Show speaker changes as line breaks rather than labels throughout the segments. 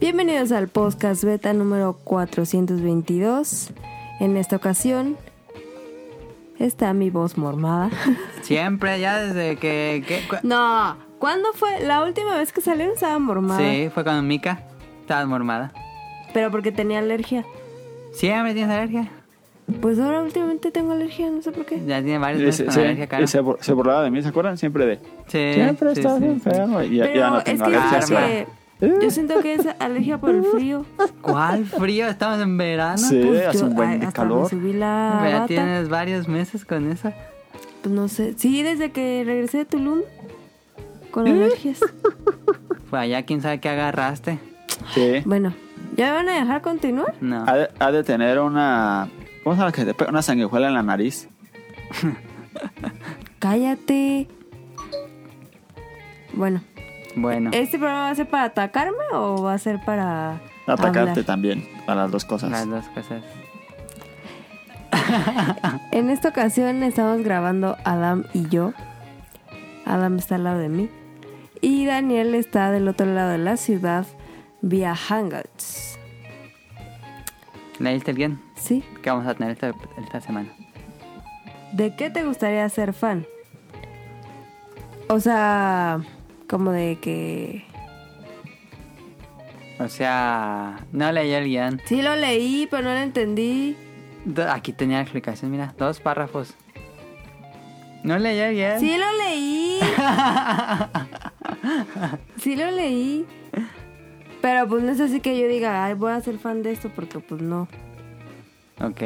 Bienvenidos al podcast beta número 422. En esta ocasión está mi voz mormada.
Siempre, ya desde que... que- cu-
No, ¿cuándo fue la última vez que salieron? Estaba mormada.
sí, fue con Mika. Estabas mormada.
Pero porque tenía alergia.
Siempre tienes alergia.
Pues ahora últimamente tengo alergia, no sé por qué.
Ya tiene varios
Y
meses
se,
con
se-
alergia, cara.
y se bur- se burlaba de mí, ¿se acuerdan? Siempre de.
Sí,
Siempre
sí,
estás
sí.
enfermo. Y ya,
Pero
ya no
es que,
tengo
alergia,
¿sabes
karma.
alergia.
qué? yo siento que es alergia por el frío.
¿Cuál frío? Estamos en verano.
Sí,
Pues
hace
yo,
un buen
ay, hasta me
calor.
subí la
Ya
bata.
tienes varios meses con esa.
Pues no sé. Sí, desde que regresé de Tulum. Con alergias.
Fue allá, Pues quién sabe qué agarraste.
Sí.
Bueno, ¿ya me van a dejar continuar?
No.
Ha de, ha de tener una. ¿Cómo se llama? Que te pega una sanguijuela en la nariz.
Cállate. Bueno,
Bueno.
¿este programa va a ser para atacarme o va a ser para
Atacarte
hablar?
también. A las dos cosas.
Las dos cosas.
En esta ocasión estamos grabando Adam y yo. Adam está al lado de mí. Y Daniel está del otro lado de la ciudad vía Hangouts.
¿Leíste el guión?
¿Sí?
¿Qué vamos a tener esta, esta semana?
¿De qué te gustaría ser fan? O sea, como de que...
O sea, no leí el guión.
Sí lo leí, pero no lo entendí.
Do- Aquí tenía la explicación, mira, dos párrafos. No leí el guión.
Sí lo leí. Sí lo leí. Pero pues no es así que yo diga, ay, voy a ser fan de esto porque pues no.
Ok.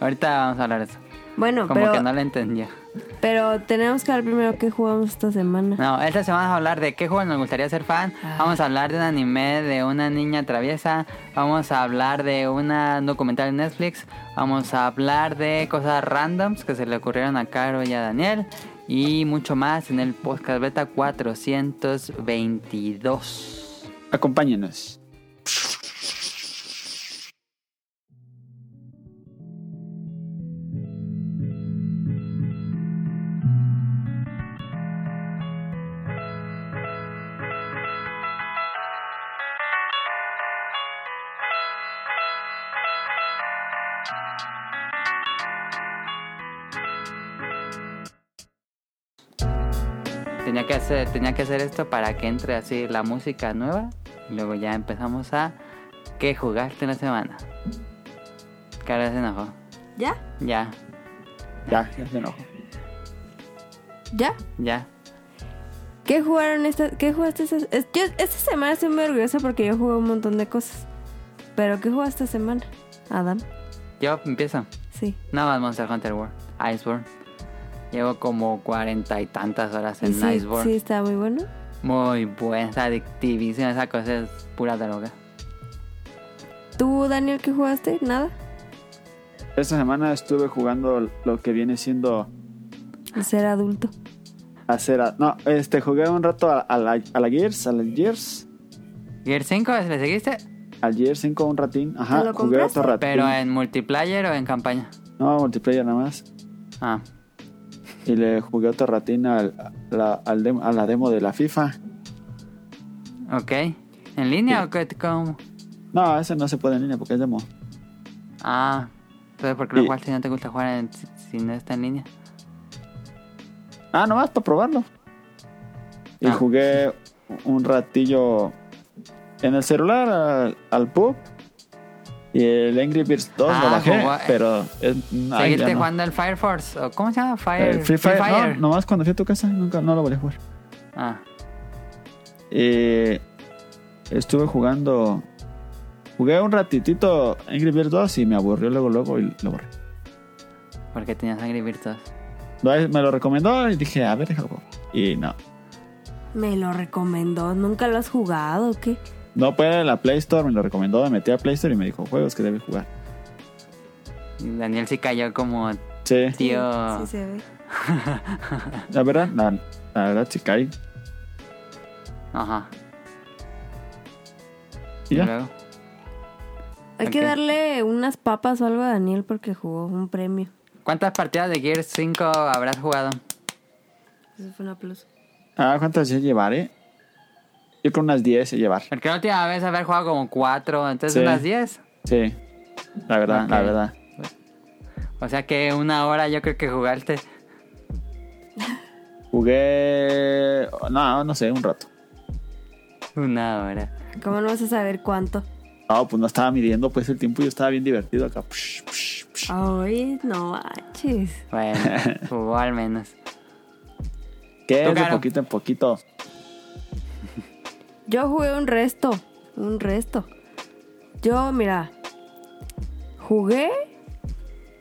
Ahorita vamos a hablar de eso.
Bueno,
Como
pero,
que no lo entendía.
pero tenemos que hablar primero qué jugamos esta semana.
No, esta semana vamos a hablar de qué juego nos gustaría ser fan.
Ah.
Vamos a hablar de un anime de una niña traviesa. Vamos a hablar de una un documental en Netflix. Vamos a hablar de cosas randoms que se le ocurrieron a Caro y a Daniel. Y mucho más en el podcast beta 422.
Acompáñenos.
Tenía que hacer, tenía que hacer esto para que entre así la música nueva. Y luego ya empezamos a qué jugaste en la semana. Cara se enojó.
¿Ya?
Ya,
Ya, ya se enojó.
¿Ya?
ya.
¿Qué jugaron esta, qué jugaste esta, es- yo esta semana estoy muy orgullosa porque yo jugué un montón de cosas. Pero ¿qué jugaste esta semana? Adam,
Yo empiezo.
sí.
Nada más Monster Hunter World. Iceborne. Llevo como cuarenta y tantas horas
Y
en
sí,
Iceborne.
sí, estaba muy bueno.
Muy buena, está adictivísima. Esa cosa es pura droga.
¿Tú, Daniel, qué jugaste? Nada.
Esta semana estuve jugando lo que viene siendo
Ser adulto.
hacer. a- no, este, jugué un rato a, a la, a la Gears, a la Gears.
Gear 5, ¿le seguiste?
Al Gears 5 un ratín.
¿Te lo
Ajá, jugué
compraste?
otro ratín.
¿Pero eh, en multiplayer o en campaña?
No, multiplayer nada más.
Ah,
Y le jugué otro ratín al, a, la, al demo- a la demo de la FIFA.
ok. ¿En línea o qué? ¿Cómo?
No, ese no se puede en línea porque es demo.
Ah, entonces ¿por qué lo
Y-
jugaste si no te gusta jugar en- si- si no está en línea?
Ah, nomás para probarlo. Y
Ah.
jugué un ratillo en el celular al, al pub. Y el Angry Birds 2
Ah,
lo bajé,
jugó-
pero... Es, no, ay,
¿Seguiste
ya no.
jugando el Fire Force? ¿O ¿Cómo se llama? Fire,
El Free Fire,
Fire.
No, nomás cuando fui a tu casa nunca no lo volví a jugar.
Ah,
Eh, estuve jugando... Jugué un ratitito Angry Birds 2 y me aburrió luego, luego y lo borré.
porque tenía sangre virtuosa.
No, él Me lo recomendó y dije, a ver, déjalo. juego. Y no.
Me lo recomendó. ¿Nunca lo has jugado o qué?
No puede la Play Store, me lo recomendó, me metí a Play Store y me dijo, juegos que debes jugar.
Daniel sí cayó como
Sí,
tío.
Sí, se ve.
la verdad, la, la verdad sí caí.
Ajá.
Y
Y
ya.
luego,
Hay
Ok.
que darle unas papas o algo a Daniel porque jugó un premio.
¿Cuántas partidas de Gears 5 habrás jugado?
Eso fue una plus.
Ah, ¿cuántas ya llevaré? yo creo unas 10 y llevar.
Porque la última vez había jugado como 4, entonces
Sí.
unas 10.
Sí, la verdad, la
Ok.
verdad.
O sea que una hora yo creo que jugaste.
Jugué. No, no sé, un rato.
Una hora.
¿Cómo no vas a saber cuánto?
No, pues no estaba midiendo pues el tiempo y yo estaba bien divertido acá. Psh, psh, psh.
Ay, no manches.
Bueno, jugó al menos.
¿Qué
Tú,
es de
Caro.
poquito en poquito?
Yo jugué un resto, un resto. Yo, mira, jugué.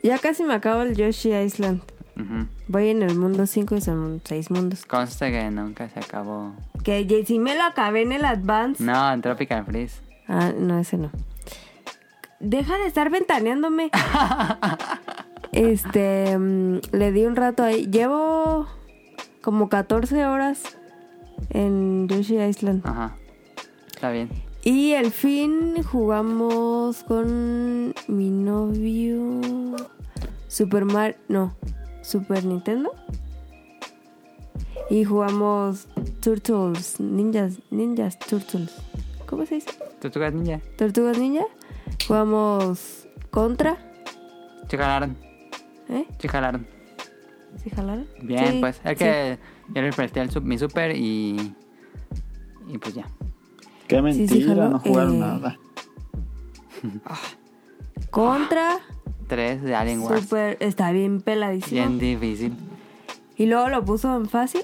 Ya casi me acabo el Yoshi Island.
Ujú.
Voy en el mundo 5 y son 6 mundos.
Consta que nunca se acabó.
Que ya- si me lo acabé en el Advance.
No, en Tropical Freeze.
Ah, no, ese no. Deja de estar ventaneándome. este, mm, le di un rato ahí. Llevo como 14 horas en Yoshi Island.
Ajá. Está bien.
Y el fin jugamos con mi novio. Super Mario. No, Super Nintendo. Y jugamos Turtles, Ninjas, Ninjas Turtles. ¿Cómo se dice?
Tortugas Ninja.
Tortugas Ninja. Jugamos Contra.
Sí jalaron.
¿Eh?
Sí jalaron.
¿Sí jalaron?
Bien,
Sí,
pues. Es
sí.
que yo le presté el sub- mi super y. Y pues ya.
Qué
Sí,
mentira,
sí, jaló,
no jugaron
eh,
nada.
Contra.
Tres de Alien Ah, Wars.
Super. Está bien peladísimo.
Bien difícil.
Y luego lo puso en fácil.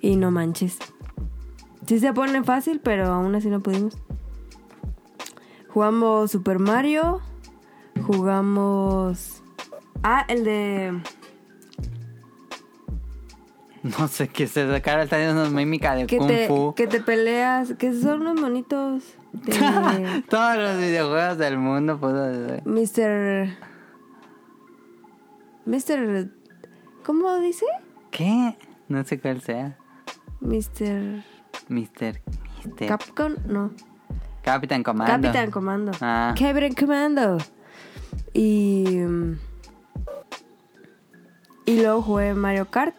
y no manches. Sí se pone en fácil, pero aún así no pudimos. Jugamos Super Mario. Jugamos. Ah, el de.
No sé qué se sacaron. Está haciendo una mímica de
Que
Kung
te,
Fu.
que te peleas. Que son unos monitos. De
Todos los videojuegos del mundo. Pues,
Mr. Mr. ¿Cómo dice?
¿Qué? No sé cuál sea.
Mr.
Mister. Mister.
Capcom. No.
Capitán Comando.
Capitán Comando.
Ah.
Capitán Comando. Y. mm, Y luego jugué Mario Kart.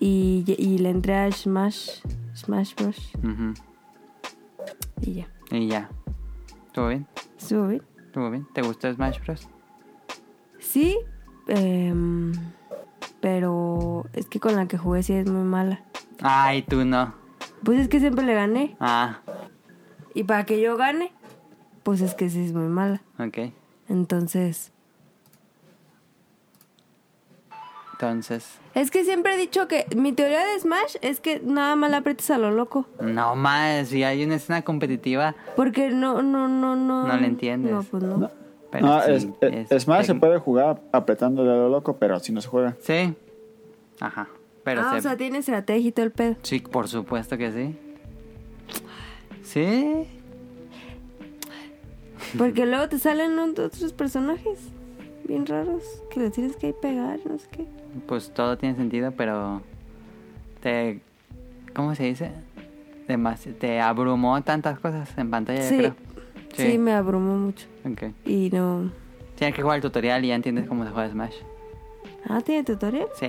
Y, y le entré a Smash. Smash Bros.
Ujú.
Y ya.
Y ya. ¿Estuvo bien?
¿Estuvo bien?
¿Estuvo bien? ¿Te gustó Smash Bros?
Sí. em, pero es que con la que jugué sí es muy mala.
Ay, tú no.
Pues es que siempre le gané.
Ah,
Y para que yo gane, pues es que sí es muy mala.
ok.
Entonces.
Entonces,
Es que siempre he dicho que mi teoría de Smash es que nada más la aprietas a lo loco.
no más, si hay una escena competitiva,
Porque no, no, no, no.
No le entiendes.
No, pues no.
No,
pero
no,
sí,
Ah,
este,
es, eh, es-
es
Smash se
tec-
puede jugar apretándole a lo loco, pero si no se juega.
sí. Ajá, pero
ah,
se-
o sea, tiene estrategia y todo el pedo.
sí, por supuesto que sí. Sí,
Porque luego te salen un- otros personajes bien raros que les tienes que pegar, no sé qué.
pues todo tiene sentido, pero te, ¿cómo se dice? Demasi- te abrumó tantas cosas en pantalla, yo
Sí.
creo.
Sí, me abrumó mucho.
Ok.
Y no.
Tienes que jugar el tutorial y ya entiendes cómo se juega Smash.
Ah, tiene tutorial.
Sí,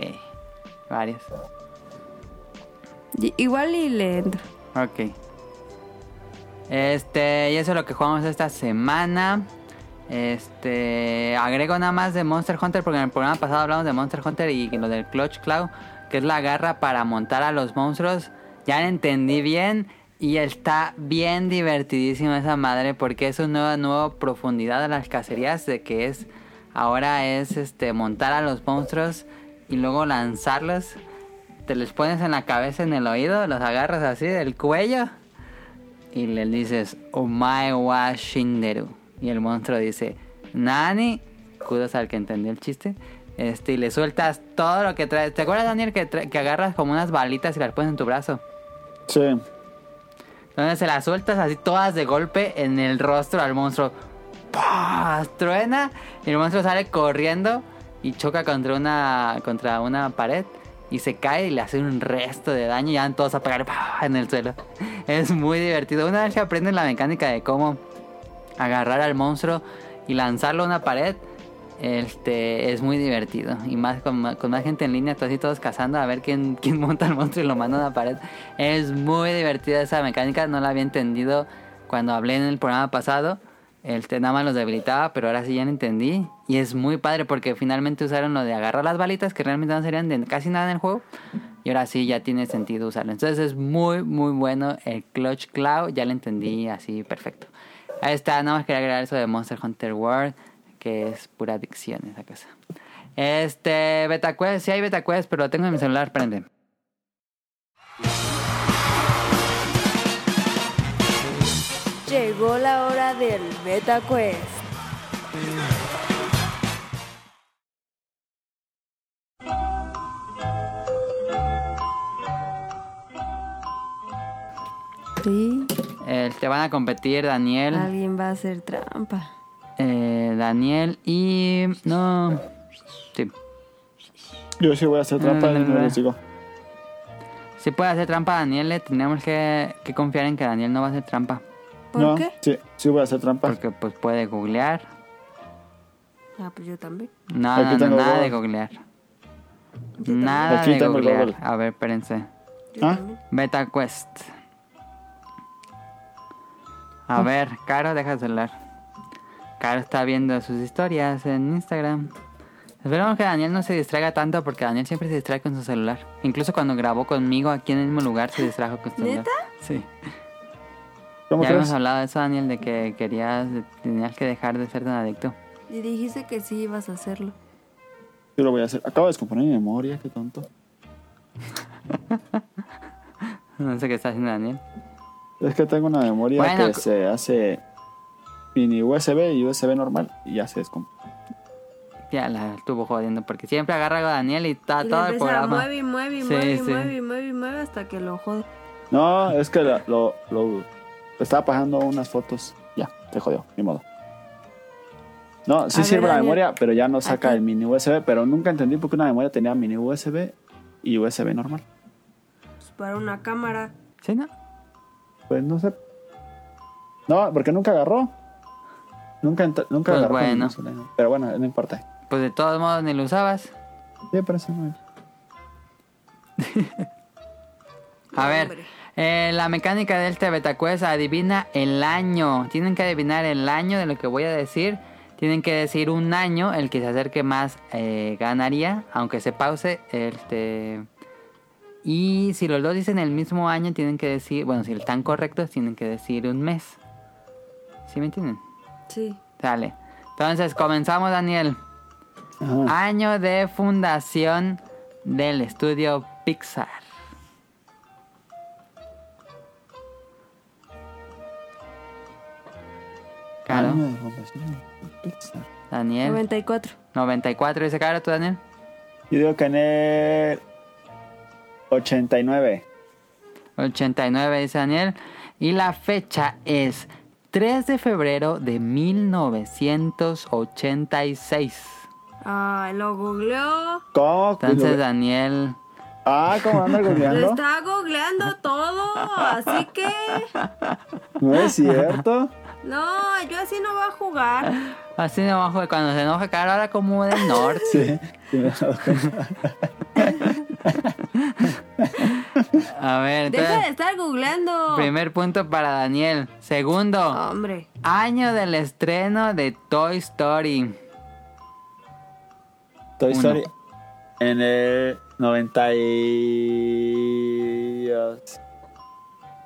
varios.
Y- igual y le entro.
Ok. Este, y eso es lo que jugamos esta semana. Este, agrego nada más de Monster Hunter porque en el programa pasado hablamos de Monster Hunter y lo del Clutch Claw, que es la garra para montar a los monstruos. Ya la entendí bien y está bien divertidísima esa madre porque es una nueva, nueva profundidad a las cacerías de que es ahora es este montar a los monstruos y luego lanzarlos. Te les pones en la cabeza, en el oído, los agarras así del cuello y le dices Omae wa Shinderu. Y el monstruo dice Nani. Kudos al que entendió el chiste. Este, y le sueltas todo lo que traes. ¿Te acuerdas, Daniel, que, tra- que agarras como unas balitas y las pones en tu brazo?
Sí,
Entonces se las sueltas así todas de golpe en el rostro al monstruo. ¡Pah! Truena y el monstruo sale corriendo y choca contra una contra una pared y se cae y le hace un resto de daño y ya van todos a pegar ¡pah! en el suelo. Es muy divertido. Una vez que aprendes la mecánica de cómo agarrar al monstruo y lanzarlo a una pared, Este es muy divertido. Y más con, ma- con más gente en línea, todos y todos cazando a ver quién, quién monta el monstruo y lo manda a la pared. Es muy divertida esa mecánica, no la había entendido cuando hablé en el programa pasado. Este nada más los debilitaba, pero ahora sí ya lo entendí. Y es muy padre porque finalmente usaron lo de agarrar las balitas que realmente no serían de casi nada en el juego. Y ahora sí ya tiene sentido usarlo. Entonces es muy, muy bueno el Clutch Cloud. Ya lo entendí así perfecto. Ahí está, nada más quería agregar eso de Monster Hunter World, que es pura adicción esa cosa. Este, BetaQuest, sí hay BetaQuest, pero lo tengo en mi celular, prende.
Llegó la hora del Beta Quest. Sí,
Este, van a competir Daniel,
alguien va a hacer trampa.
eh, Daniel y... No, sí.
Yo sí voy a hacer trampa
Mm,
y no les digo.
Si puede hacer trampa Daniel, le tenemos que, que confiar en que Daniel no va a hacer trampa.
¿Por
no,
qué?
Sí, sí voy a hacer trampa.
Porque pues puede googlear,
Ah, pues yo también.
No,
Aquí
no, no,
tengo
nada
Google.
de googlear. Nada
Aquí
de
tengo el
googlear.
Google.
A ver, espérense.
Yo
¿Ah?
también.
Beta Quest. A ver, Caro, deja el celular. Caro está viendo sus historias en Instagram. Esperemos que Daniel no se distraiga tanto porque Daniel siempre se distrae con su celular. Incluso cuando grabó conmigo aquí en el mismo lugar se distrajo con su celular. Sí.
¿Cómo
ya hemos
crees?
hablado de eso, Daniel, de que querías, de- tenías que dejar de ser tan adicto.
Y dijiste que sí ibas a hacerlo.
Yo lo voy a hacer. Acabo de descomponer mi memoria, qué tonto.
No sé qué está haciendo Daniel.
Es que tengo una memoria
Bueno,
que
cu-
se hace mini USB y USB normal y ya se descompone.
Ya la estuvo jodiendo porque siempre agarra a Daniel y está
Y
todo
le
el
empieza,
programa.
Mueve, y mueve, y
Sí,
mueve, y
sí.
mueve, y mueve, y mueve hasta que lo jode.
No, es que la- lo, lo- estaba pasando unas fotos. Ya, te jodió, ni modo. No, sí
A ver,
sirve la
Daniel.
memoria, pero ya no saca
Aquí.
el mini USB. Pero nunca entendí por qué una memoria tenía mini USB y USB normal.
Pues para una cámara.
¿Sí, no?
Pues no sé. No, porque nunca agarró. Nunca, ent- nunca
Pues
agarró. con el
bueno.
USB, ¿no? Pero bueno, no importa.
Pues de todos modos ni lo usabas.
Sí, pero eso no es.
A ver,
Hombre.
eh, la mecánica de este betacuest adivina el año. Tienen que adivinar el año de lo que voy a decir. Tienen que decir un año, el que se acerque más eh, ganaría, aunque se pause. Este... Y si los dos dicen el mismo año, tienen que decir, bueno, si están correctos, tienen que decir un mes. ¿Sí me entienden?
Sí.
Dale. Entonces comenzamos, Daniel.
Ajá.
Año de fundación del estudio Pixar. Caro,
Año de fundación de Pixar.
Daniel.
94.
94 dice Caro, tú Daniel.
Yo digo que en el 89.
89 dice Daniel. Y la fecha es 3 de febrero de 1986.
Ay, Ah, lo googleó.
¿Cómo?
Entonces Daniel
ah, ¿cómo anda
Lo
googleando?
está googleando todo. Así que.
No es cierto.
No, yo así no voy a jugar.
Así de abajo, cuando se enoja, cara, ahora como del norte.
Sí. sí me he dado cuenta.
A ver,
Deja de
entonces,
estar googleando.
primer punto para Daniel. Segundo,
Hombre.
año del estreno de Toy Story.
Toy
Uno.
Story. En el 90 y...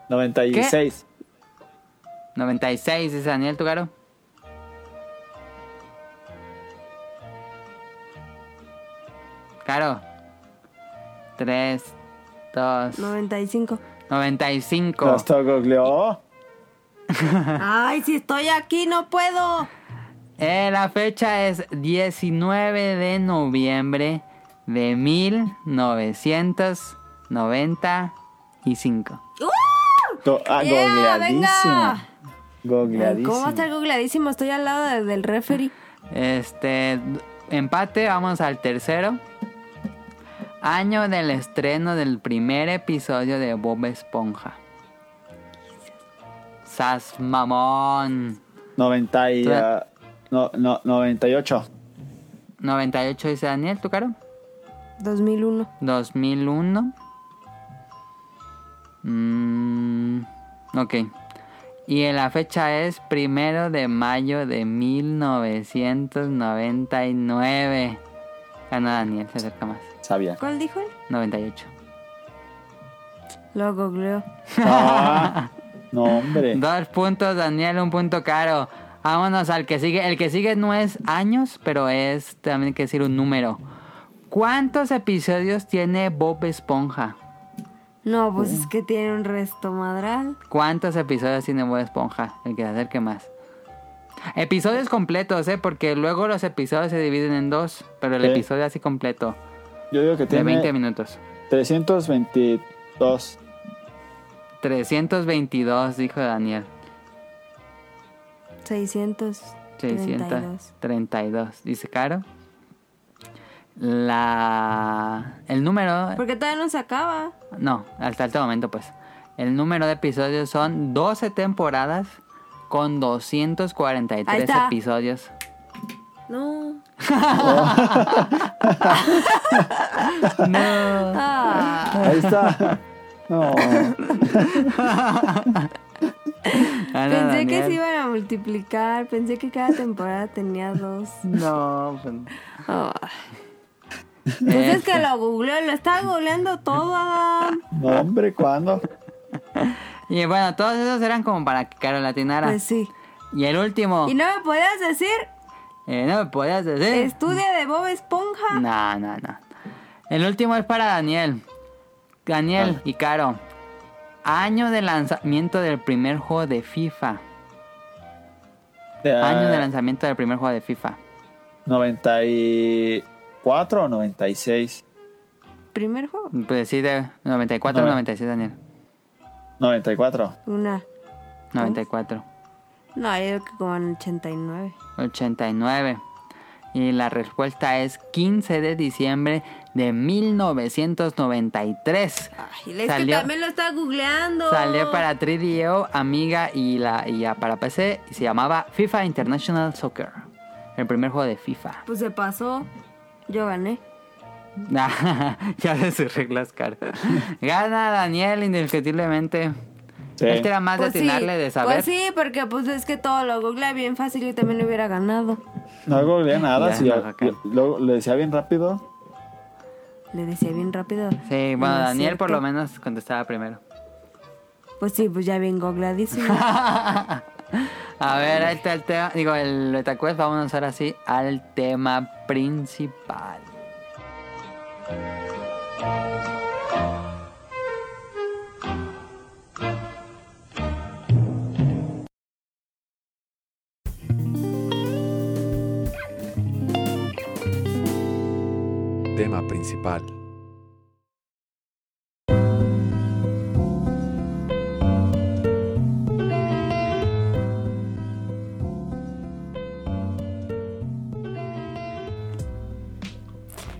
96.
96, dice Daniel Tugaro. Caro. 3, 2,
95.
95.
Los googleó.
Ay, si estoy aquí, no puedo.
Eh, la fecha es 19 de noviembre de 1995.
Go- ah,
Yeah,
googleadísimo.
venga. Ay,
Googleadísimo.
¿Cómo va a estar googleadísimo? Estoy al lado de- del referee.
Este empate, vamos al tercero. Año del estreno del primer episodio de Bob Esponja. Sas mamón.
90 y...
Tra-
ah, no, no, 98.
98 dice Daniel, ¿tú, Caro?
2001.
2001. Mm, ok. Y en la fecha es primero de mayo de 1999. Gana Daniel, se acerca más.
Sabía.
¿Cuál dijo él?
98.
Lo googleo.
Ah, no, hombre.
Dos puntos, Daniel, un punto caro. Vámonos al que sigue. El que sigue no es años, pero es también hay que decir un número. ¿Cuántos episodios tiene Bob Esponja?
No, pues es que tiene un resto madral.
¿Cuántos episodios tiene Bob Esponja? El que se acerque más. Episodios completos, ¿eh? Porque luego los episodios se dividen en dos, pero el
Sí.
episodio así completo,
Yo digo que
de 20
tiene
minutos.
322.
322, dijo Daniel.
600.
632. Dice Caro. La... El número...
Porque todavía no se acaba.
No, hasta este momento pues. El número de episodios son 12 temporadas con
Ahí
243
está.
episodios.
No.
No.
Ah,
Ahí está. No.
Ah,
pensé que se iban a multiplicar. Pensé que cada temporada tenía dos.
No, pues... eh,
Ah. Pues es que lo googleó, lo estaba googleando todo, Adam.
No, hombre, ¿cuándo?
Y bueno, todos esos eran como para que Caro latinara.
Pues sí.
Y el último...
Y no me podías decir,
Eh, no me podías decir.
estudia de Bob Esponja.
No, no, no. El último es para Daniel. Daniel y Caro. Año de lanzamiento del primer juego de FIFA.
Ah.
Año de lanzamiento del primer juego de FIFA.
94 o 96.
Primer juego.
Pues sí, de 94 o
No.
96, Daniel.
94.
Una.
94.
No, yo creo que como en 89.
89. Y la respuesta es 15 de diciembre de 1993.
Ay, es que
Salió-
también lo estaba googleando.
Salió para 3DO, Amiga y, la, y ya para PC. Y se llamaba FIFA International Soccer. El primer juego de FIFA.
Pues se pasó. Yo gané.
ya de sus reglas, cara. Gana Daniel indiscutiblemente.
Sí.
Este era más
Pues
de
sí,
atinarle de saber.
Pues sí, porque pues es que todo lo googleé bien fácil y también lo hubiera ganado.
No googleé nada.
Ya,
si yo-
no, acá.
yo- luego le decía bien rápido.
Le decía bien rápido.
Sí, bueno,
No es
Daniel por
cierto.
lo menos contestaba primero.
Pues sí, pues ya bien googleadísimo.
A ver, ahí está el tema. Digo, el Betacuest, vámonos ahora sí al tema principal.
Tema principal.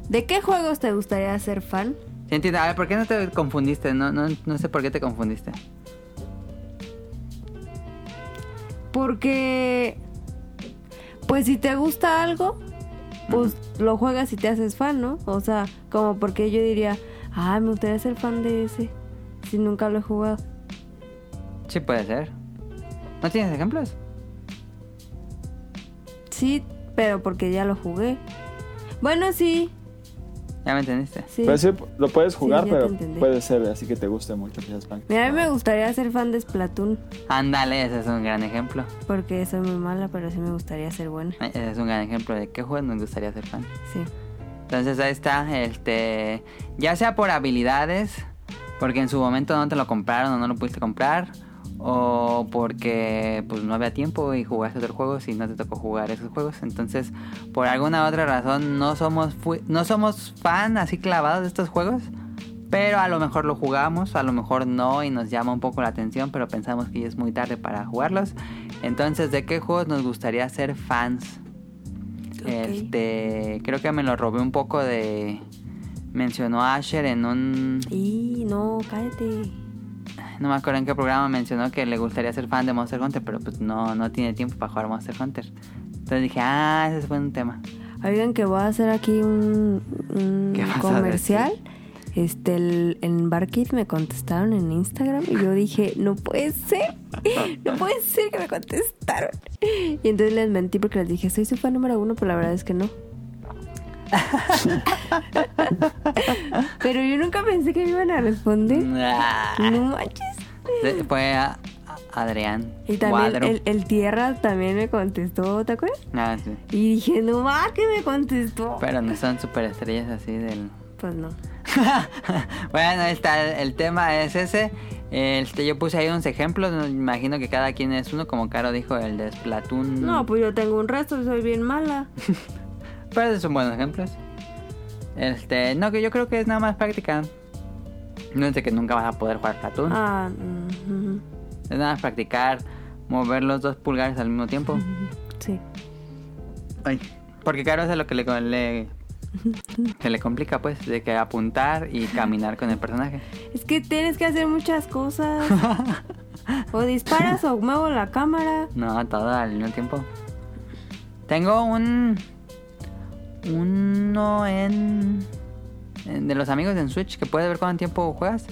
¿De qué juegos te gustaría ser fan?
Sí, entiendo. A ver, ¿por qué no te confundiste? No, no, no sé por qué te confundiste.
Porque, pues si te gusta algo, pues lo juegas y te haces fan, ¿no? O sea, como porque yo diría, ah, me gustaría ser fan de ese, si nunca lo he jugado.
Sí, puede ser. ¿No tienes ejemplos?
Sí, pero porque ya lo jugué. Bueno, sí,
Ya me entendiste.
sí.
Pues sí, lo puedes
ya
jugar,
te
pero
entendí.
puede ser así que te guste mucho. quizás, Frank.
Mira, a mí me gustaría ser fan de Splatoon,
Ándale, ese es un gran ejemplo.
porque soy muy mala, pero sí me gustaría ser buena.
Eh, Ese es un gran ejemplo de qué juego nos gustaría ser fan.
Sí.
Entonces ahí está, este, ya sea por habilidades, porque en su momento no te lo compraron o no lo pudiste comprar, o porque pues no había tiempo y jugaste otros juegos y no te tocó jugar esos juegos. Entonces, por alguna otra razón no somos fu- no somos fan así clavados de estos juegos, pero a lo mejor lo jugamos, a lo mejor no y nos llama un poco la atención, pero pensamos que ya es muy tarde para jugarlos. Entonces, ¿de qué juegos nos gustaría ser fans?
Ok.
Este, creo que me lo robé un poco de mencionó a Asher en un
Y no, cállate.
no me acuerdo en qué programa mencionó que le gustaría ser fan de Monster Hunter, pero pues no no tiene tiempo para jugar Monster Hunter. Entonces dije, "Ah, ese fue un tema."
Oigan que voy a hacer aquí un, un
¿Qué vas a
comercial. Este, el, en Barkit me contestaron en Instagram y yo dije, no puede ser, no puede ser que me contestaron. Y entonces les mentí porque les dije, soy su fan número uno, pero la verdad es que no. pero yo nunca pensé que me iban a responder.
Ah.
No manches.
Se- Fue a- a- Adrián.
Y también
Cuadro.
el, el Tierra también me contestó, ¿te acuerdas?
Ah, sí.
Y dije, no va, que me contestó.
Pero no son superestrellas así del...
Pues no.
bueno, ahí está, el tema es ese. Este, yo puse ahí unos ejemplos, me imagino que cada quien es uno, como Caro dijo, el de Splatoon.
No, pues yo tengo un resto, soy bien mala.
Pero esos son buenos ejemplos. Este, no, que yo creo que es nada más práctica. No es de que nunca vas a poder jugar Splatoon.
Ah, mm, mm,
Es nada más practicar, mover los dos pulgares al mismo tiempo.
sí.
Ay, Porque Caro es lo que le, le- se le complica, pues, de que apuntar y caminar con el personaje.
Es que tienes que hacer muchas cosas. O disparas o muevo la cámara.
No, todo al mismo tiempo. Tengo un. Uno en, en- De los amigos en Switch que puedes ver cuánto tiempo juegas.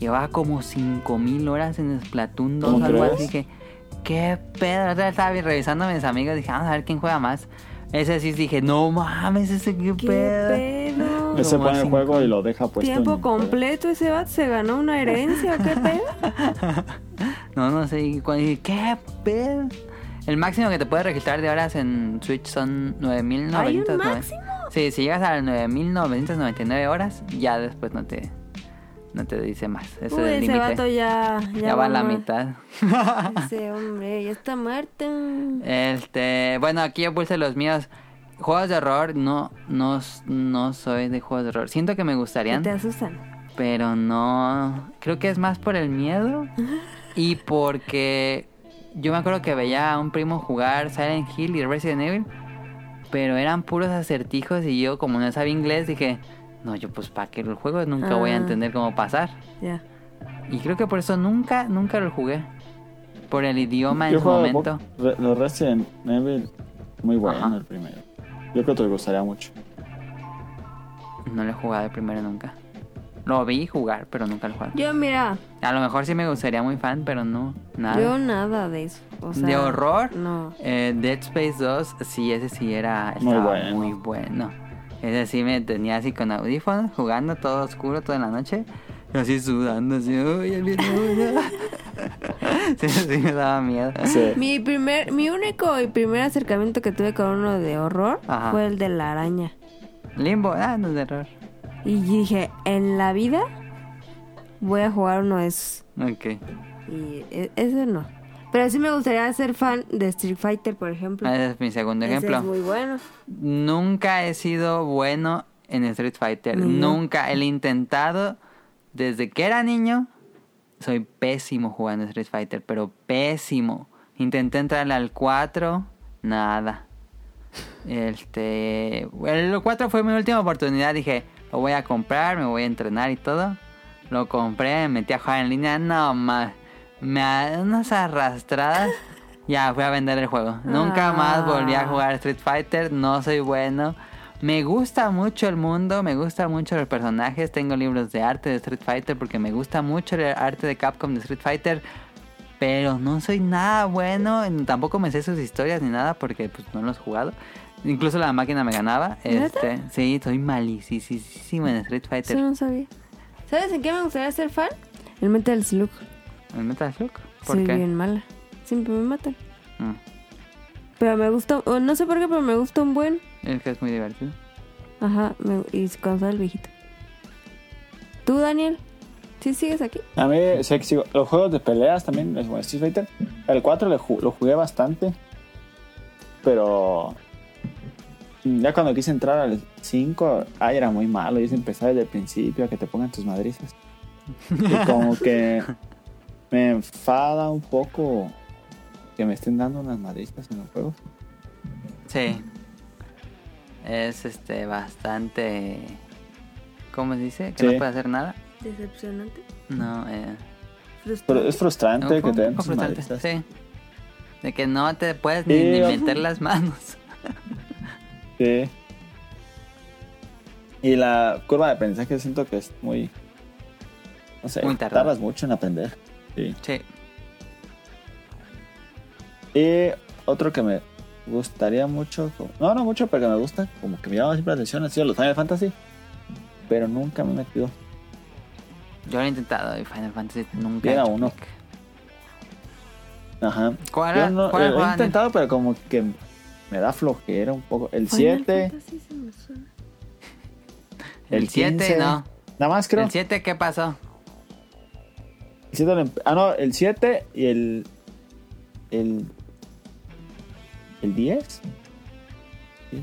Llevaba como 5000 horas en Splatoon 2 o
¿Cómo
algo
crees?
así que. ¿Qué pedo? La otra vez estaba revisando a mis amigos dije, vamos a ver quién juega más. Ese sí dije, no mames, ese qué,
¿Qué
pedo. Pues,
pedo?
Ese
Como
pone el
cinco.
juego y lo deja puesto. en
Tiempo
el
completo, ese bat se ganó una herencia, ¿qué pedo?
No, no sé. y cuando dije, ¿Qué pedo? El máximo que te puedes registrar de horas en Switch son 9.999.
¿Hay un máximo?
Sí, si llegas a las 9.999 horas, ya después no te, no te dice más. Ese
Uy,
es el
ese vato
límite.
ya.
Ya, va a la
mu-
mitad.
Ese hombre ya está muerto.
este, bueno, aquí yo puse los míos. Juegos de horror, no, no, no soy de juegos de horror. Siento que me
Que
gustarían.
Te asustan.
Pero no. Creo que es más por el miedo. Y porque yo me acuerdo que veía a un primo jugar Silent Hill y Resident Evil. Pero eran puros acertijos y yo, como no sabía inglés, dije: No, yo pues para qué lo juego, nunca voy a
Ah.
entender cómo pasar.
Ya.
Y creo que por eso nunca, nunca lo jugué. Por el idioma
Yo
en su
juego
momento.
Bo- Re- Los Resident Evil, muy bueno
Ajá.
el primero. Yo creo que te gustaría mucho.
No lo he jugado el primero nunca. Lo vi jugar, pero nunca lo jugué.
Yo, mira,
A lo mejor sí me gustaría muy fan, pero no, nada.
yo nada de eso. O sea,
Ah. ¿De horror?
No.
Eh, Dead Space 2, sí, ese sí era
Muy
estaba
bueno.
muy bueno. Ese sí me tenía así con audífonos, jugando todo oscuro toda la noche. Y así sudando, así, uy, el virus". sí, sí me daba miedo.
Sí.
Mi primer, mi único y primer acercamiento que tuve con uno de horror
Ajá.
fue el de la araña.
Limbo, ah, no es de error.
Y dije, en la vida voy a jugar uno de esos.
Ok.
Y e- ese no. Pero sí me gustaría ser fan de Street Fighter, por ejemplo.
Ese es mi segundo
Ese
Ah, ejemplo.
es muy bueno.
Nunca he sido bueno en Street Fighter.
Ni yo.
Nunca. El intentado desde que era niño. Soy pésimo jugando Street Fighter, pero pésimo. Intenté entrarle al 4, nada. Este, el 4 fue mi última oportunidad, dije, lo voy a comprar, me voy a entrenar y todo. Lo compré, me metí a jugar en línea, no más. Me a- unas arrastradas. Ya fui a vender el juego. Nunca más volví a
Ah.
jugar Street Fighter, no soy bueno. Me gusta mucho el mundo, me gusta mucho los personajes, tengo libros de arte de Street Fighter porque me gusta mucho el arte de Capcom de Street Fighter, pero no soy nada bueno, en- tampoco me sé sus historias ni nada porque pues no los he jugado. Incluso la máquina me ganaba.
¿Neta?
Este, sí, soy malísimo en Street
Eso
Fighter.
no sabía. ¿Sabes en qué me gustaría ser fan? El Metal Slug.
¿En Metal Slug? ¿Por
Soy
qué?
bien mala. Siempre me matan.
Mm,
Pero me gusta, o no sé por qué, pero me gusta un buen.
Es que es muy divertido.
Ajá, me, y con todo el viejito. ¿Tú, Daniel? ¿Sí sigues aquí?
A mí, sé que sigo- los juegos de peleas también, los de Street Fighter. El 4 le ju- lo jugué bastante, pero ya cuando quise entrar al 5, ay, era muy malo. Y es empezar desde el principio a que te pongan tus madrizas. Y como que me enfada un poco que me estén dando unas madrizas en los juegos.
Sí. Es este bastante ¿Cómo se dice? Que
Sí.
no puede hacer nada.
Decepcionante.
No, eh
Pero es frustrante
no, fue
que
un
te den
poco
tus
frustrante,
madrizas.
Sí. De que no te puedes ni,
Sí,
ni
ojo.
meter las manos.
Sí. Y la curva de aprendizaje siento que es muy. No sé,
Muy tardada.
tardas mucho en aprender. Sí.
Sí.
Y otro que me gustaría mucho. como- No, no mucho, pero que me gusta. Como que me llama siempre la atención. Han sido los Final Fantasy. Pero nunca me he metido.
Yo lo he intentado y Final Fantasy nunca.
Llega
he hecho
uno.
clic.
Ajá.
¿Cuál,
Yo
era-
no,
cuál
eh,
era
lo he
Juan?
intentado, pero como que me da flojera un poco. El
Final
7,
Fantasy se me suena.
El
el
7,
15.
no.
nada más creo.
¿El 7 qué pasó?
El siete lo empe- ah, no, el 7 y el. El. ¿El 10? ¿Sí?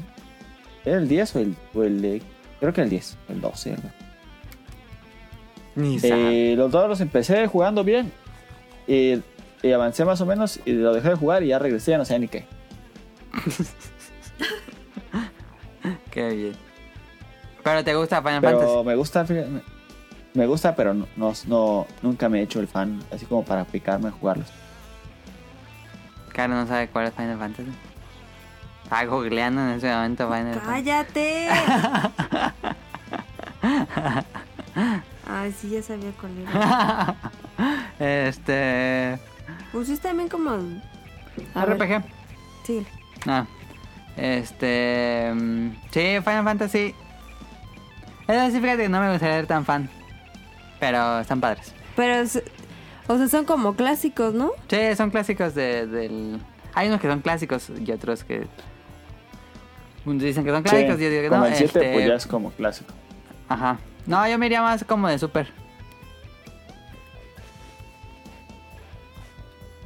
¿Era el 10 o el, o el de- Creo que el 10, el 12. algo.
Ni
Eh, los dos los empecé jugando bien. Y, y avancé más o menos. Y lo dejé de jugar y ya regresé, ya no sé ni qué.
Qué bien. Pero te gusta Final
Pero
Fantasy.
me gusta, fíjate, me- me gusta, pero no, no, no- nunca me he hecho el fan, así como para picarme a jugarlos.
Caro no sabe cuál es Final Fantasy. Está googleando en ese momento Final Fantasy.
¡Cállate! Ay, sí, ya sabía cuál era.
Este.
Pues sí, también como. A ver,
RPG.
sí.
Ah. Este. mm, Sí, Final Fantasy. Eso sí, fíjate que no me gustaría ser tan fan. Pero están padres.
Pero, es- o sea, son como clásicos, ¿no?
Sí, son clásicos de- del. Hay unos que son clásicos y otros que. Unos dicen que son clásicos
Sí,
y otros que
como
no.
el 7,
este,
pues ya es como clásico.
Ajá. No, yo me iría más como de Super.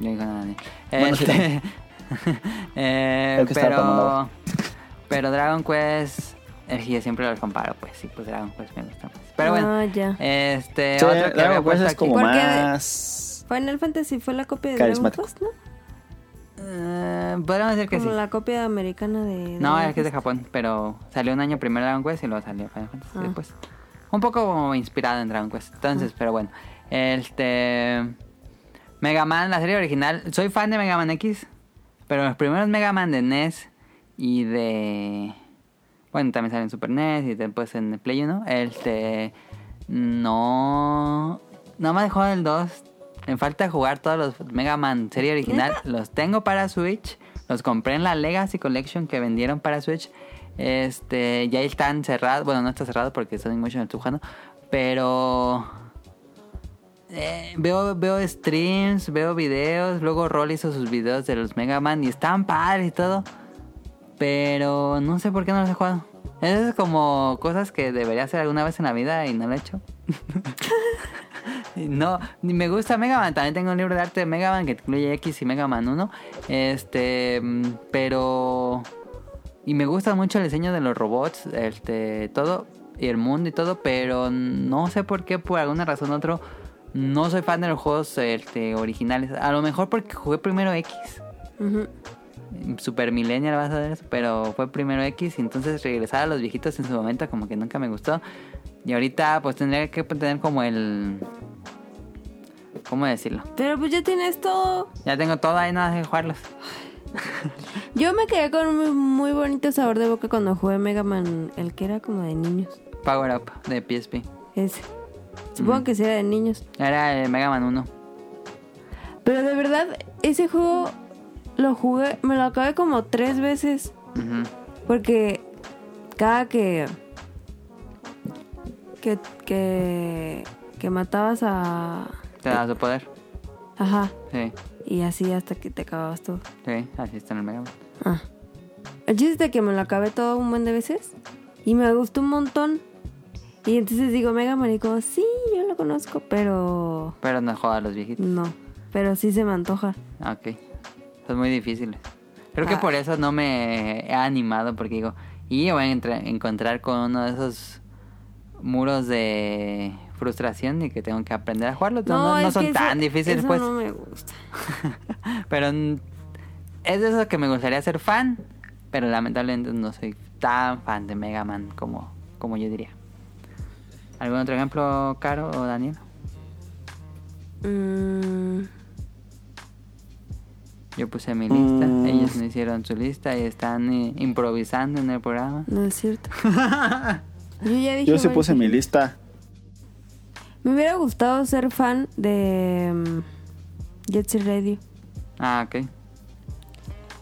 No dijo nada, Dani.
Bueno, sí,
Este, eh,
El que estaba tomando
pero,
agua.
pero Dragon Quest, eh, yo siempre los comparo, pues sí, pues Dragon Quest me gusta más. Pero bueno,
Ah, ya.
este,
Sí,
otro que
Dragon
había
Quest
puesto
es
aquí.
como
¿Por qué?
más.
Final Fantasy fue la copia de Dragon
Carismático.
Quest, ¿no?
Eh, podríamos decir que
Como
sí.
la copia americana de.
No,
Dragon
es que es de
Quest.
Japón, pero salió un año primero Dragon Quest y luego salió Final Fantasy
Ah.
después. Un poco como inspirado en Dragon Quest. Entonces, pero bueno. Este. Mega Man, la serie original. Soy fan de Mega Man X, pero los primeros Mega Man de NES y de. Bueno, también salen en Super NES y después en Play 1. Este. No. No me dejó el 2. Me falta jugar todos los Mega Man serie original. Los tengo para Switch. Los compré en la Legacy Collection que vendieron para Switch. Este. Ya están cerrados. Bueno, no está cerrado porque Sonic Motion está jugando. Pero. Eh, veo, veo streams, veo videos. Luego Roll hizo sus videos de los Mega Man y están padres y todo. Pero no sé por qué no los he jugado. Esas es como cosas que debería hacer alguna vez en la vida y no lo he hecho. no, ni me gusta Mega Man. También tengo un libro de arte de Mega Man que incluye X y Mega Man 1. Este, mm, pero. Y me gusta mucho el diseño de los robots, este, todo, y el mundo y todo, pero no sé por qué, por alguna razón u otro, no soy fan de los juegos este, originales. A lo mejor porque jugué primero X.
Ujú.
Super Millennial vas a ver eso, pero fue primero X y entonces regresar a los viejitos en su momento como que nunca me gustó. Y ahorita pues tendría que tener como el... ¿Cómo decirlo?
Pero pues ya tienes todo.
Ya tengo todo ahí nada más que jugarlos.
Yo me quedé con un muy bonito sabor de boca cuando jugué Mega Man, el que era como de niños.
Power Up de PSP.
Ese. Supongo que sí era de niños.
Era el Mega Man 1.
Pero de verdad, ese juego lo jugué, me lo acabé como tres veces.
Ujú.
Porque cada que. que. que, que matabas a.
Te da su poder.
Ajá.
Sí,
Y así hasta que te acababas todo.
sí, así está en el Mega Man.
Ah. El chiste es de que me lo acabé todo un buen de veces. Y me gustó un montón. Y entonces digo, Mega Man, y como, sí, yo lo conozco, pero.
Pero no juega a los viejitos.
No. Pero sí se me antoja.
Ah, Ok. Son muy difíciles. Creo que
Ah.
por eso no me he animado, porque digo, y voy a entra- encontrar con uno de esos muros de frustración y que tengo que aprender a jugarlo. No, no- no
es
son
que
tan
eso-
difíciles,
eso
pues.
no me gusta.
Pero mm, es de esos que me gustaría ser fan, pero lamentablemente no soy tan fan de Mega Man como, como yo diría. ¿Algún otro ejemplo, Caro o Daniel?
Mm,
Yo puse mi lista,
Mm.
ellos no hicieron su lista y están eh, improvisando en el programa.
no es cierto. Yo ya dije.
Yo se
varios.
puse en mi lista.
Me hubiera gustado ser fan de mm, Jet Set Radio.
Ah, ok.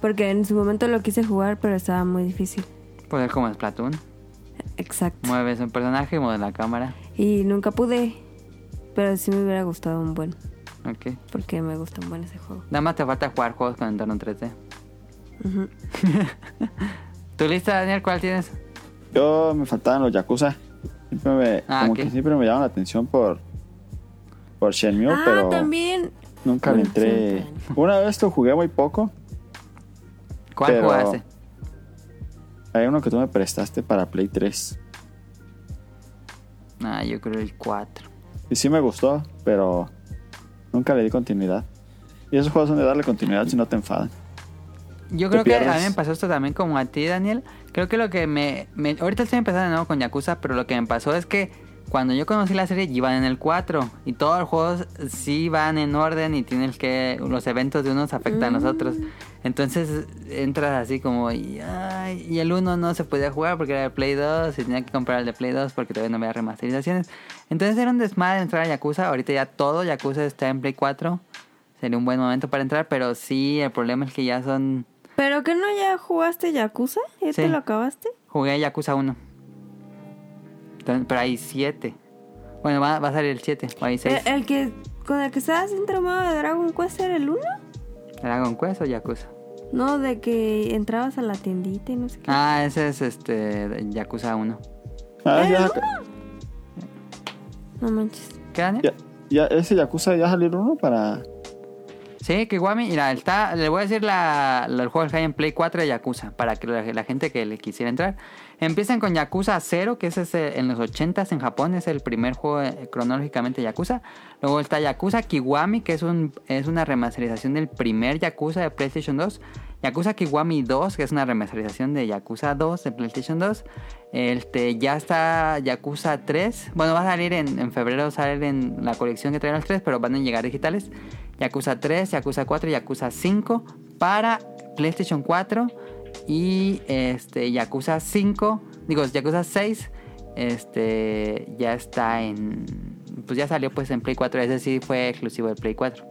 Porque en su momento lo quise jugar, pero estaba muy difícil.
Pues es como Splatoon.
Exacto.
Mueves un personaje y mueves la cámara.
Y nunca pude. Pero sí me hubiera gustado un buen.
Ok.
Porque me gusta un buen ese juego.
Nada más te falta jugar juegos con entorno 3D.
Ujú.
¿Tu lista, Daniel, cuál tienes?
Yo me faltaban los Yakuza. Siempre me,
Ah,
como
ok.
que siempre me llaman la atención por, por Shenmue,
ah,
pero
también.
nunca le
Mm,
entré.
siempre.
Una vez lo jugué muy poco.
¿Cuál
Pero-
jugaste?
Hay uno que tú me prestaste para Play 3.
Ah, yo creo el 4.
Y sí me gustó, pero nunca le di continuidad. Y esos juegos son de darle continuidad si no te enfadan.
Yo
Te
creo que a mí
pierdes.
me pasó esto también como a ti, Daniel. Creo que lo que me, me- Ahorita estoy empezando de nuevo con Yakuza, pero lo que me pasó es que cuando yo conocí la serie iban en el 4. Y todos los juegos sí van en orden y tienes que... Los eventos de unos afectan a los otros. Entonces entras así como... Y, ay, y el 1 no se podía jugar porque era de Play 2 y tenía que comprar el de Play 2 porque todavía no había remasterizaciones. Entonces era un desmadre entrar a Yakuza. Ahorita ya todo Yakuza está en Play 4. Sería un buen momento para entrar, pero sí, el problema es que ya son...
¿Pero que no ya jugaste Yakuza? ¿Ya
Sí.
te lo acabaste?
Jugué Yakuza 1. Entonces, Pero hay 7. Bueno, va, va a salir el 7. O hay 6.
¿El, el que con el que estabas entramado de Dragon Quest era el 1?
¿Dragon Quest o Yakuza?
No, de que entrabas a la tiendita y no sé qué.
Ah, ese es este Yakuza 1.
Ah, ya,
No manches.
¿Qué, Daniel?
ya- ya- ese Yakuza ya salió uno para.
Sí, Kiwami. Mira, está, le voy a decir la, la- el juego que hay en Play 4 de Yakuza. Para que la, la gente que le quisiera entrar. Empiezan con Yakuza 0, que ese es eh, en los 80s en Japón. Es el primer juego eh, cronológicamente de Yakuza. Luego está Yakuza Kiwami, que es, un, es una remasterización del primer Yakuza de PlayStation 2. Yakuza Kiwami 2, que es una remasterización de Yakuza 2 de PlayStation 2. Este, ya está Yakuza 3. Bueno, va a salir en, en febrero, sale en la colección que traen los 3, pero van a llegar digitales. Yakuza 3, Yakuza 4 y Yakuza 5 para PlayStation 4 y este Yakuza 5, digo Yakuza 6, este ya está en pues ya salió pues en Play 4, ese sí fue exclusivo de Play 4.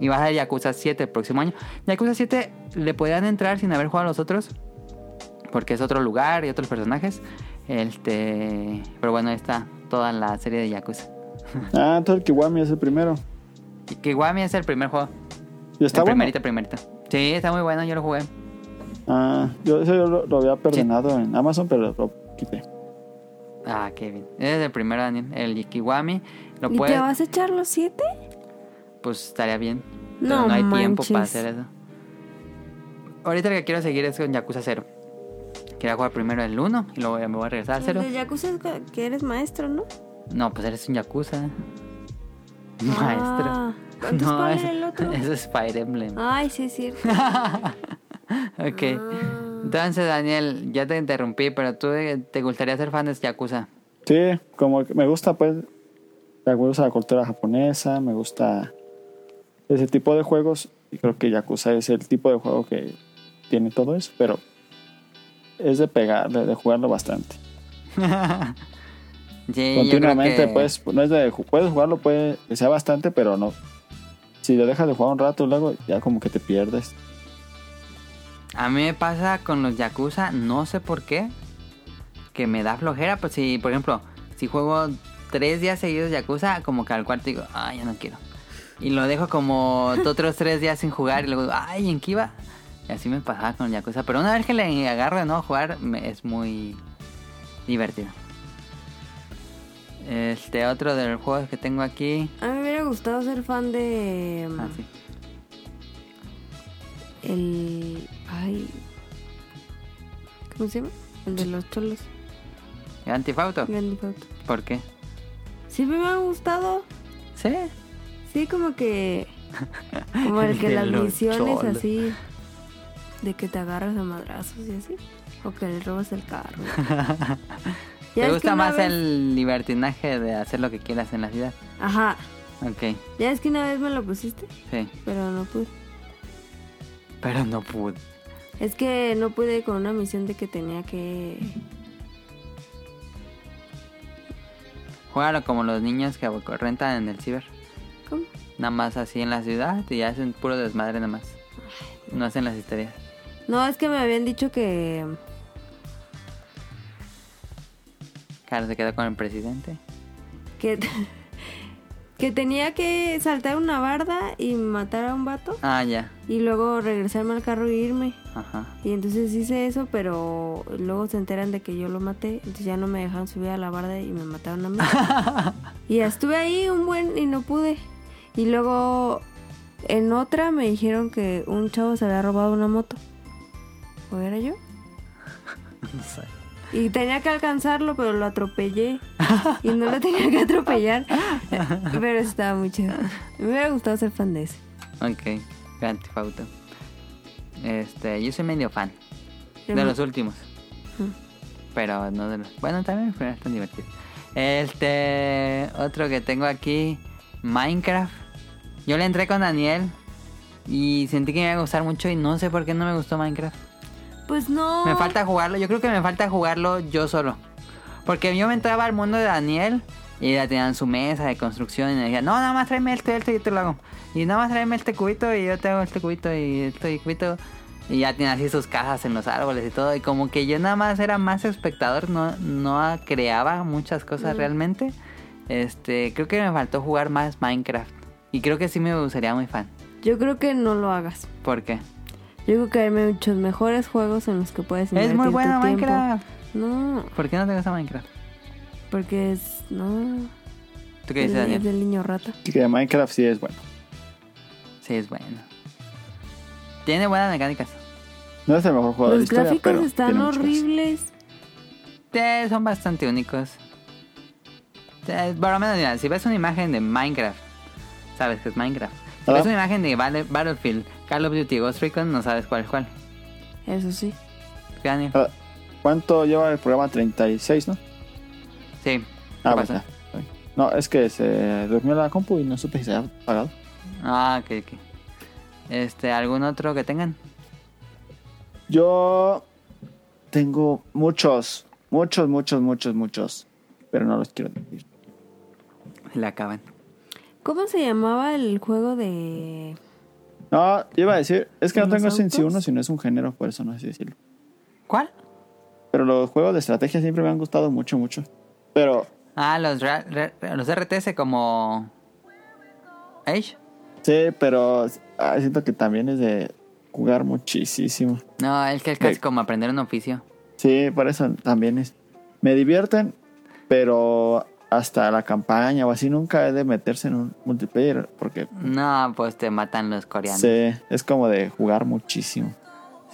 Y va a salir Yakuza 7 el próximo año. Yakuza 7 le podrían entrar sin haber jugado a los otros. Porque es otro lugar y otros personajes. Este. Pero bueno, ahí está toda la serie de Yakuza.
Ah, entonces el Kiwami es el primero.
Y Kiwami es el primer juego.
Y está
el
bueno.
primerito, primerito. Sí, está muy bueno, yo lo jugué.
Ah, yo, ese yo lo, lo había perdonado en Amazon, pero lo quité.
Ah, qué bien. Ese es el primero, Daniel. El Kiwami. Lo
¿Y te
puedes.
vas a echar los siete?
Pues estaría bien. Pero
No
no, hay tiempo para
manches.
hacer eso. Ahorita lo que quiero seguir es con Yakuza 0. Quería jugar primero el 1 y luego me voy a regresar al 0.
El de Yakuza es que- que eres maestro, ¿no?
No, pues eres un yakuza. Maestro.
Ah, entonces, ¿cuál era el otro?
Eso es Fire Emblem.
Ay, sí, es cierto.
Ok.
Ah.
Entonces, Daniel, ya te interrumpí, pero tú eh, te gustaría ser fan de Yakuza.
Sí, como que me gusta, pues. Me gusta la cultura japonesa, me gusta ese tipo de juegos. Y creo que Yakuza es el tipo de juego que tiene todo eso, pero es de pegar, de, de jugarlo bastante.
Sí, yo creo
Continuamente,
que-
pues, no es de. ju- Puedes jugarlo, puede que sea bastante, pero no. Si lo dejas de jugar un rato, luego ya como que te pierdes.
A mí me pasa con los Yakuza, no sé por qué, que me da flojera. Pues si, por ejemplo, si juego tres días seguidos Yakuza, como que al cuarto digo, ay, ya no quiero. Y lo dejo como otros tres días sin jugar y luego, digo, ay, ¿en qué iba? Y así me pasaba con los Yakuza. Pero una vez que le agarro de nuevo a jugar, me- es muy divertido. Este otro de los juegos que tengo aquí.
A mí me hubiera gustado ser fan de. mm,
Ah, sí.
El. Ay. ¿Cómo se llama? El de los cholos.
Grand Theft Auto.
Grand Theft Auto.
¿Por qué?
Siempre me ha gustado.
Sí.
Sí, como que. Como el que
De
las
los
misiones
cholos.
así. De que te agarras a madrazos y así. O que le robas el carro. Ya es
¿Te
que
gusta
una
más
vez-
el libertinaje de hacer lo que quieras en la ciudad?
Ajá.
Ok,
Ya es que una vez me lo pusiste,
sí.
pero no pude.
Pero no pude.
Es que no pude con una misión de que tenía que.
Juégalo como los niños que rentan en el ciber.
¿Cómo?
Nada más así en la ciudad y hacen puro desmadre nada más. No hacen las historias.
No, es que me habían dicho que.
Claro, se quedó con el presidente.
que, que tenía que saltar una barda y matar a un vato.
Ah, ya.
Y luego regresarme al carro y irme.
Ajá.
Y entonces hice eso, pero luego se enteran de que yo lo maté. Entonces ya no me dejaron subir a la barda y me mataron a mí. y estuve ahí un buen y no pude. Y luego en otra me dijeron que un chavo se había robado una moto. ¿O era yo?
No sé.
Y tenía que alcanzarlo, pero lo atropellé. Y no lo tenía que atropellar. Pero estaba muy chido. Me hubiera gustado ser fan de ese.
Ok, Grand Theft Auto. Este, yo soy medio fan.
Yo
De
no.
los últimos.
Ujú.
Pero no de los. Bueno, también fueron tan divertidos. Este. Otro que tengo aquí. Minecraft. Yo le entré con Daniel. Y sentí que me iba a gustar mucho. Y no sé por qué no me gustó Minecraft.
Pues no.
Me falta jugarlo. Yo creo que me falta jugarlo yo solo. Porque yo me entraba al mundo de Daniel. Y ya tenían su mesa de construcción. Y me decían, no, nada más tráeme esto y esto y yo te lo hago. Y nada más tráeme este cubito y yo te hago este cubito y este cubito. Y ya tienen así sus casas en los árboles y todo. Y como que yo nada más era más espectador. No, no creaba muchas cosas realmente. Este, creo que me faltó jugar más Minecraft. Y creo que sí me gustaría muy fan.
Yo creo que no lo hagas.
¿Por qué?
Yo creo que hay muchos mejores juegos en los que puedes
Es
invertir
muy
tu
bueno
tiempo.
Minecraft.
No,
¿Por qué no te gusta Minecraft?
porque es... No.
¿Tú qué
es-
dices,
es
Daniel?
del niño rata.
Así que Minecraft sí es bueno.
Sí, es bueno. Tiene buenas mecánicas.
No es el mejor juego de la
Los
historia,
gráficos
pero
están
tiene muchas cosas.
horribles.
Eh, son bastante únicos. Eh, por lo menos, mira, si ves una imagen de Minecraft, sabes que es Minecraft. Si
Ah.
ves una imagen de Battle- Battlefield, Call of Duty, Ghost Recon, no sabes cuál es cuál.
Eso sí.
Daniel.
Ah, ¿Cuánto lleva el programa? 36, ¿no?
Sí. ¿Qué
Ah,
pasó?
bueno. No, es que se durmió la compu y no supe si se había apagado.
Ah, ok, ok. Este, ¿algún otro que tengan?
Yo tengo muchos, muchos, muchos, muchos, muchos, pero no los quiero decir.
Se le acaban.
¿Cómo se llamaba el juego de...
No, yo iba a decir, es que no
¿Los
tengo en sí
autos?
uno, sino es un género, por eso no sé decirlo.
¿Cuál?
Pero los juegos de estrategia siempre me han gustado mucho, mucho. Pero,
Ah, los, ra- ra- los RTS como... ¿Age?
sí, pero ah, siento que también es de jugar muchísimo.
No, es que es casi como aprender un oficio.
Sí, por eso también es. Me divierten, pero hasta la campaña o así nunca he de meterse en un multiplayer, porque
No, pues te matan los coreanos. Sí,
sí, es como de jugar muchísimo.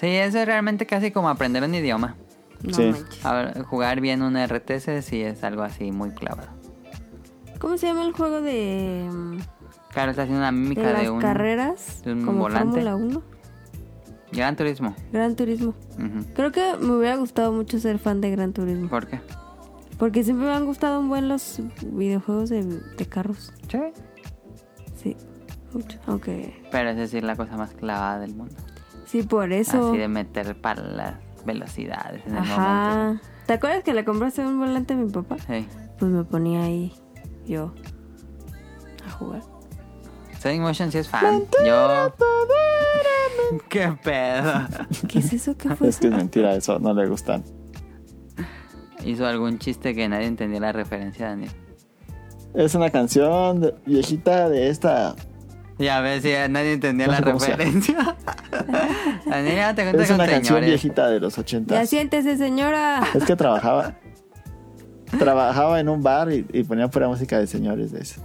eso es realmente casi como aprender un idioma.
No
Sí.
manches.
A ver, jugar bien un RTS sí es algo así muy clavado.
¿Cómo se llama el juego de... mm,
Claro, está haciendo una
De
mímica de,
las
un
carreras?
de un
como
volante.
Fórmula 1.
Gran Turismo.
Gran Turismo.
Ujú.
Creo que me hubiera gustado mucho ser fan de Gran Turismo.
¿Por qué?
Porque siempre me han gustado un buen los videojuegos de, de carros.
Sí.
Sí, mucho. Aunque
Pero es decir, la cosa más clavada del mundo.
sí, por eso.
Así de meter para las velocidades en el
Ajá. ¿Te acuerdas que le compraste un volante a mi papá?
momento. Sí.
Pues me ponía ahí yo a jugar.
Sonic Motion sí es fan. Yo.
pues.
¿Qué pedo?
¿Qué es eso? ¿Qué fue
Es que
eso?
es mentira eso, no le gustan.
Hizo algún chiste que nadie entendió la referencia, Daniel.
Es una canción de- viejita de esta.
Ya ves, si nadie entendía
No
la
sé cómo sea.
referencia. Daniel, ya te cuentas
Es
con
una canción
señores.
viejita de los
Ya
80.
siéntese, señora.
Es que trabajaba. trabajaba en un bar y, y ponía pura música de señores de eso.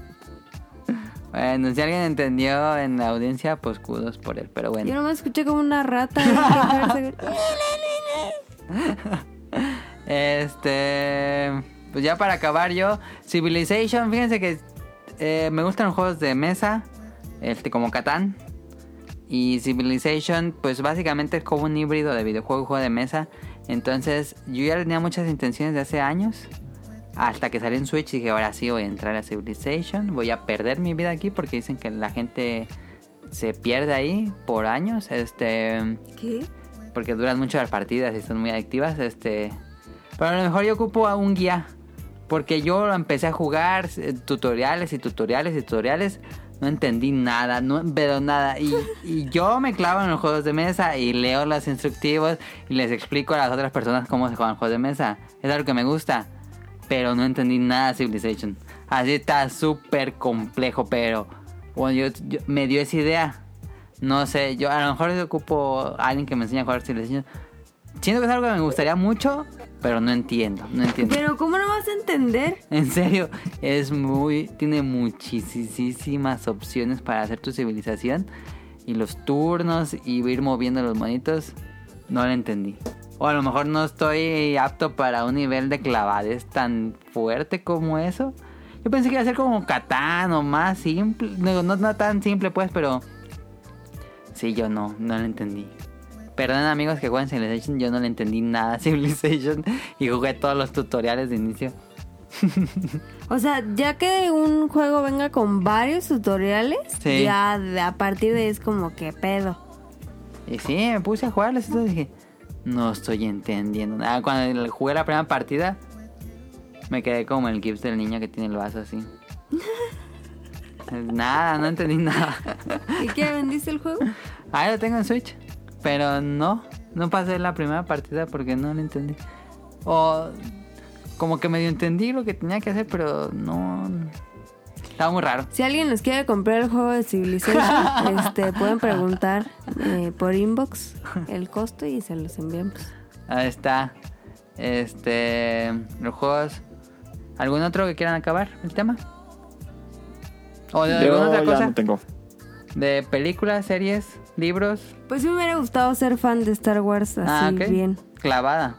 Bueno, si alguien entendió en la audiencia, pues kudos por él. Pero
Yo
bueno,
nomás escuché como una rata. ahí quejarse.
este. Pues ya para acabar yo, Civilization, fíjense que eh, me gustan los juegos de mesa, este como Catán. Y Civilization, pues básicamente es como un híbrido de videojuego y juego de mesa. Entonces, yo ya tenía muchas intenciones de hace años. Hasta que salí en Switch y dije, ahora sí voy a entrar a Civilization. Voy a perder mi vida aquí porque dicen que la gente se pierde ahí por años. Este.
¿Qué?
porque duran mucho las partidas y son muy adictivas, este... Pero a lo mejor yo ocupo a un guía Porque yo lo empecé a jugar eh, tutoriales y tutoriales y tutoriales. No entendí nada, no, pero nada. Y, y yo me clavo en los juegos de mesa y leo los instructivos y les explico a las otras personas cómo se juegan juegos de mesa. Es algo que me gusta. Pero no entendí nada de Civilization. Así está súper complejo, pero bueno, yo, yo- me dio esa idea. No sé, yo a lo mejor yo ocupo a alguien que me enseñe a jugar Civilization. Siento que es algo que me gustaría mucho, pero no entiendo, no entiendo.
Pero ¿cómo no vas a entender?
En serio, es muy. Tiene muchísimas opciones para hacer tu civilización. Y los turnos y ir moviendo los monitos. No lo entendí. O a lo mejor no estoy apto para un nivel de clavades tan fuerte como eso. Yo pensé que iba a ser como Catán o más simple. No, no, no tan simple, pues, pero. Sí, yo no, no lo entendí. Perdón amigos que juegan Civilization, yo no le entendí nada a Civilization y jugué todos los tutoriales de inicio.
O sea, ya que un juego venga con varios tutoriales,
Sí.
ya de- a partir de ahí es como que pedo.
Y sí, me puse a jugarles y todo, dije, no estoy entendiendo. nada". Ah, cuando el- jugué la primera partida, me quedé como el Gibbs del niño que tiene el vaso así. nada, no entendí nada.
¿Y qué vendiste el juego?
Ahí lo tengo en Switch, pero no, no pasé la primera partida porque no lo entendí. O como que medio entendí lo que tenía que hacer, pero no... Estaba muy raro.
Si alguien les quiere comprar el juego de Civilization, este, pueden preguntar eh, por inbox el costo y se los enviamos.
Ahí está. Este. Los juegos. ¿Algún otro que quieran acabar el tema? ¿O de alguna
Yo
otra
ya
cosa?
no tengo.
¿De películas, series, libros?
Pues me hubiera gustado ser fan de Star Wars así
ah, ok.
bien.
Clavada.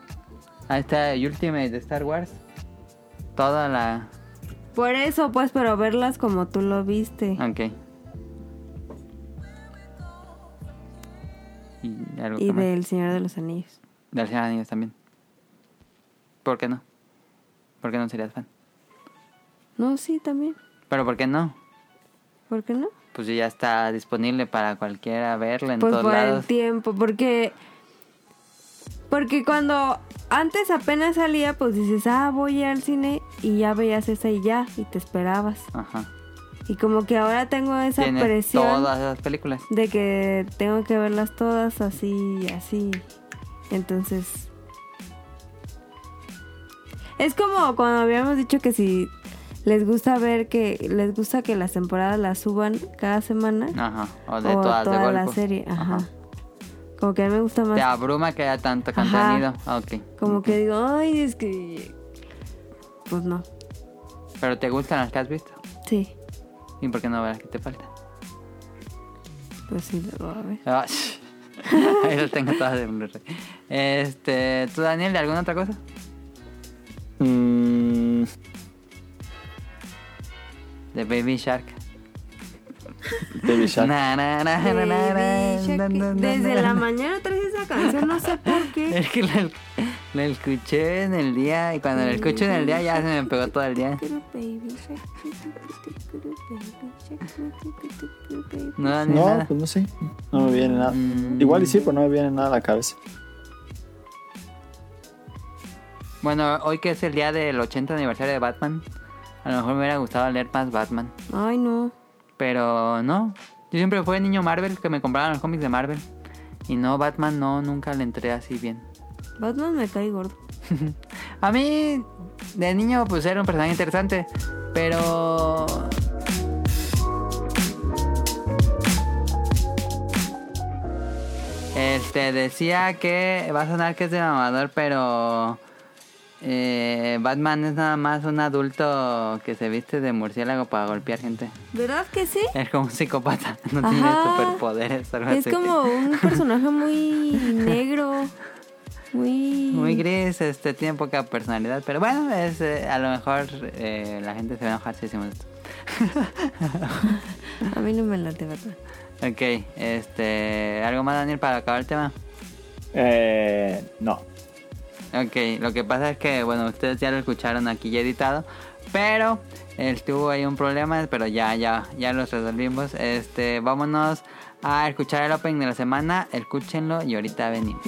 Ahí está Ultimate de Star Wars. Toda la.
Por eso, pues, pero verlas como tú lo viste.
Ok. Y algo
y
que más.
del Señor de los Anillos.
Del Señor de los Anillos también. ¿Por qué no? ¿Por qué no serías fan?
No, sí, también.
¿Pero por qué no?
¿Por qué no?
Pues ya está disponible para cualquiera verla en
pues
todos
por
lados.
el tiempo, porque porque cuando antes apenas salía, pues dices, ah, voy al cine y ya veías esa y ya, y te esperabas.
Ajá.
Y como que ahora tengo esa
Tiene
presión
todas esas películas.
de que tengo que verlas todas así, así. Entonces... Es como cuando habíamos dicho que si les gusta ver que les gusta que las temporadas las suban cada semana
Ajá. O
o
de todas de
toda
golpe.
la serie, ajá. Como que a mí me gusta
Te
más.
abruma que haya tanto
Ajá.
contenido. Ah, Ok.
Como que digo, ay, es que. Pues no.
Pero te gustan las que has visto.
Sí,
¿Y por qué no verás que te falta?
pues sí, lo voy a ver.
Ah, sh- Ahí las tengo todas de Blu-ray. Este, ¿tú Daniel de alguna otra cosa?
Mm,
De Baby Shark.
Baby Shark.
Na, na, na, na, na, na, na, na,
Desde
na,
la
na.
mañana traes esa canción, no sé por qué.
Es que la, la escuché en el día y cuando la escuché en el día ya se me pegó todo el día. No, Daniel,
No,
nada.
pues no sé. No me viene nada.
Mm.
Igual y sí, pero no me viene nada a la cabeza.
Bueno, hoy que es el día del 80 aniversario de Batman, a lo mejor me hubiera gustado leer más Batman.
Ay, no.
Pero no. Yo siempre fui niño Marvel que me compraban los cómics de Marvel. Y no, Batman no, nunca le entré así bien.
Batman me cae gordo.
A mí, de niño, pues era un personaje interesante. Pero. Este, decía que va a sonar que es de mamador, pero. eh, Batman es nada más un adulto que se viste de murciélago para golpear gente.
¿Verdad que sí?
Es como un psicópata, no tiene
Ajá.
superpoderes, algo
Es
así.
como un personaje muy negro. Muy.
Muy gris, este, tiene poca personalidad, pero bueno, es, eh, a lo mejor eh, la gente se va a enojar si decimos esto.
A mí no me late Batman.
Ok, este, ¿algo más Daniel para acabar el tema?
Eh, no.
Ok, lo que pasa es que, bueno, ustedes ya lo escucharon aquí ya editado, pero él tuvo ahí un problema, pero ya, ya, ya los resolvimos. Este, vámonos a escuchar el opening de la semana, escúchenlo y ahorita venimos.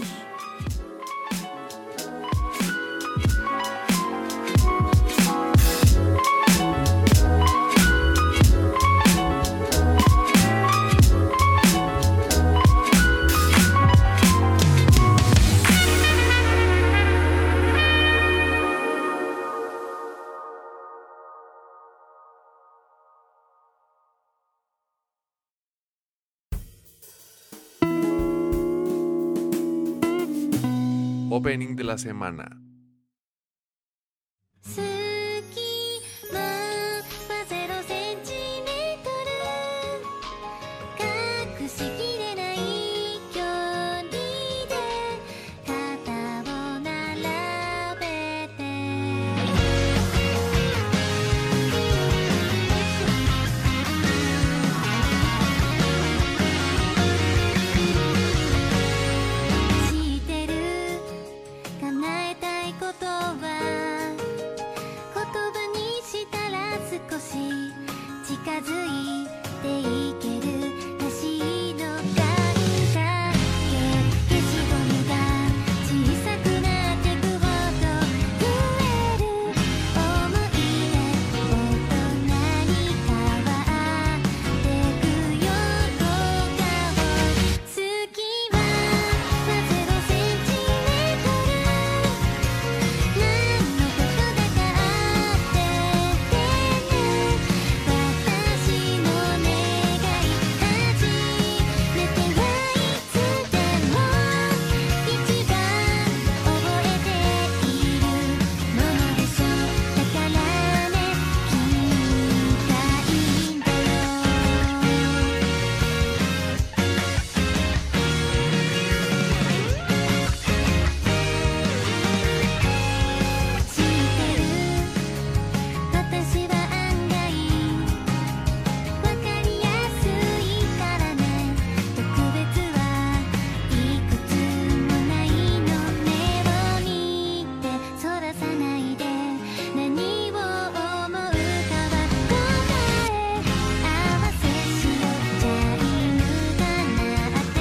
opening de la semana.
隙間はゼロセンチメートル隠しきれない距離で肩を並べて知ってる叶えたいことは言葉にしたら少し近づいていけるらしいのだだけ消しゴムが小さくなってくほど増える思い出大人に変わってくよと顔隙間はゼロセンチメートル何のことだかっててねわからない私の願い始めてはいつでも一番覚えているものでしょだからね聞きたいんだよ「知ってる私は案外わかりやすいからね」「特別はいくつもないの目を見てそらさないで」「何を思うかは答え合わせしようじゃ犬かなって」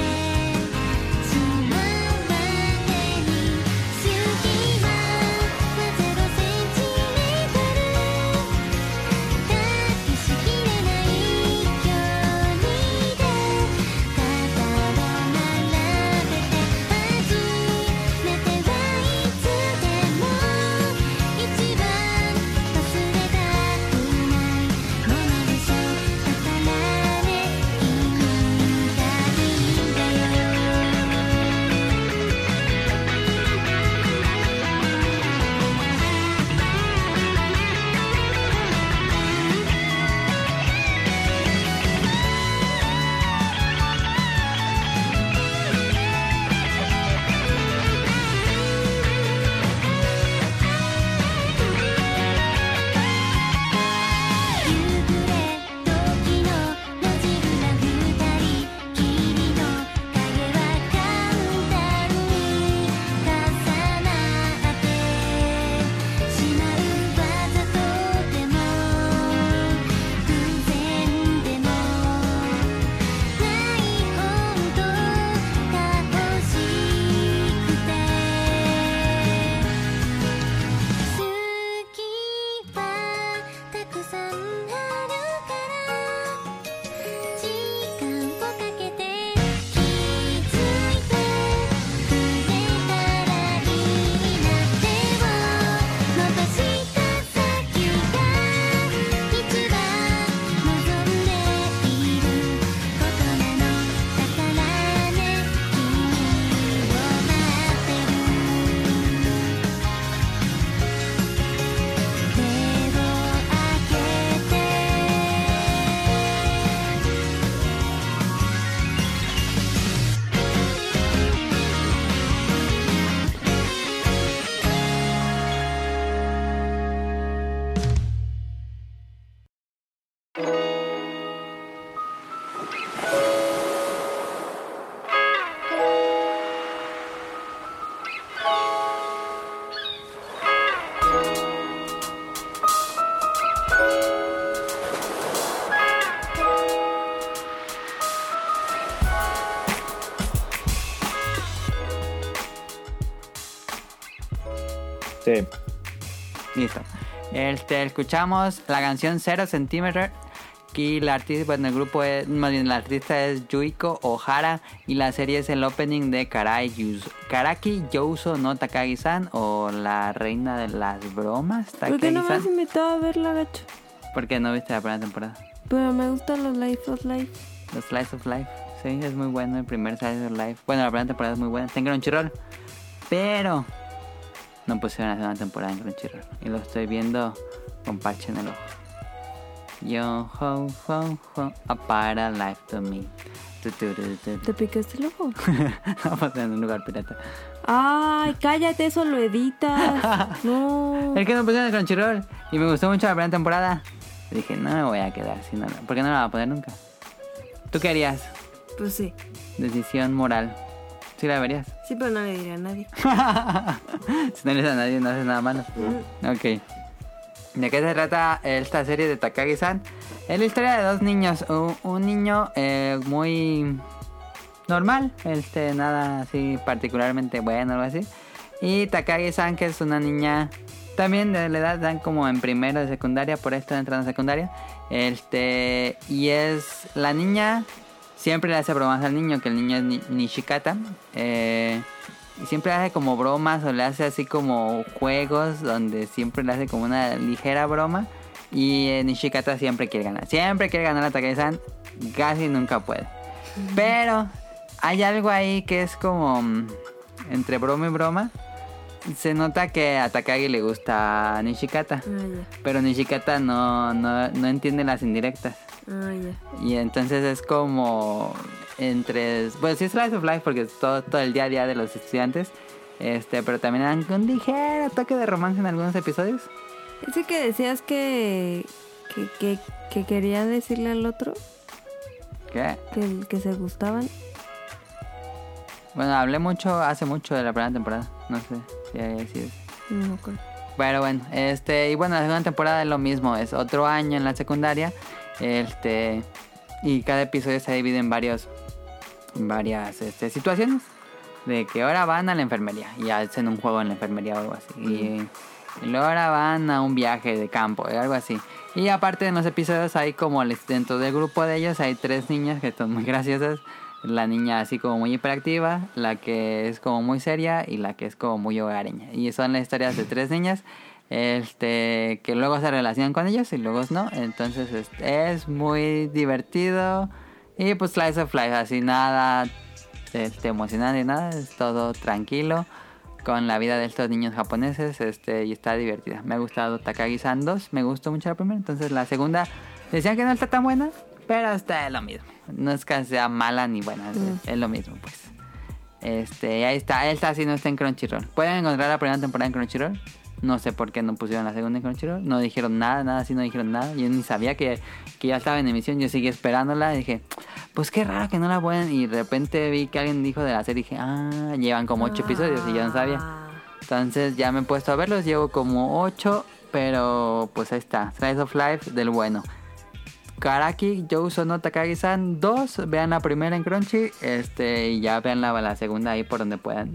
「しまわれに隙間はゼロセンチメートル」「抱きしきれない距離で肩を並べて」「初めてはいつでも一番忘れたくないものでしょ」「だからね君がいいんだよ」「夕暮れ時の野じぶら二人」「君の影は簡単に重なってしまう」「わざとでも偶然でもないほんとが欲しくて」「好きはたくさんあるから」「時間をかけて気づいてくれたらいいな」「手を伸ばした先が一番望んでいることなの」「だからね君を待ってる」「目を開けて」
Sí.
Listo. Este, escuchamos la canción 0 centímetros. Y la artista, bueno, el grupo es, más bien la artista es Yuiko Ohara y la serie es el opening de Karai Yus- Karaki Youso no Takagi-san o la reina de las bromas
¿Por qué no me has
Takagi-san.
invitado a verla, gacho?
Porque no viste la primera temporada.
Pero me gustan los Life of Life.
The Slice of Life. Sí, es muy bueno el primer Slice of Life. Bueno, la primera temporada es muy buena. Está en Crunchyroll. Pero no pusieron la segunda temporada en Crunchyroll. Y lo estoy viendo con parche en el ojo. Yo, ho, ho, ho. A para life to me. Tu, tu, tu, tu, tu.
¿Te picaste el ojo?
Vamos en un lugar pirata.
Ay, cállate, eso lo editas. No.
El que no pusieron en Crunchyroll. Y me gustó mucho la primera temporada. Y dije, no me voy a quedar. Si no, porque no la va a poner nunca. ¿Tú qué harías?
Pues sí.
Decisión moral. ¿Sí la verías?
Sí, pero no le diré a nadie.
si no eres a nadie, no haces nada malo. Ok. ¿De qué se trata esta serie de Takagi-san? Es la historia de dos niños. Un, un niño eh, muy normal, este, nada así particularmente bueno o algo así. Y Takagi-san, que es una niña también de la edad, dan como en primero de secundaria, por esto entran a secundaria. Este, y es la niña, siempre le hace bromas al niño, que el niño es ni- Nishikata. Eh, y siempre hace como bromas o le hace así como juegos donde siempre le hace como una ligera broma. Y eh, Nishikata siempre quiere ganar. Siempre quiere ganar a Takagi-san. Casi nunca puede. Pero hay algo ahí que es como mm, entre broma y broma. Se nota que a Takagi le gusta a Nishikata.
Ay,
Pero Nishikata no, no, no entiende las indirectas.
ya. Ay, Ah, ya.
Y entonces es como entre... Bueno, sí es Slice of Life porque es todo, todo el día a día de los estudiantes. Este, pero también dan un ligero toque de romance en algunos episodios.
Ese que decías que, que, que, que quería decirle al otro
¿Qué?
que, que se gustaban.
Bueno, hablé mucho, hace mucho de la primera temporada. No sé si así es.
No me acuerdo.
Pero bueno, este, y bueno, la segunda temporada es lo mismo, es otro año en la secundaria. Este, y cada episodio se divide en varios, en varias este, situaciones. De que ahora van a la enfermería y hacen un juego en la enfermería o algo así. Y, y luego ahora van a un viaje de campo, eh, algo así. Y aparte en los episodios hay como les- dentro del grupo de ellos hay tres niñas que son muy graciosas. La niña así como muy hiperactiva, la que es como muy seria y la que es como muy hogareña. Y son las historias de tres niñas este que luego se relacionan con ellos y luego no. Entonces este, es muy divertido. Y pues Slice of Life, así nada este, emocionante y nada, es todo tranquilo con la vida de estos niños japoneses este, y está divertida. Me ha gustado Takagi-san 2, me gustó mucho la primera, entonces la segunda decían que no está tan buena, pero está lo mismo. No es que sea mala ni buena, es, es lo mismo pues. Este, y ahí está, esta sí no está en Crunchyroll. Pueden encontrar la primera temporada en Crunchyroll. No sé por qué no pusieron la segunda en Crunchyroll. No dijeron nada, nada, sí no dijeron nada. Yo ni sabía que, que ya estaba en emisión. Yo seguí esperándola. Y dije, pues qué raro que no la pueden. Y de repente vi que alguien dijo de la serie. Y dije, ah, llevan como ocho episodios y yo no sabía.
Ah.
Entonces ya me he puesto a verlos. Llevo como ocho, pero pues ahí está. Slice of Life del bueno. Karaki, Jouso no Takagi-san 2, vean la primera en Crunchy, este, y ya vean la, la segunda ahí por donde puedan.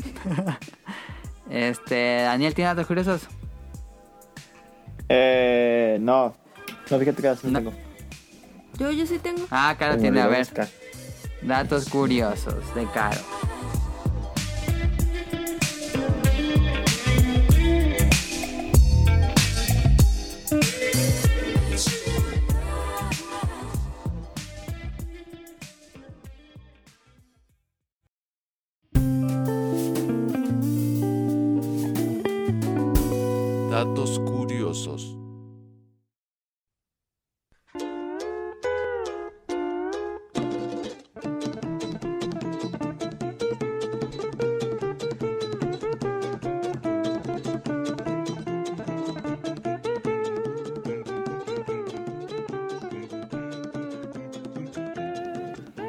este, Daniel tiene datos curiosos.
Eh, no. No, fíjate que así
No.
no tengo.
Yo, yo sí tengo.
Ah, Caro
Me
tiene, a
olvidé
ver,
buscar.
datos curiosos de Caro.
Datos curiosos.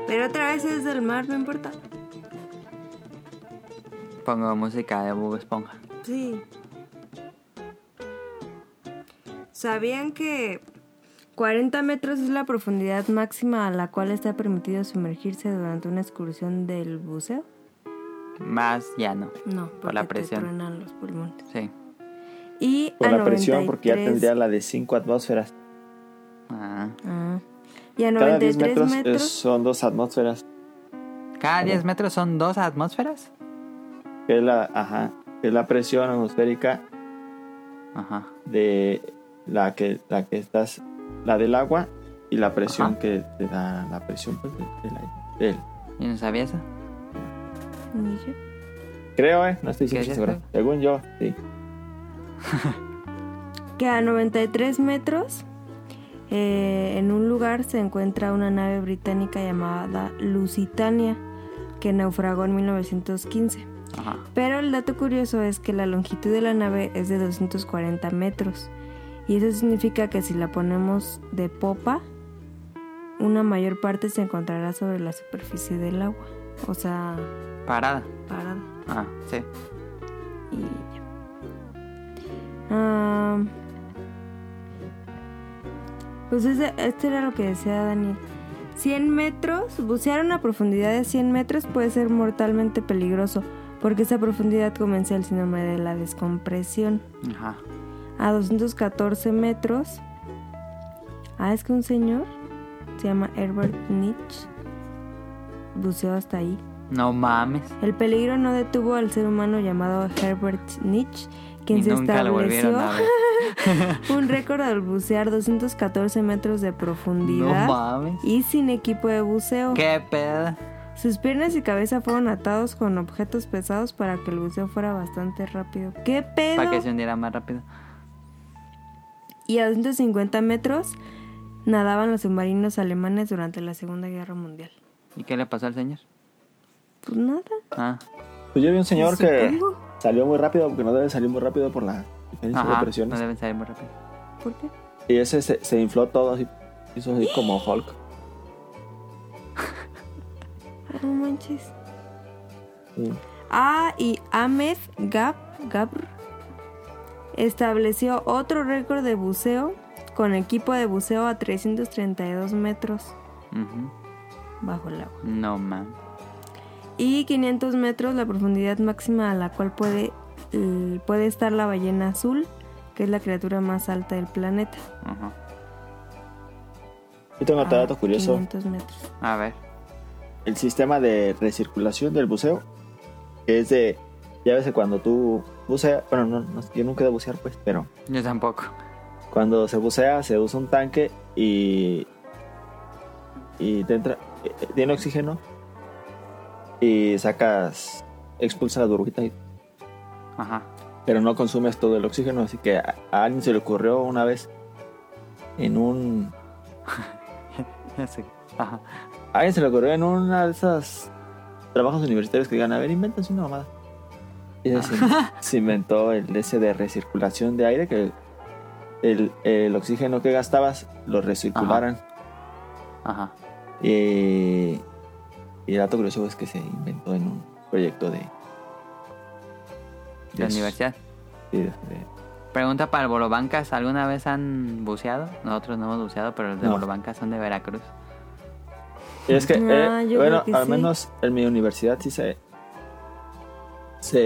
Pero otra vez es del mar, no importa.
Pongo música de Bob Esponja.
Sí. ¿Sabían que 40 metros es la profundidad máxima a la cual está permitido sumergirse durante una excursión del buceo?
Más llano.
No,
Por la
porque te
presión.
truenan los pulmones.
Sí.
Y
Por
a
la
93
presión, porque ya tendría la de 5 atmósferas.
Ah.
Ah. Y a
Cada
93
10 metros,
metros,
es- son 2 atmósferas.
Cada 10 metros son dos atmósferas.
Que es la, ajá, que es la presión atmosférica
Ajá.
de la que, la que estás, la del agua y la presión
Ajá.
que te da la presión pues, del, del aire. Del-
¿Y no sabía eso?
Ni yo.
Creo, ¿eh? No estoy
¿Qué
100%
es
seguro.
esto?
Según yo, sí.
que a 93 metros eh, en un lugar se encuentra una nave británica llamada Lusitania que naufragó en 1915.
Ajá.
Pero el dato curioso es que la longitud de la nave es de 240 metros y eso significa que si la ponemos de popa, una mayor parte se encontrará sobre la superficie del agua, o sea,
Parada.
parada.
Ah, sí.
Y ya. Ah, pues ese- esto era lo que decía Daniel. 100 metros, bucear a una profundidad de 100 metros puede ser mortalmente peligroso, porque esa profundidad comienza el síndrome de la descompresión.
Ajá.
A 214 metros. Ah, es que un señor se llama Herbert Nietzsche buceó hasta ahí.
No mames.
El peligro no detuvo al ser humano llamado Herbert Nietzsche, quien
Y
se
nunca lo
estableció
volvieron a ver.
un récord al bucear 214 metros de
No
profundidad
mames.
y sin equipo de buceo.
¿Qué pedo?
Sus piernas y cabeza fueron atados con objetos pesados para que el buceo fuera bastante rápido. ¡Qué
Para
pedo!
que se hundiera más rápido.
Y a 250 metros nadaban los submarinos alemanes durante la Segunda Guerra Mundial.
¿Y qué le pasó al señor?
Pues nada.
Ah,
Pues yo vi un señor que
supongo.
salió muy rápido, porque no debe salir muy rápido por las diferentes
ajá.
presiones.
No deben salir muy rápido.
¿Por qué?
Y ese se, se infló todo así. Hizo así como Hulk.
No manches.
Sí.
Ah, y Ahmed Gab, Gabr estableció otro récord de buceo con equipo de buceo a 332 metros
Ujú.
bajo el agua.
No mames.
Y 500 metros la profundidad máxima a la cual puede, eh, puede estar la ballena azul, que es la criatura más alta del planeta.
Ajá.
Yo tengo otro
A
Ah, dato curioso.
500 metros.
A ver.
El sistema de recirculación del buceo, que es de. Ya ves que cuando tú buceas. Bueno, no, no, yo nunca he de bucear, pues, pero
Yo tampoco.
cuando se bucea, se usa un tanque y. Y te entra. eh, eh, Tiene oxígeno. Y sacas. Expulsa las burbujitas y
Ajá.
pero no consumes todo el oxígeno, así que a, a alguien se le ocurrió una vez en un
Ya sé. Ajá.
a alguien se le ocurrió en una de esas trabajos universitarios que digan, a ver, inventas una mamada. Y se, se inventó el ese de recirculación de aire que el, el oxígeno que gastabas lo recircularan.
Ajá.
Y, y el dato curioso es que se inventó en un proyecto de
De la universidad.
sí, de- de-
Pregunta para el Bolobancas. ¿Alguna vez han buceado? Nosotros no hemos buceado, pero los de
No.
Bolobancas son de Veracruz.
Y es que,
Ah,
eh,
yo
bueno,
creo que
al
sí.
menos en mi universidad sí se. Se.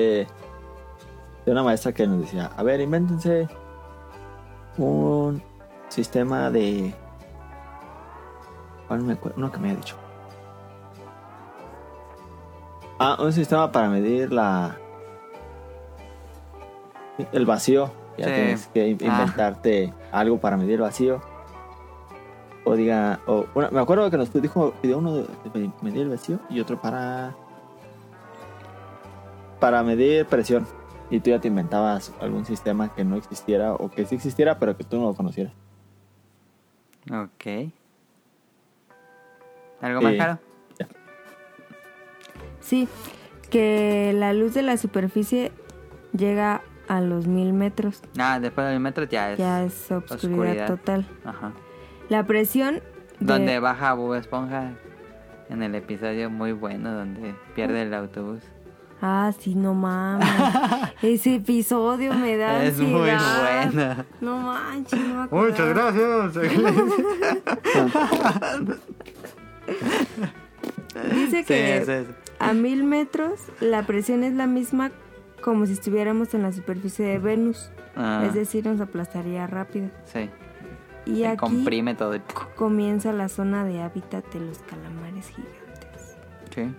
De una maestra que nos decía: A ver, invéntense un sistema de. ¿Cuál me acuerdo? Uno que me había dicho. Ah, un sistema para medir la. El vacío. Ya
Sí.
tienes que in-
Ah.
inventarte algo para medir el vacío. O diga, o, bueno, me acuerdo que nos dijo, pidió uno de de medir el vacío y otro para para medir presión. Y tú ya te inventabas algún sistema que no existiera o que sí existiera, pero que tú no lo conocieras.
Ok. ¿Algo más
Sí.
caro?
Sí, que la luz de la superficie llega a los 1000 metros.
Ah, después del metro ya es.
Ya es
oscuridad.
obscuridad total.
Ajá.
La presión. de-
Donde baja Bob Esponja en el episodio muy bueno donde pierde el autobús.
Ah, sí, no mames. Ese episodio me da
Es muy
ansiedad.
buena.
No manches, no me acordaba.
gracias.
Dice
Sí,
que
ese es.
a mil metros la presión es la misma como si estuviéramos en la superficie de Venus.
Ah,
Es decir, nos aplastaría rápido.
sí.
Y
Se
aquí
comprime todo.
comienza la zona de hábitat de los calamares gigantes.
Sí.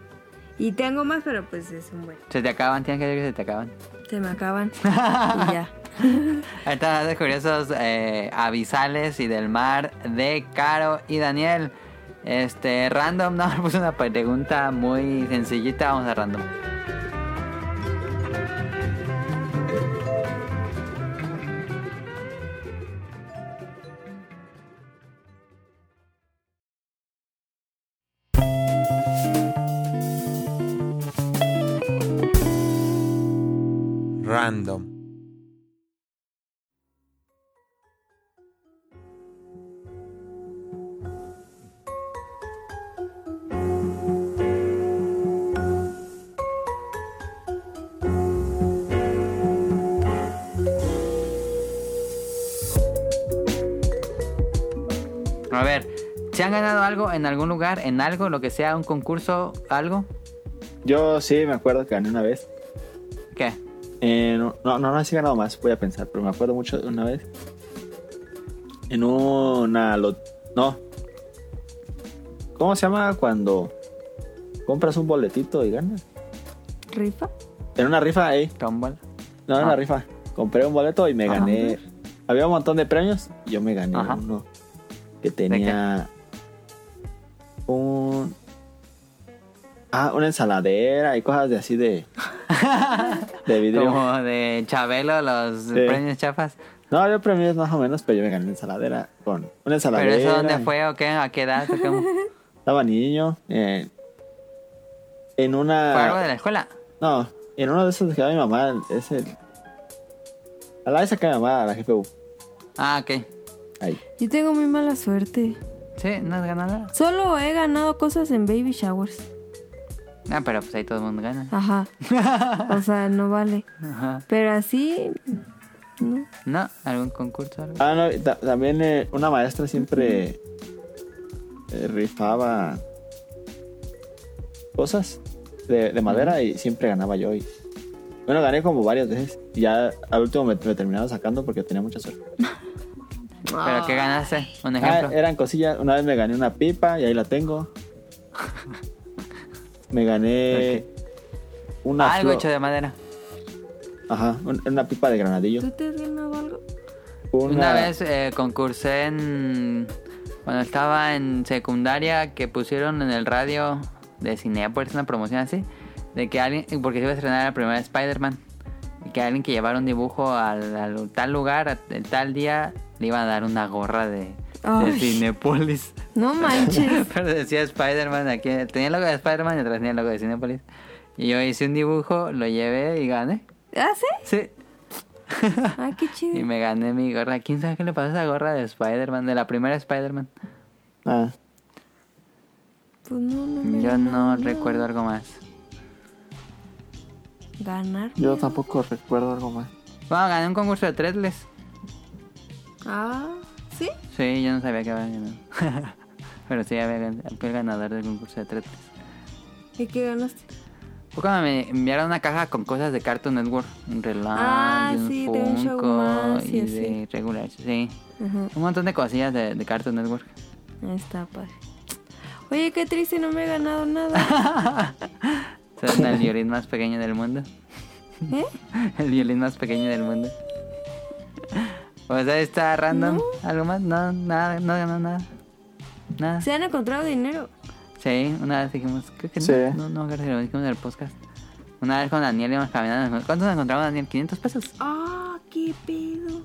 Y tengo más, pero pues es un buen.
Se te acaban, tienes que decir que se te acaban.
Se me acaban. y ya.
Ahí están los curiosos eh, avisales y del mar de Caro y Daniel. Este, random, no, puse una pregunta muy sencillita, vamos a random.
Random.
A ver, ¿se han ganado algo en algún lugar, en algo, lo que sea, un concurso, algo?
Yo sí me acuerdo que gané una vez.
¿Qué?
Eh, no, no, no, no sí he ganado más, voy a pensar, pero me acuerdo mucho de una vez. En una lot... No. ¿Cómo se llama cuando compras un boletito y ganas?
¿Rifa?
En una rifa, eh.
Tómbola.
No, en
Ah.
una rifa. Compré un boleto y me
Ajá.
gané. Había un montón de premios y yo me gané
Ajá.
uno que tenía un... Ah, una ensaladera y cosas de así de... de vidrio.
Como de Chabelo, los premios chafas.
No, yo premios más o menos, pero yo me gané una ensaladera con una
¿Pero
ensaladera.
eso dónde fue o qué? ¿A qué edad? ¿O cómo?
Estaba niño. eh, en
¿Fue algo
una.
de la escuela?
No, en uno de esos que da mi mamá. Es el. A la esa que mi mamá, a la GPU.
Ah, ok.
Ahí.
Yo tengo muy mala suerte.
Sí, no has ganado nada.
Solo he ganado cosas en baby showers.
Ah, pero pues ahí todo el mundo gana.
Ajá. O sea, no vale.
Ajá.
Pero así, no.
¿No? ¿Algún concurso? Algo?
Ah, no, ta- también eh, una maestra siempre. eh, rifaba. cosas de, de madera y siempre ganaba yo. Y, bueno, gané como varias veces. Y ya al último me, me terminaba sacando porque tenía mucha suerte.
¿Pero qué ganaste? Un
Ah,
ejemplo.
eran cosillas. Una vez me gané una pipa y ahí la tengo. Me gané una
Algo
flor-
hecho de madera.
Ajá, un- una pipa de granadillo.
¿Tú te has ganado algo?
Una,
Una, vez eh, concursé en... Cuando estaba en secundaria, que pusieron en el radio de Cinepolis una promoción así, de que alguien, porque se iba a estrenar la primera Spider-Man, y que alguien que llevara un dibujo al, al tal lugar, a- el tal día, le iban a dar una gorra de, de
Ay.
Cinepolis.
No manches.
Pero decía Spider-Man aquí. Tenía el logo de Spider-Man y atrás tenía el logo de Cinepolis. Y yo hice un dibujo, lo llevé y gané.
¿Ah, sí?
Sí.
Ah, qué
Y
chido.
me gané mi gorra. ¿Quién sabe qué le pasó a esa gorra de Spider-Man? De la primera Spider-Man.
Ah,
Pues no, no me he
Yo no
ganado
recuerdo algo más.
nada. Ganar.
yo tampoco recuerdo algo más.
Bueno, gané un concurso de Threadless.
Ah, ¿sí?
Sí, yo no sabía que había ganado. Pero sí, había gan- fui el ganador del concurso de Threadless.
¿Y qué ganaste?
Fue cuando me enviaron una caja con cosas de Cartoon Network. Un reloj,
Ah,
y un
sí, de un show
Funko
más y
y de
así.
regular. Sí,
Ajá.
un montón de cosillas de, de Cartoon Network.
Está padre. Oye, qué triste, no me he ganado nada.
Son el violín más pequeño del mundo.
¿Eh?
El violín más pequeño del mundo. Pues ahí está, random. ¿Algo más? No, nada, no ganó nada. Nada.
Se han encontrado dinero.
Sí, una vez dijimos, creo que
Sí.
no, no, no, creo que lo dijimos en el podcast. Una vez con Daniel íbamos caminando. nos- ¿Cuánto nos encontramos, Daniel? ¿500 pesos?
Ah, qué pedo.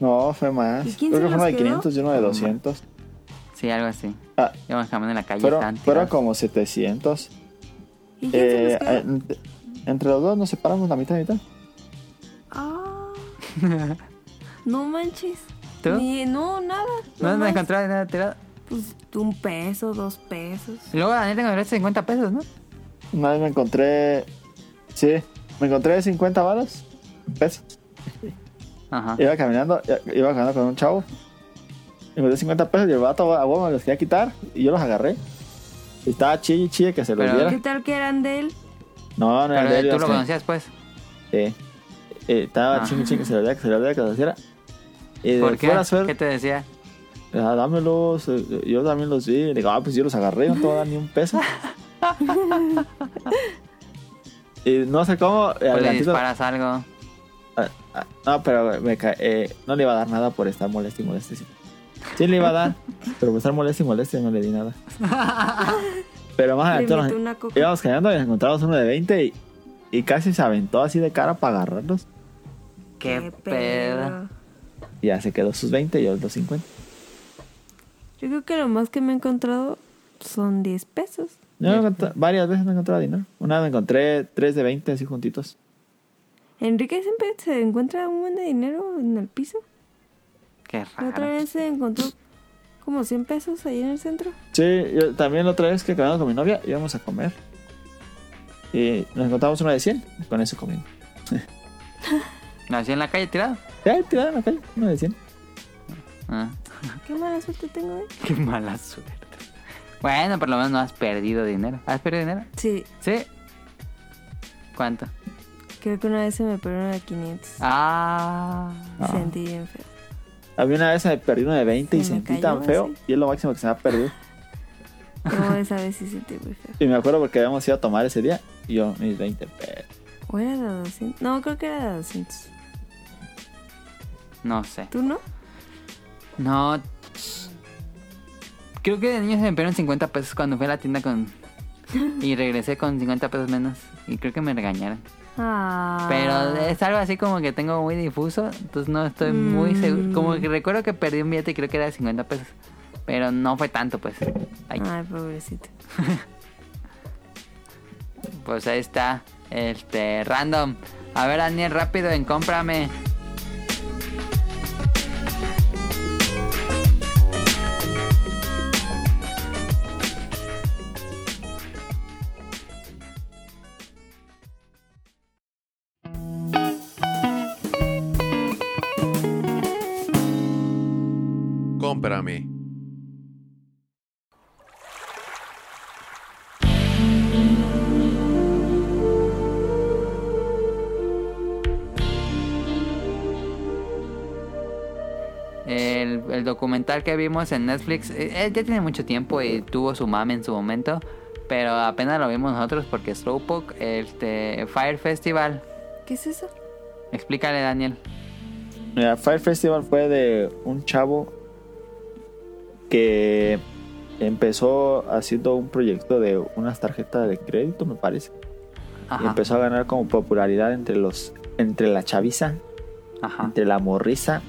No, fue más.
¿Y quién se
Creo que fue
los
una de
quedó?
500 y uno de 200.
Sí, algo así.
Ah,
Íbamos caminando en la calle.
fueron,
estaban
fueron
tirados.
como 700.
¿Y quién se
Eh,
los quedó?
en- entre los dos nos separamos la mitad, mitad.
eh,
Ah. No manches.
¿Tú?
Ni- no, nada.
No nos
nomás,
encontraba nada tirado.
Pues un peso, dos pesos.
Y luego Daniel te encontraste 50 pesos, ¿no?
Una vez me encontré. Sí, me encontré 50 varos. Pesos.
Ajá.
Iba caminando, iba caminando con un chavo. Y me dio 50 pesos y el vato a huevo me los quería quitar y yo los agarré. Y estaba chille y chille que se los
Pero-
diera.
¿Qué tal que eran de él?
No, no era
Pero
de él,
tú
yo
lo
sé.
conocías, pues.
Sí. Eh, estaba
Ah.
chille y chille que se los diera, que se los diera, que se los diera. Y de
¿Por qué?
buena
¿Qué
suerte,
te decía?
ah, dámelos, eh, yo también los vi. Y digo, ah, pues yo los agarré, no te voy a dar ni un peso. y no sé cómo, eh,
Pues le
adelantito-
disparas algo.
Ah, ah, No, pero me ca- eh, no le iba a dar nada por estar molesto y molesto. Sí. Sí le iba a dar, pero por estar molesto y molesto no le di nada. Pero más
Le
adelante
invitó
nos-
una coca.
íbamos caminando y nos encontramos uno de 20 y, y casi se aventó así de cara para agarrarlos.
Qué, pedo.
Y ya se quedó sus 20 y yo los 50.
Yo creo que lo más que me he encontrado son 10 pesos.
Yo me encontré- varias veces me he encontrado dinero. Una vez me encontré tres de 20 así juntitos.
Enrique siempre se encuentra un buen de dinero en el piso.
Qué
La otra
raro.
vez se encontró como 100 pesos ahí en el centro.
Sí, yo también otra vez que acabamos con mi novia íbamos a comer. Y nos encontramos una de 100, con eso comimos.
¿Nació en la calle tirado?
Ya, tiraron acá, una de 100.
Ah,
Qué mala suerte tengo, ¿eh?
qué mala suerte. Bueno, por lo menos no has perdido dinero. ¿Has perdido dinero?
Sí,
Sí. ¿Cuánto?
creo que una vez se me perdió una de 500.
Ah.
Sentí bien feo.
A mí una vez se me perdí uno de 20 y
Se me
sentí
cayó
tan feo.
así.
Y es lo máximo que se me ha perdido.
No, esa vez sí sentí muy feo.
Y me acuerdo porque habíamos ido a tomar ese día. Y yo, mis 20 pesos.
¿O era de 200? No, creo que era de 200.
No sé.
¿Tú no?
No. Creo que de niño se me perdieron 50 pesos cuando fui a la tienda con. Y regresé con 50 pesos menos. Y creo que me regañaron.
Ah.
Pero es algo así como que tengo muy difuso. Entonces no estoy muy seguro. Como que recuerdo que perdí un billete y creo que era de 50 pesos. Pero no fue tanto, pues. Ay,
Ay, pobrecito.
pues ahí está. Este, random. A ver, Daniel, rápido en cómprame.
Cómprame.
El, el documental que vimos en Netflix, eh, eh, ya tiene mucho tiempo y tuvo su mame en su momento, pero apenas lo vimos nosotros porque Slowpoke, este Fire Festival,
¿Qué es eso?
explícale Daniel.
Mira, Fire Festival fue de un chavo que empezó haciendo un proyecto de unas tarjetas de crédito, me parece. Y
Ajá,
empezó a ganar como popularidad entre los entre la chaviza,
ajá.
entre la morriza.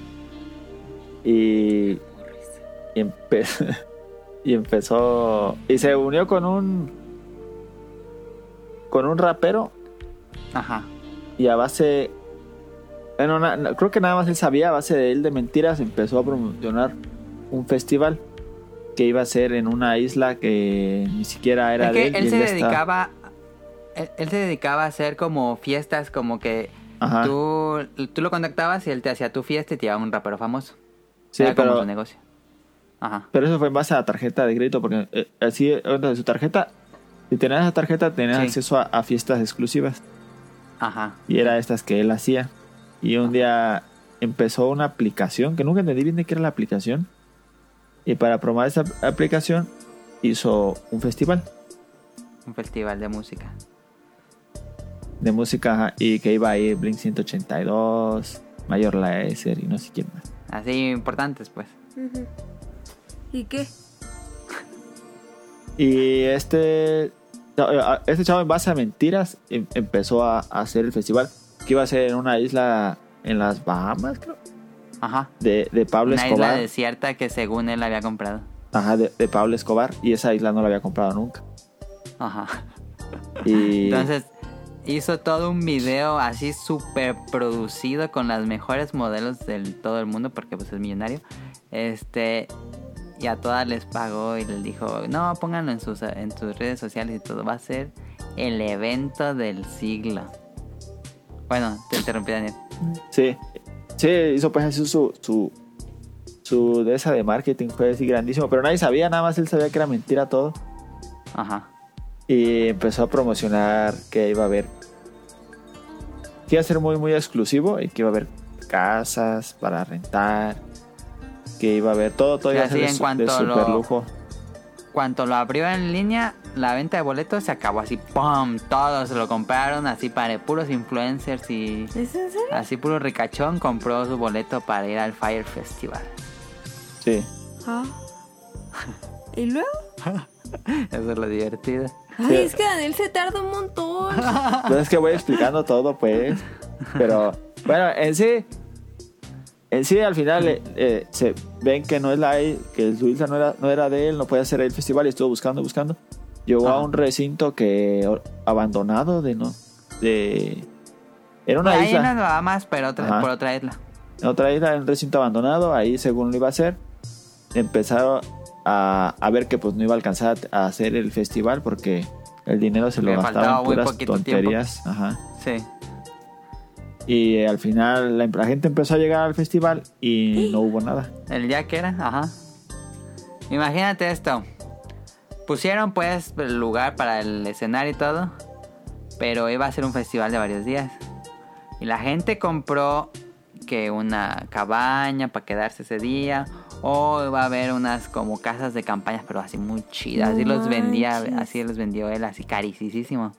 Y, y, empe- y empezó y se unió con un con un rapero
Ajá.
y a base bueno, na- na- creo que nada más él sabía a base de él de mentiras empezó a promocionar un festival que iba a ser en una isla que ni siquiera era
Es que
de él,
él,
y él
se
ya está-
dedicaba él, él se dedicaba a hacer como fiestas como que
Ajá.
tú, tú lo contactabas y él te hacía tu fiesta y te llevaba un rapero famoso.
Sí,
Era como
pero,
su negocio. Ajá.
pero eso fue en base a la tarjeta de crédito porque eh, así eh, de su tarjeta si tenías esa tarjeta tenías
Sí.
acceso a, a fiestas exclusivas
Ajá.
y era estas que él hacía y un día empezó una aplicación que nunca entendí bien de qué era la aplicación y para promover esa aplicación hizo un festival
Un festival de música.
de música ajá, y que iba a ir Blink 182, Mayor Lazer y no sé quién más.
Así importantes pues.
¿Y qué?
Y este, no, eh, a- este chavo en base a mentiras em- empezó a, a hacer el festival que iba a ser en una isla en las Bahamas, creo,
Ajá.
de, de Pablo
Una
Escobar.
isla desierta que según él había comprado.
Ajá, de, de Pablo Escobar y esa isla no la había comprado nunca.
Ajá.
Y
Entonces hizo todo un video así súper producido con las mejores modelos de todo el mundo porque pues es millonario. Este y a todas les pagó y les dijo, "No, pónganlo en sus en sus redes sociales y todo va a ser el evento del siglo." Bueno, te interrumpí Daniel.
sí, sí, hizo pues así su, su, su de esa de marketing, fue así grandísimo, pero nadie sabía, nada más él sabía que era mentira todo.
Ajá.
Y empezó a promocionar que iba a haber. Que iba a ser muy, muy exclusivo y que iba a haber casas para rentar. Que iba a haber todo, todo
Sí,
iba a
así
ser de,
en
su-
cuanto
de
lo-
super lujo.
Cuando lo abrió en línea, la venta de boletos se acabó así, ¡pum! Todos lo compraron así para puros influencers y
¿Es en serio?
Así puro ricachón compró su boleto para ir al Fire Festival.
Sí.
Ah. ¿Y luego?
Eso es lo divertido.
Ay,
Sí.
es que Daniel se tarda un montón.
Entonces Pues es que voy explicando todo, pues. Pero bueno, en sí. En sí, al final eh, eh, se ven que no es la que su isla no era, no era de él, no podía hacer el festival y estuvo buscando, buscando. Llegó a
Ajá.
un recinto que abandonado de no de Era una
Ahí
isla.
nos va más, pero otra-
Ajá.
por otra isla.
en otra isla, en un recinto abandonado, ahí según lo iba a hacer, empezaron a, a ver que pues no iba a alcanzar a hacer el festival porque el dinero se lo
Le faltaba
gastaba en
muy
puras
poquito
tonterías. Ajá.
Sí.
Y eh, al final la, la gente empezó a llegar al festival y no hubo nada.
El día que era, ajá. Imagínate esto. Pusieron pues el lugar para el escenario y todo, pero iba a ser un festival de varios días. Y la gente compró que una cabaña para quedarse ese día o iba a haber unas como casas de campañas, pero así muy chidas.
No
así los vendía,
manches.
así los vendió él, así carísimo.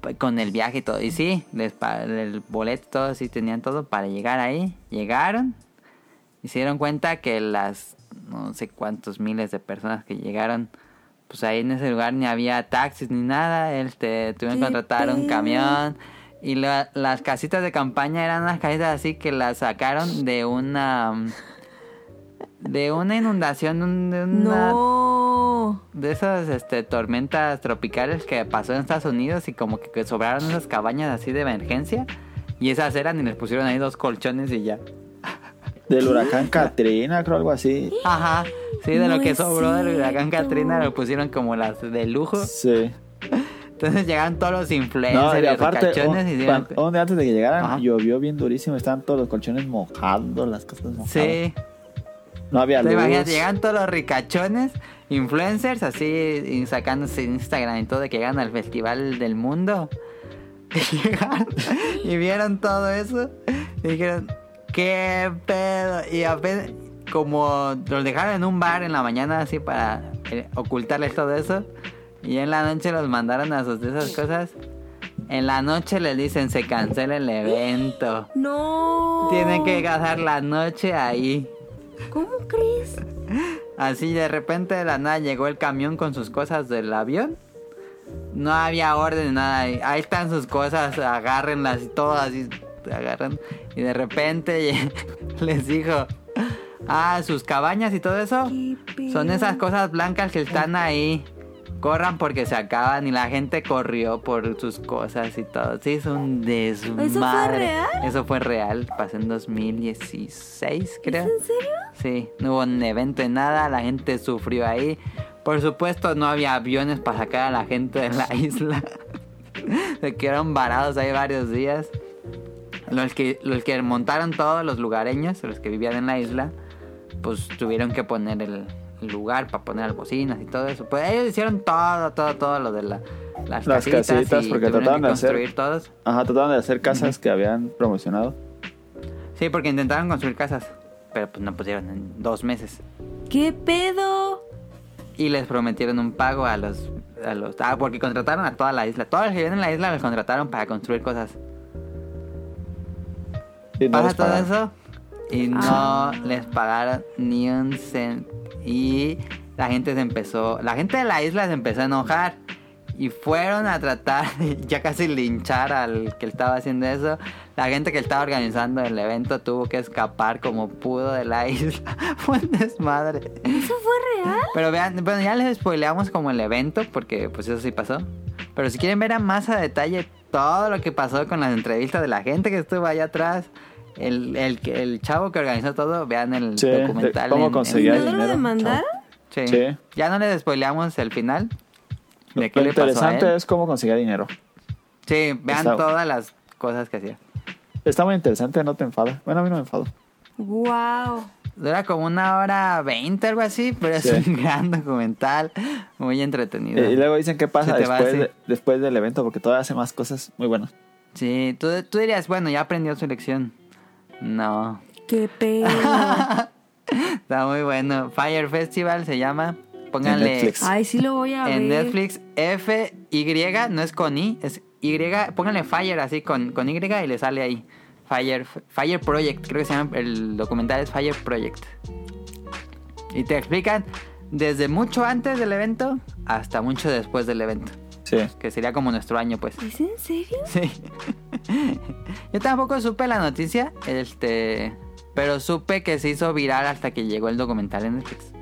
Pues, Con el viaje y todo. Y sí, les pa- el boleto, todo, sí tenían todo para llegar ahí. Llegaron, y se dieron cuenta que las no sé cuántos miles de personas que llegaron, pues ahí en ese lugar ni había taxis ni nada, este, tuvieron que
¡Qué
contratar un
pedo!
camión y la- las casitas de campaña eran unas casitas así que las sacaron de una de una inundación, un- de una
No.
de esas este, tormentas tropicales que pasó en Estados Unidos y como que, que sobraron esas cabañas así de emergencia y esas eran y les pusieron ahí dos colchones y ya.
Del huracán Katrina, creo algo así.
Ajá, sí, de
No
lo que
es
sobró del huracán
cierto.
Katrina lo pusieron como las de lujo.
Sí.
Entonces llegaron todos los
No,
influencers
y
y
aparte, oh, un-
ricachones y dieron-
cuan- donde antes de que llegaran,
Ajá.
llovió bien durísimo. Estaban todos los colchones mojados, las casas mojadas.
Sí,
No había
te
luz.
imaginas, llegaron todos los ricachones, influencers, así y sacándose en Instagram y todo de que llegan al festival del mundo. Y llegaron y vieron todo eso y dijeron, qué pedo. Y apenas, como los dejaron en un bar en la mañana así para eh, ocultarles todo eso, y en la noche los mandaron a sus de esas cosas. En la noche les dicen se cancela el evento.
No.
Tienen que gastar la noche ahí.
¿Cómo crees?
Así de repente de la nada llegó el camión con sus cosas del avión. No había orden, nada. y Ahí están sus cosas, agárrenlas y todo así. Agarran. Y de repente les dijo: Ah, sus cabañas y todo eso.
Qué pedo.
Son esas cosas blancas que están ahí. Corran porque se acaban y la gente corrió por sus cosas y todo. Sí, es un desmadre.
real?
Eso fue real. Pasó en 2016, creo.
¿En serio?
Sí, no hubo un evento en nada, la gente sufrió ahí. Por supuesto, no había aviones para sacar a la gente de la isla. Se quedaron varados ahí varios días. Los que, los que montaron todos los lugareños, los que vivían en la isla, pues tuvieron que poner el lugar para poner las bocinas y todo eso. Pues ellos hicieron todo, todo, todo lo de la- las,
Las
casitas,
casitas,
y
porque
tuvieron
trataban
que
de hacer-
construir todos.
Ajá, trataban de hacer casas que habían promocionado.
Sí, porque intentaron construir casas, pero pues no pudieron en dos meses.
¿Qué pedo?
Y les prometieron un pago a los, a los... Ah, porque contrataron a toda la isla. Todos los que viven en la isla los contrataron para construir cosas.
Y no
Pasa
les
todo
pagaron.
eso y no les pagaron ni un cent. Y la gente se empezó... La gente de la isla se empezó a enojar. Y fueron a tratar, de ya casi linchar al que estaba haciendo eso. La gente que estaba organizando el evento tuvo que escapar como pudo de la isla. Fue un desmadre.
¿Eso fue real?
Pero vean, bueno, ya les spoileamos como el evento, porque pues eso sí pasó. Pero si quieren ver a más a detalle todo lo que pasó con las entrevistas de la gente que estuvo allá atrás, el, el, que- el chavo que organizó todo, vean el
Sí, de
documental.
cómo
¿Y
conseguía Ya
no
hay
lo
dinero,
demandaron?
Sí.
Sí.
Ya no les spoileamos el final.
Lo
¿De qué le pasó a
interesante
él?
es cómo conseguía dinero.
Sí, vean
Está-
todas las cosas que hacía.
Está muy interesante, no te enfada. Bueno, a mí no me enfado.
Wow.
Dura como una hora veinte, algo así, pero
Sí.
es un gran documental, muy entretenido.
Eh, Y luego dicen qué pasa
Se te va
después,
así.
de- después del evento, porque todavía hace más cosas muy buenas.
Sí, tú, tú dirías, bueno, ya aprendió su lección. No.
Qué pedo.
Está muy bueno. Fire Festival se llama. Pónganle
En
en
Netflix.
Netflix,
Ay, sí lo voy a ver.
F Y, no es con I, es Y, pónganle Fire así con, con Y y le sale ahí. Fire, Fire Project, creo que se llama, el documental es Fire Project. Y te explican desde mucho antes del evento hasta mucho después del evento.
Sí.
Que sería como nuestro año, pues.
¿Es en serio?
Sí. Yo tampoco supe la noticia, este, pero supe que se hizo viral hasta que llegó el documental en Netflix.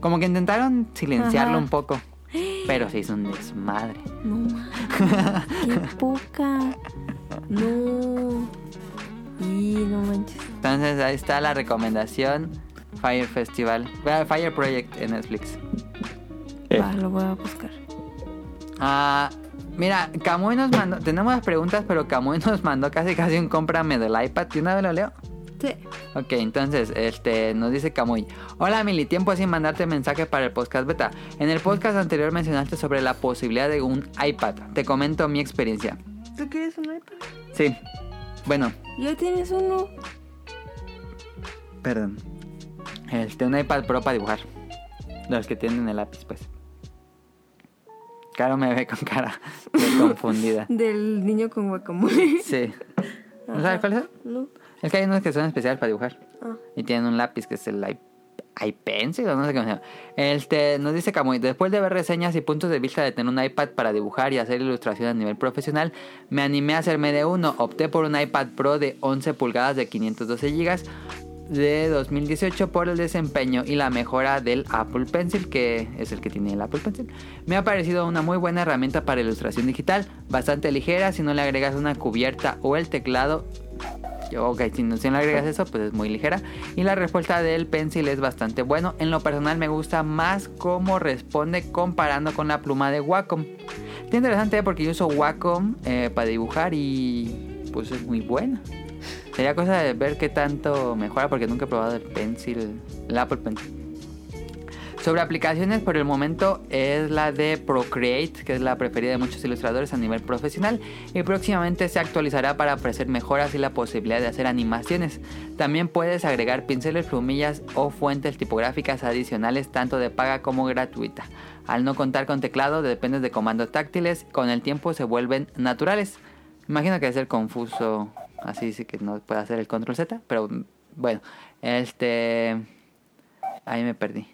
Como que intentaron silenciarlo
Ajá.
un poco, pero se hizo un desmadre.
No mames. Qué poca.
No. Y no manches.
Entonces ahí está la recomendación Fire Festival, Ve- Fire Project en Netflix.
Eh,
Va, lo voy a buscar.
Ah, mira, Camuy nos mandó, tenemos las preguntas, pero Camuy nos mandó casi casi un cómprame del iPad. ¿Y una vez lo leo?
Sí.
Ok, entonces, este, nos dice Camuy. Hola Mili, tiempo sin mandarte mensaje para el podcast beta. En el podcast anterior mencionaste sobre la posibilidad de un iPad. Te comento mi experiencia.
¿Tú quieres un iPad?
Sí. Bueno,
Ya tienes uno.
perdón. Este, un iPad Pro para dibujar. Los que tienen el lápiz, pues. Caro me ve con cara de confundida.
Del niño con guacamole.
Sí. ¿No sabes cuál es?
No.
Es que hay unos que son especiales para dibujar.
Ah.
Y tienen un lápiz que es el i- iPencil, o no sé cómo se llama. Este, nos dice Camuy, después de ver reseñas y puntos de vista de tener un iPad para dibujar y hacer ilustración a nivel profesional, me animé a hacerme de uno. Opté por un iPad Pro de 11 pulgadas de 512 GB de 2018 por el desempeño y la mejora del Apple Pencil, que es el que tiene el Apple Pencil. Me ha parecido una muy buena herramienta para ilustración digital, bastante ligera si no le agregas una cubierta o el teclado yo, Ok, si no, si no le agregas eso, pues es muy ligera. Y la respuesta del pencil es bastante bueno. En lo personal me gusta más cómo responde comparando con la pluma de Wacom. Está interesante ¿eh? porque yo uso Wacom eh, para dibujar y pues es muy buena. Sería cosa de ver qué tanto mejora porque nunca he probado el pencil, el Apple Pencil. Sobre aplicaciones, por el momento es la de Procreate, que es la preferida de muchos ilustradores a nivel profesional, y próximamente se actualizará para ofrecer mejoras y la posibilidad de hacer animaciones. También puedes agregar pinceles, plumillas o fuentes tipográficas adicionales, tanto de paga como gratuita. Al no contar con teclado, dependes de comandos táctiles, con el tiempo se vuelven naturales. Imagino que debe ser confuso, así sí que no puede hacer el control Z, pero mm, bueno, este... Ahí me perdí.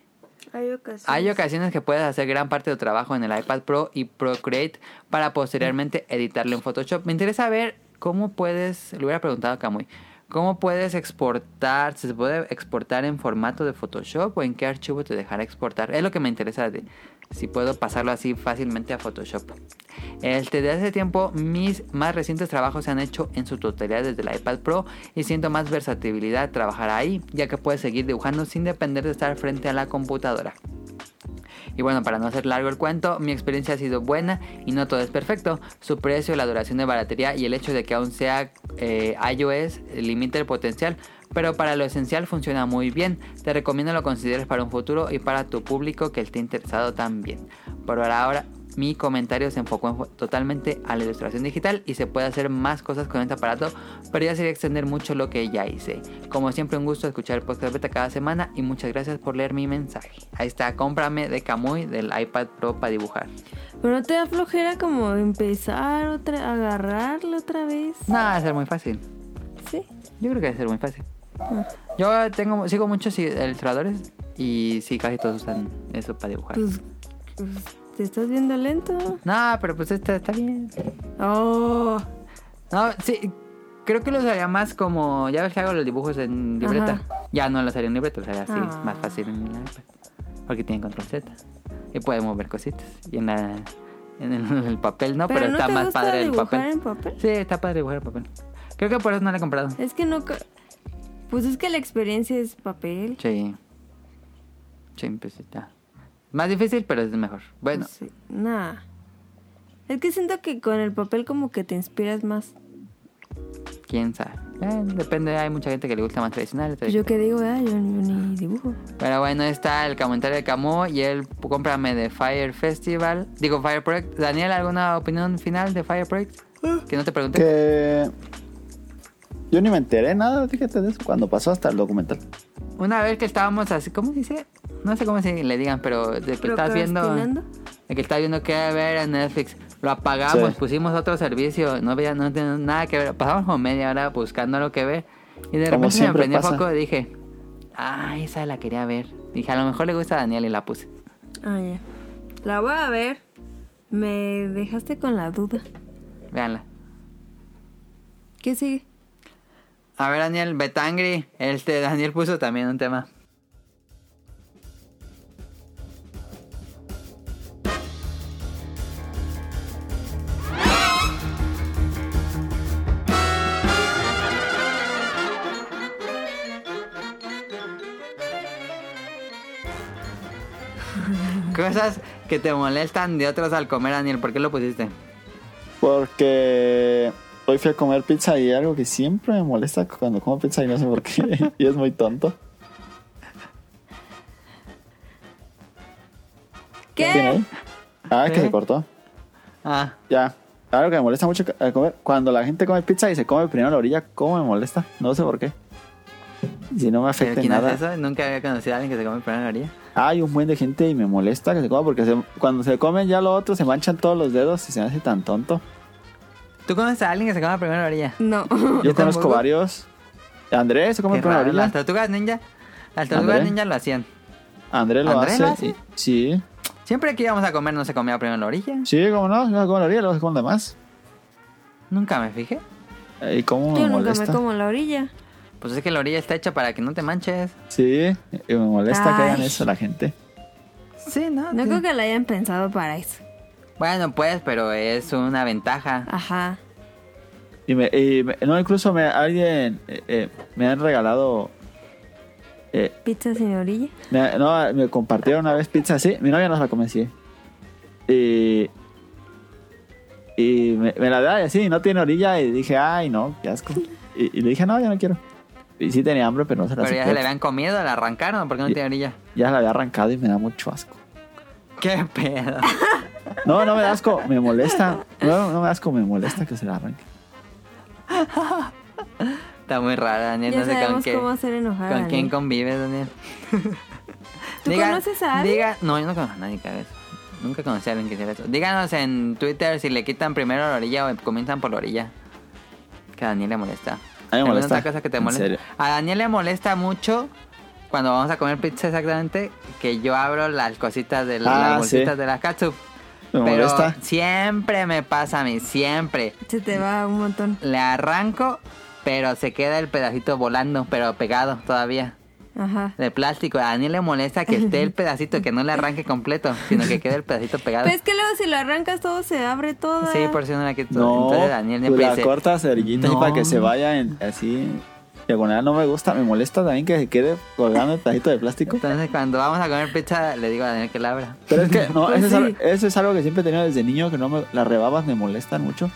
Hay ocasiones.
Hay ocasiones que puedes hacer gran parte de tu trabajo en el iPad Pro y Procreate para posteriormente editarlo en Photoshop. Me interesa ver cómo puedes, le hubiera preguntado a Camuy, cómo puedes exportar, si se puede exportar en formato de Photoshop o en qué archivo te dejará exportar. Es lo que me interesa de si puedo pasarlo así fácilmente a Photoshop. Este, desde hace tiempo mis más recientes trabajos se han hecho en su totalidad desde el iPad Pro y siento más versatilidad trabajar ahí, ya que puedes seguir dibujando sin depender de estar frente a la computadora. Y bueno, para no hacer largo el cuento, mi experiencia ha sido buena y no todo es perfecto. Su precio, la duración de batería y el hecho de que aún sea eh, iOS limita el potencial, pero para lo esencial funciona muy bien. Te recomiendo lo consideres para un futuro y para tu público que esté interesado también. Por ahora, mi comentario se enfocó en fo- totalmente a la ilustración digital y se puede hacer más cosas con este aparato, pero ya sería extender mucho lo que ya hice. Como siempre, un gusto escuchar el podcast beta cada semana y muchas gracias por leer mi mensaje. Ahí está, cómprame de Camuy del iPad Pro para dibujar.
Pero no te da flojera como empezar otra, agarrarle otra vez.
Nada, va a ser muy fácil.
Sí.
Yo creo que va a ser muy fácil. Yo tengo, sigo muchos i- ilustradores y sí, casi todos usan eso para dibujar.
Pues, pues, te estás viendo lento.
Nada, pero pues está, está bien.
Oh,
No, sí, creo que lo usaría más como. Ya ves que hago los dibujos en libreta. Ya no los haría en libreta, los haría así,
Ah.
más fácil en el iPad. Porque tiene control Z. Y puede mover cositas. Y en, la, en el, en el papel no, pero,
pero, no
está
te
más
gusta
padre el
dibujar
papel.
en papel.
Sí, está padre dibujar el papel. Creo que por eso no lo he comprado.
Es que no. ca- Pues es que la experiencia es papel.
Sí. Sí, pues está. Más difícil, pero es mejor. Bueno,
Pues, sí, Nah. Es que siento que con el papel como que te inspiras más.
quién sabe. Eh, depende, hay mucha gente que le gusta más tradicional.
Pues yo que digo, ah, yo, yo ni dibujo.
Pero bueno, está el comentario de Camus y el cómprame de Fire Festival. Digo, Fire Project. Daniel, ¿alguna opinión final de Fire Project?
Ah,
Que no te pregunté.
que yo ni me enteré nada, fíjate de eso, cuando pasó hasta el documental.
Una vez que estábamos así, ¿cómo se dice? No sé cómo se le digan, pero de que estás viendo.
Procrastinando.
De que estás viendo qué ver en Netflix. Lo apagamos,
Sí.
pusimos otro servicio. No había no tenía nada que ver. Pasamos como media hora buscando lo que ver. Y de
Como
repente se me
siempre
prendió el
pasa.
foco y dije, ah, esa la quería ver. Dije, a lo mejor le gusta a Daniel y la puse.
Ah, ya. La voy a ver. Me dejaste con la duda.
Veanla.
¿Qué sigue?
A ver, Daniel, Betangri. Este, Daniel puso también un tema. Cosas que te molestan de otros al comer, Daniel. ¿Por qué lo pusiste?
Porque hoy fui a comer pizza y algo que siempre me molesta cuando como pizza y no sé por qué. y es muy tonto. ¿Quién
¿Qué?
ahí? Ah, que
¿Qué?
se cortó.
Ah,
Ya. Algo que me molesta mucho al comer. Cuando la gente come pizza y se come primero la orilla, ¿cómo me molesta? No sé por qué. Si no me
¿pero
afecta en
quién hace
nada.
eso? Nunca había conocido a alguien que se come primero la orilla.
Hay un buen de gente y me molesta que se coma porque se- cuando se comen ya lo otro se manchan todos los dedos y se me hace tan tonto.
¿Tú conoces a alguien que se come primero la orilla?
No.
Yo, conozco
tampoco.
varios. Andrés se come
Qué
primero la
raro,
orilla.
Las tortugas ninja. Las tortugas
André.
ninja lo hacían.
Andrés lo
¿Andrés
hace.
lo
y-
hace?
sí.
Siempre que íbamos a comer no se comía primero la orilla.
Sí, como no, no se come la orilla, luego se come la demás.
Nunca me fijé.
Eh, ¿Y cómo me
Yo nunca me
molesta?
como la orilla.
Pues es que la orilla está hecha para que no te manches.
Sí, y me molesta que hagan
Ay.
eso la gente.
Sí, ¿no?
No
Sí.
creo que la hayan pensado para eso.
Bueno, pues, pero es una ventaja.
Ajá.
Y, me, y me- no, incluso me, alguien eh, eh, me han regalado. eh,
Pizza sin orilla.
me, no, me compartieron una vez pizza así. Mi novia no se la come así. Y. Y me, me la da y así, no tiene orilla. Y dije, ay, no, qué asco. Y, y le dije, no, ya no quiero. Y sí tenía hambre, pero no se la
Pero ya se
acepté.
le habían comido, la arrancaron, porque no
pues. Y-
tiene orilla.
Ya se la había arrancado y me da mucho asco.
¿Qué pedo?
No, no me da asco, me molesta. No, no me da asco, me molesta que se la arranque.
Está muy raro, Daniel.
Ya
no sé con
sabemos
qué.
cómo hacer enojar. a
¿Con quién
alguien.
convives, Daniel?
¿Tú conoces a alguien?
Diga, no, yo no conozco a nadie que haga eso. Nunca conocí a alguien que hiciera eso. Díganos en Twitter si le quitan primero la orilla o comienzan por la orilla. Que a Daniel le molesta.
A mí me
¿Alguna
molesta,
otra cosa que te
en
molesta?
serio.
A Daniel le molesta mucho cuando vamos a comer pizza exactamente que yo abro las cositas de la-
Ah,
las bolsitas
sí.
de la katsup.
Me
Pero
molesta.
siempre me pasa a mí, siempre.
Se te va un montón.
Le arranco, pero se queda el pedacito volando, pero pegado todavía.
Ajá.
De plástico. A Daniel le molesta que esté el pedacito, que no le arranque completo, sino que quede el pedacito pegado.
Pues que luego si lo arrancas todo se abre todo.
sí, por si no la quito.
No,
Entonces Daniel
tú
siempre
la
dice,
cortas cerillita
No.
y para que se vaya en- así. Diagonal no me gusta, me molesta también que se quede colgando el tajito de plástico.
Entonces cuando vamos a comer pizza, le digo a Daniel que la abra.
Pero es que, no,
Pues
eso, es
sí.
algo, eso es algo que siempre he tenido desde niño, que no me, las rebabas me molestan mucho.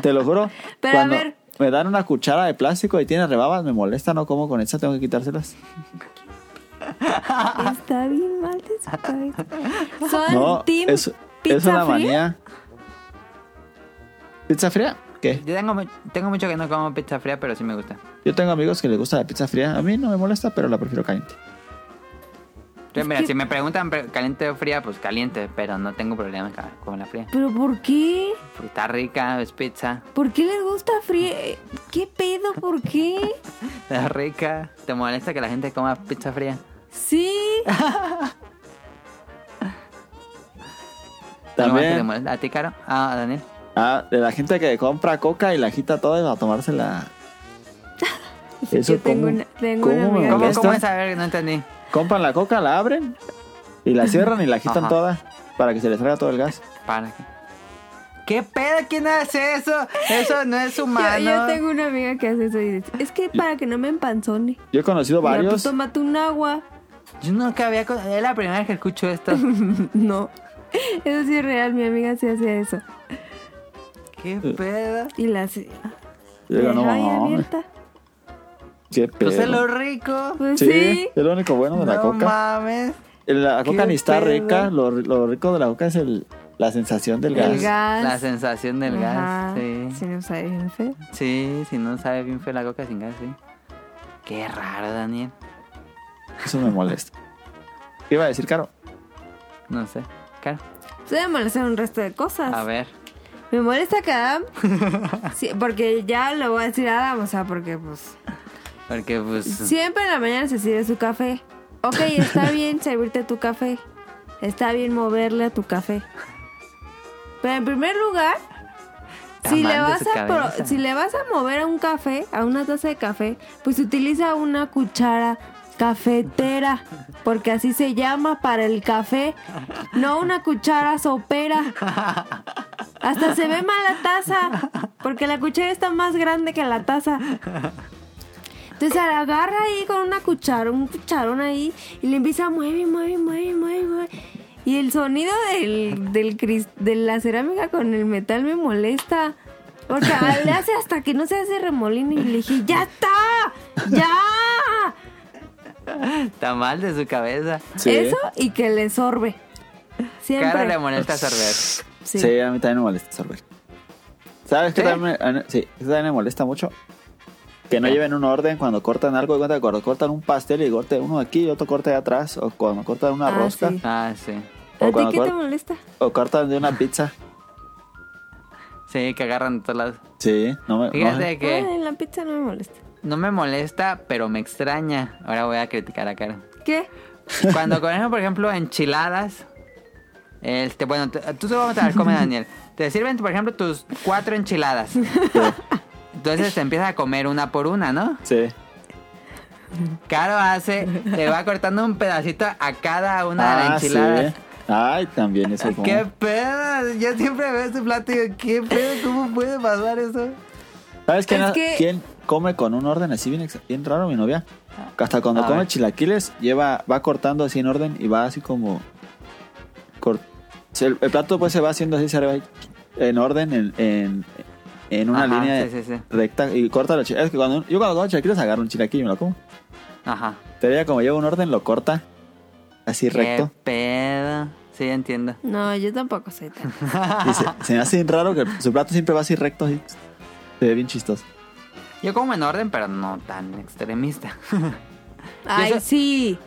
Te lo juro.
Pero a
cuando
ver.
Me dan una cuchara de plástico y tiene rebabas, me molesta, no como con esa, tengo que quitárselas.
Está bien mal de su cabeza. Son
No,
team
es,
pizza
es una
fría?
manía. ¿Pizza fría? ¿Qué?
Yo tengo, mu- tengo mucho que no como pizza fría, pero sí me gusta.
Yo tengo amigos que les gusta la pizza fría. A mí no me molesta, pero la prefiero caliente.
Yo, mira,
que-
si me preguntan pre- caliente o fría, pues caliente, pero no tengo problema ca- con la fría.
¿Pero por qué?
Porque está rica, es pizza,
¿Por qué les gusta fría? ¿Qué pedo? ¿Por qué?
está rica. ¿Te molesta que la gente coma pizza fría?
Sí.
¿Algo más que te
También,
molesta? ¿A ti, Caro? Ah, ¿A Daniel?
ah, de la gente que compra coca y la agita toda y va a tomársela. Eso
Yo tengo
cómo-
una, tengo una
cómo me
amiga
¿Cómo,
que...
molesta?
¿Cómo es? A ver, no entendí.
Compran la coca, la abren y la cierran y la agitan
Ajá.
toda para que se les salga todo el gas.
¿Para qué? ¿Qué pedo? ¿Quién hace eso? Eso no es humano.
Yo, yo tengo una amiga que hace eso y dice, es que para que no me empanzone.
Yo he conocido
Mira,
varios.
pues tómate un agua.
Yo nunca había... con- Es la primera vez que escucho esto.
No. Eso sí es real, mi amiga sí hace eso.
¿Qué pedo?
Y la hace...
Yo digo,
la
no,
deja ahí
mames,
abierta.
qué
Pues es lo
pedo.
rico.
Pues
Sí,
sí.
es lo único bueno de la
no
coca.
mames.
La coca
Qué
ni está
pedo.
rica. Lo, lo rico de la coca es el, la sensación del
El
gas.
gas.
La sensación del
Ajá.
gas, sí.
Sí, no sabe bien feo.
Sí, si no sabe bien fue la coca sin gas, sí. Qué raro, Daniel.
Eso me molesta. ¿Qué iba a decir, Caro?
No sé. Claro.
Se debe molestar un resto de cosas.
A ver.
Me molesta que Adam. Sí, porque ya lo voy a decir a Adam, o sea, porque pues.
Porque pues...
Siempre en la mañana se sirve su café. Ok, está bien servirte tu café. Está bien moverle a tu café. Pero en primer lugar,
Está
si
mal
le,
de
vas
su
a pro-
cabeza.
si le vas a mover a un café, a una taza de café, pues utiliza una cuchara cafetera, porque así se llama para el café, no una cuchara sopera. Hasta se ve mal la taza, porque la cuchara está más grande que la taza. Entonces se la agarra ahí con una cuchara, un cucharón ahí, y le empieza a mueve, mueve, mueve, mueve, mueve. Y el sonido del, del cris- de la cerámica con el metal me molesta. Porque le hace hasta que no se hace remolino y le dije, ¡ya está! ¡Ya!
Está mal de su cabeza.
Sí.
Eso y que le sorbe. Siempre.
Cara le molesta sorber.
Sí.
Sí. a mí también me molesta sorber. ¿Sabes qué
¿Sí?
también, me- a mí- sí, eso también me molesta mucho? Que no
¿Qué?
lleven un orden cuando cortan algo. De cuenta que cuando cortan un pastel y corte uno aquí y otro corte de atrás. O cuando cortan una
Ah,
rosca.
sí.
Ah, sí.
¿A
O
ti
cuando
qué te
cort-
molesta?
o cortan de una pizza.
Sí, que agarran de todos lados.
Sí, no me. no
Fíjate
me-
Ah,
que
en la pizza no me molesta.
no me molesta, pero me extraña. Ahora voy a criticar a Caro.
¿Qué?
Cuando comemos, por ejemplo, enchiladas. Este, bueno, t- tú te vas a comer, Daniel. Te sirven, por ejemplo, tus cuatro enchiladas. Entonces te empiezas a comer una por una, ¿no?
sí.
Caro hace, le va cortando un pedacito a cada una de las
Ah, sí.
enchiladas. Ah,
Ay, también eso. como-
¿Qué pedo? Yo siempre veo este plato y digo, ¿qué pedo? ¿Cómo puede pasar eso?
¿Sabes quién,
Es que-
quién come con un orden así bien, ex- bien raro? Mi novia. Que Hasta cuando
Ah, A
come
ver.
chilaquiles, lleva, va cortando así en orden y va así como. cor- se- el, el plato pues se va haciendo así, se va en orden, en, en, en una
Ajá,
línea
sí, sí, sí.
recta y corta los chilaquiles. Es que cuando, yo cuando como chilaquiles agarro un chilaquil y me lo como.
Ajá.
Te veía como lleva un orden, lo corta así recto.
¿Qué pedo? Sí, entiendo.
No, yo tampoco soy tan.
Y se, se me hace bien raro que su plato siempre va así recto, así. Se ve bien chistoso.
Yo como en orden, pero no tan extremista.
Ay,
soy-
sí.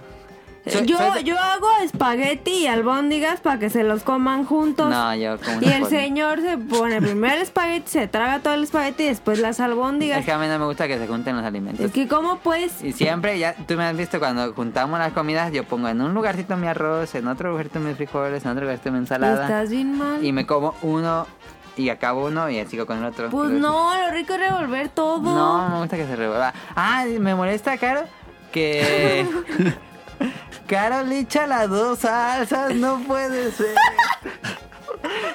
Soy-
yo,
soy de-
yo hago espagueti y albóndigas para que se los coman juntos.
No, yo como
y
una
el
por-
señor se pone primero el espagueti, se traga todo el espagueti y después las albóndigas.
Es que a mí no me gusta que se junten los alimentos.
Es que, ¿cómo pues? puedes?
Y siempre, ya tú me has visto cuando juntamos las comidas, yo pongo en un lugarcito mi arroz, en otro lugarcito mis frijoles, en otro lugarcito mi ensalada.
Estás bien mal.
Y me como uno y acabo uno y sigo con el otro.
Pues
Y luego-
no, lo rico es revolver todo.
No, me gusta que se revuelva. Ah, me molesta, Caro, que... Caro le echa las dos salsas, no puede ser.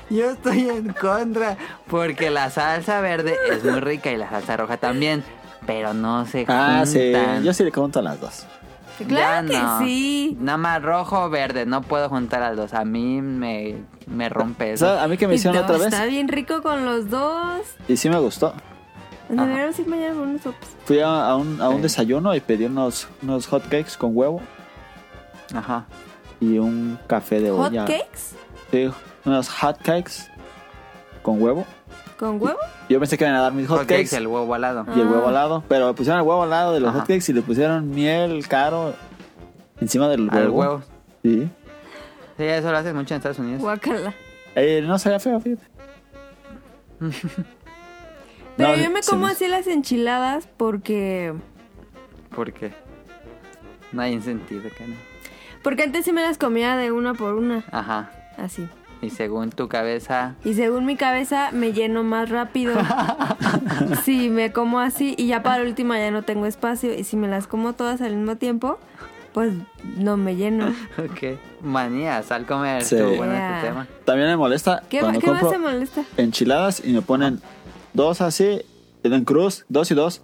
Yo estoy en contra, porque la salsa verde es muy rica y la salsa roja también, pero no se
Ah, sí.
juntan.
Yo sí le conto a las dos.
Claro
Ya
que
no.
sí.
Nada más rojo o verde, no puedo juntar las dos. A mí me, me rompe
O
eso.
sea, a mí que me hicieron
Está-
otra vez
Está bien rico con los dos.
y sí me gustó.
Deberíamos ir mañana por unos sopes.
Fui a, a un, a un
Sí.
desayuno y pedí unos, unos hot cakes con huevo
Ajá.
y un café de
¿Hot
olla.
cakes?
Sí, unos hot cakes con huevo.
¿Con huevo?
Yo pensé que me iban a dar mis hot,
Hot
cakes,
cakes, el huevo al lado.
y el
Ah.
huevo al lado, pero pusieron el huevo al lado de los
Ajá.
hot cakes y le pusieron miel caro encima del huevo.
Al huevo.
Sí.
Sí, eso lo haces mucho en Estados Unidos.
Guacala.
Eh, no sabía feo, fíjate.
Pero
No,
yo me
se
como
me-
así las enchiladas porque.
¿Por qué? No hay sentido, Caro.
Porque antes sí me las comía de una por una.
Ajá.
Así.
Y según tu cabeza...
Y según mi cabeza, me lleno más rápido. si me como así y ya para la última ya no tengo espacio. Y si me las como todas al mismo tiempo, pues no me lleno.
Ok. Manías al comer.
Sí.
Estuvo bueno
Yeah.
este tema.
También me molesta
¿Qué,
cuando
¿qué
compro
más te molesta?
enchiladas y me ponen dos así, en cruz, dos y dos.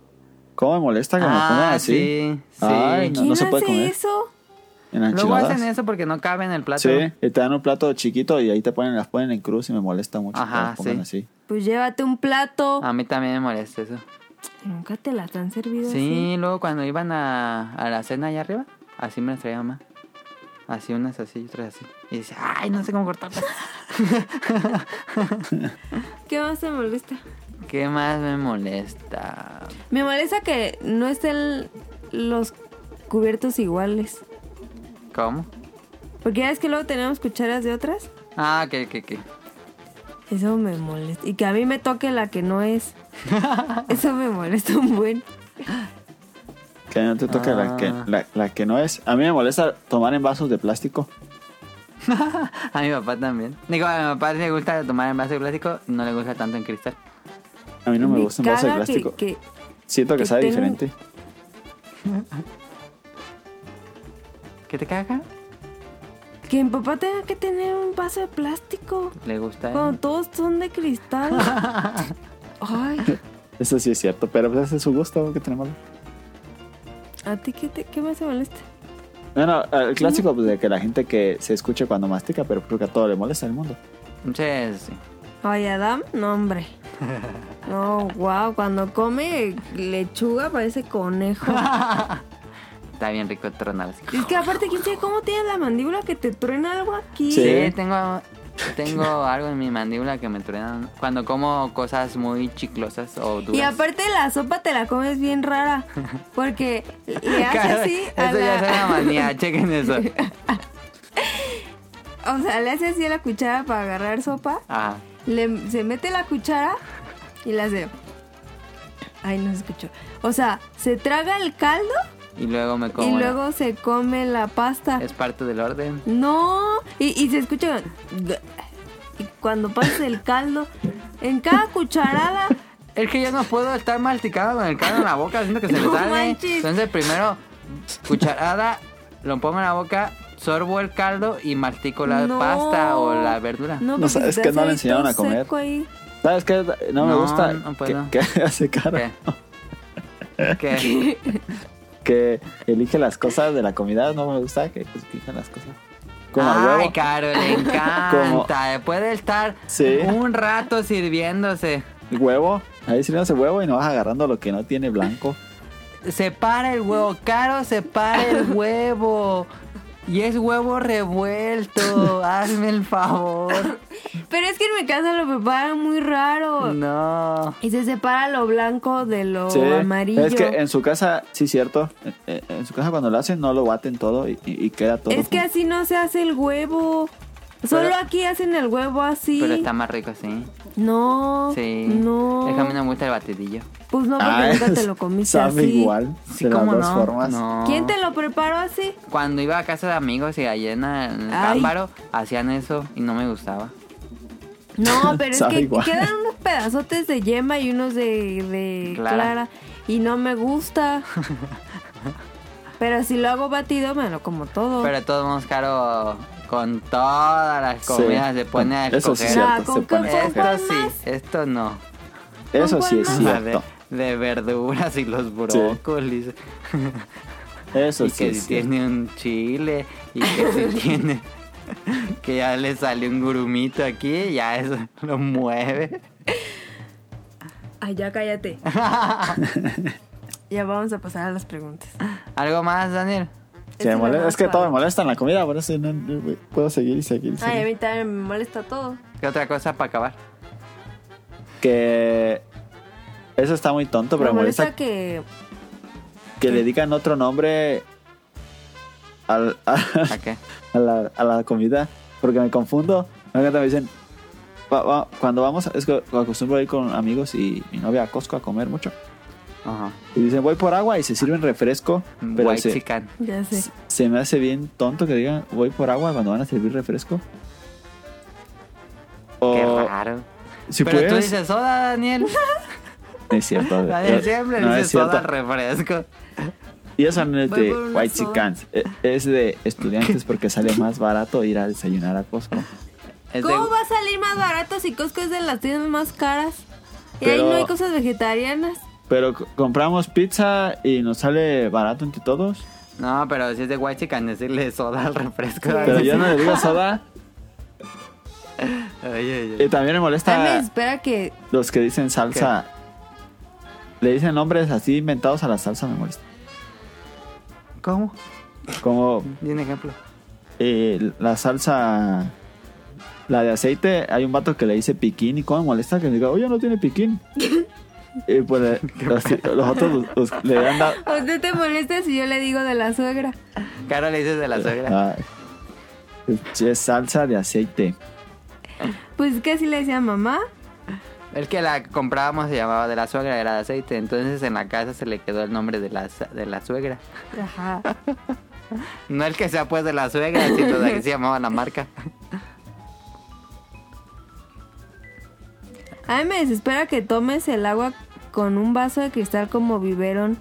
¿Cómo me molesta que me pongan
Ah,
así?
sí. Sí.
Ay, No,
¿Quién
se puede
hace
comer.
eso?
En las
Luego
enchiladas.
hacen eso porque no cabe en el plato.
Sí, y te dan un plato chiquito y ahí te ponen, las ponen en cruz y me molesta mucho. que
Ajá,
las pongan así.
Pues llévate un plato.
Ah.
A mí también me molesta eso.
Nunca te las han servido así.
Sí, luego cuando iban a, a la cena allá arriba, así me las traía mamá. Así unas así y otras así. Y dice, ay, no sé cómo cortarlas.
¿Qué más te molesta?
¿Qué más me molesta?
Me molesta que no estén los cubiertos iguales.
¿Cómo?
Porque ya es que luego tenemos cucharas de otras.
Ah, que, que, que.
Eso me molesta. Y que a mí me toque la que no es. Eso me molesta un buen.
Que no te toque la,
Ah.
que, la, la que no es. A mí me molesta tomar en vasos de plástico.
A mi papá también. Digo, a mi papá le gusta tomar en vaso de plástico, no le gusta tanto en cristal.
A mí no me, gusta en vasos de
caga que-
plástico.
que-
Siento que,
que
sabe
tengo-
diferente.
¿Qué te caga?
que mi papá tenga que tener un vaso de plástico.
Le gusta. ¿eh? el-
Cuando todos son de cristal. Ay,
Eso sí es cierto, pero pues ese es su gusto que tenemos.
¿A ti qué, te- qué más te molesta?
No, no, el clásico pues, de que la gente que se escuche cuando mastica, pero creo que a todo le molesta en el mundo.
Sí, sí.
Ay, Adam, no, hombre. No, wow, cuando come lechuga parece conejo.
Está bien rico tronar así.
Es que aparte, ¿quién sabe cómo tienes la mandíbula que te truena algo aquí?
Sí.
Sí, tengo, tengo algo en mi mandíbula que me truenan cuando como cosas muy chiclosas o duras.
Y aparte la sopa te la comes bien rara, porque le hace
Cara,
así a
Eso ya es una
la...
manía, chequen eso.
O sea, le hace así a la cuchara para agarrar sopa,
Ajá.
le, se mete la cuchara y la hace... Ay, no se escuchó. O sea, se traga el caldo
Y luego me como.
y
la-
luego se come la pasta.
Es parte del orden.
No, y, y se escucha y cuando pasas el caldo, en cada cucharada,
Es que yo no puedo estar masticado con el caldo en la boca, siento que se
No
me sale.
manches.
Entonces primero, cucharada, lo pongo en la boca, sorbo el caldo y mastico la
No.
pasta o la verdura.
no,
No,
porque
es
te
que
hace
no le
ahí
enseñaron a
todo
comer.
seco ahí.
¿Sabes qué? No me
No,
gusta
no
que,
puedo.
que hace cara.
¿Qué? ¿Qué?
Que elige las cosas de la comida, no me gusta que pues, elijan las cosas. Como el
Ay,
huevo.
Caro, le
Como-
encanta. Puede estar
Sí.
un rato sirviéndose.
El huevo, ahí sirviéndose huevo y no vas agarrando lo que no tiene blanco.
Separa el huevo, Caro, separa el huevo. Y es huevo revuelto. Hazme el favor.
Pero es que en mi casa lo preparan muy raro.
No.
Y se separa lo blanco de
Oh,
lo
Sí,
amarillo.
Es que en su casa, sí, cierto. En, en- en su casa cuando lo hacen, no lo baten todo y, y- y queda todo.
Es que
junto.
así no se hace el huevo. Solo
Pero-
aquí hacen el huevo así.
Pero está más rico así.
No.
Sí.
No.
Es que a mí no me gusta el batidillo.
Pues no, porque
Ah,
nunca te
es-
lo comiste
Sabe
así.
igual.
Sí,
de las
¿cómo
dos
no?
formas.
No.
¿Quién te lo preparó así?
Cuando iba a casa de amigos y allá en el
Ay.
Cámbaro, hacían eso y no me gustaba.
No, pero es
Sabe
que
igual.
quedan unos pedazotes de yema y unos de, de
Clara.
clara. Y no me gusta. pero si lo hago batido, me lo como todo.
Pero de todos modos, Caro, con todas las
Sí.
comidas se pone a Ah,
Eso
escoger.
sí
escoger. Nah,
es cierto. se
¿con
pone
qué
a
fue?
escoger.
¿Cuál
Esto sí,
más?
esto no.
Eso
cuál
sí es
más?
O sea, de,
cierto.
de verduras y los brócolis.
Eso
y
sí
que
es
si
cierto.
tiene un chile. Y que si tiene. Que ya le sale un grumito aquí y ya eso lo mueve.
Ay, ya cállate. ya vamos a pasar a las preguntas.
¿Algo más, Daniel?
Que me
Ese
molesta-
me
es que todo me
molesta.
molesta en la comida, por eso no, no puedo seguir y seguir. y seguir.
Ay, a mí también me molesta todo.
¿Qué otra cosa para acabar?
Que eso está muy tonto, pero
me
me molesta,
molesta que...
que le digan otro nombre al- a,
¿A qué?
a la, a la comida, porque me confundo. Me encanta, me dicen, "Va- va- cuando vamos, es que acostumbro a ir con amigos y mi novia a Costco a comer mucho.
Ajá.
Y dicen, voy por agua y se sirven refresco, pero
White
se,
chicken.
Ya sé.
se me hace bien tonto que digan, voy por agua cuando van a servir refresco.
Qué
O,
raro.
si
pero tú
puedes,
dices soda, Daniel.
No es cierto.
Daniel siempre
no
dice
es cierto.
soda al refresco.
Y eso no es
Voy
de
por una
White
soda.
Chicans. e- Es de estudiantes porque sale más barato ir a desayunar a Costco.
Es de-
¿Cómo va a salir más barato si Costco es de las tiendas más caras? Y ahí
Pero-
no hay cosas vegetarianas.
Pero c- compramos pizza y nos sale barato entre todos.
No, pero si es de White Chicken, decirle soda al refresco.
Pero yo no le digo soda.
Ay, ay,
Y
ay.
también me
También
molesta
espera que...
los que dicen salsa. Le dicen nombres así inventados a la salsa, me molesta.
¿Cómo?
Como
Di un ejemplo.
eh, la salsa. La de aceite, hay un vato que le dice piquín y cómo me molesta que le diga, oye, no tiene piquín. y pues eh, los, los otros los- los- le han dado.
¿A ¿Usted te molesta si yo le digo de la suegra?
Caro le dices de la suegra.
Ah, es salsa de aceite.
Pues que así le decía mamá.
El que la comprábamos se llamaba de la suegra, era de aceite. Entonces en la casa se le quedó el nombre de la, sa- de la suegra.
Ajá.
No el que sea pues de la suegra, sino de que se llamaba la marca.
A mí me desespera que tomes el agua con un vaso de cristal como biberón.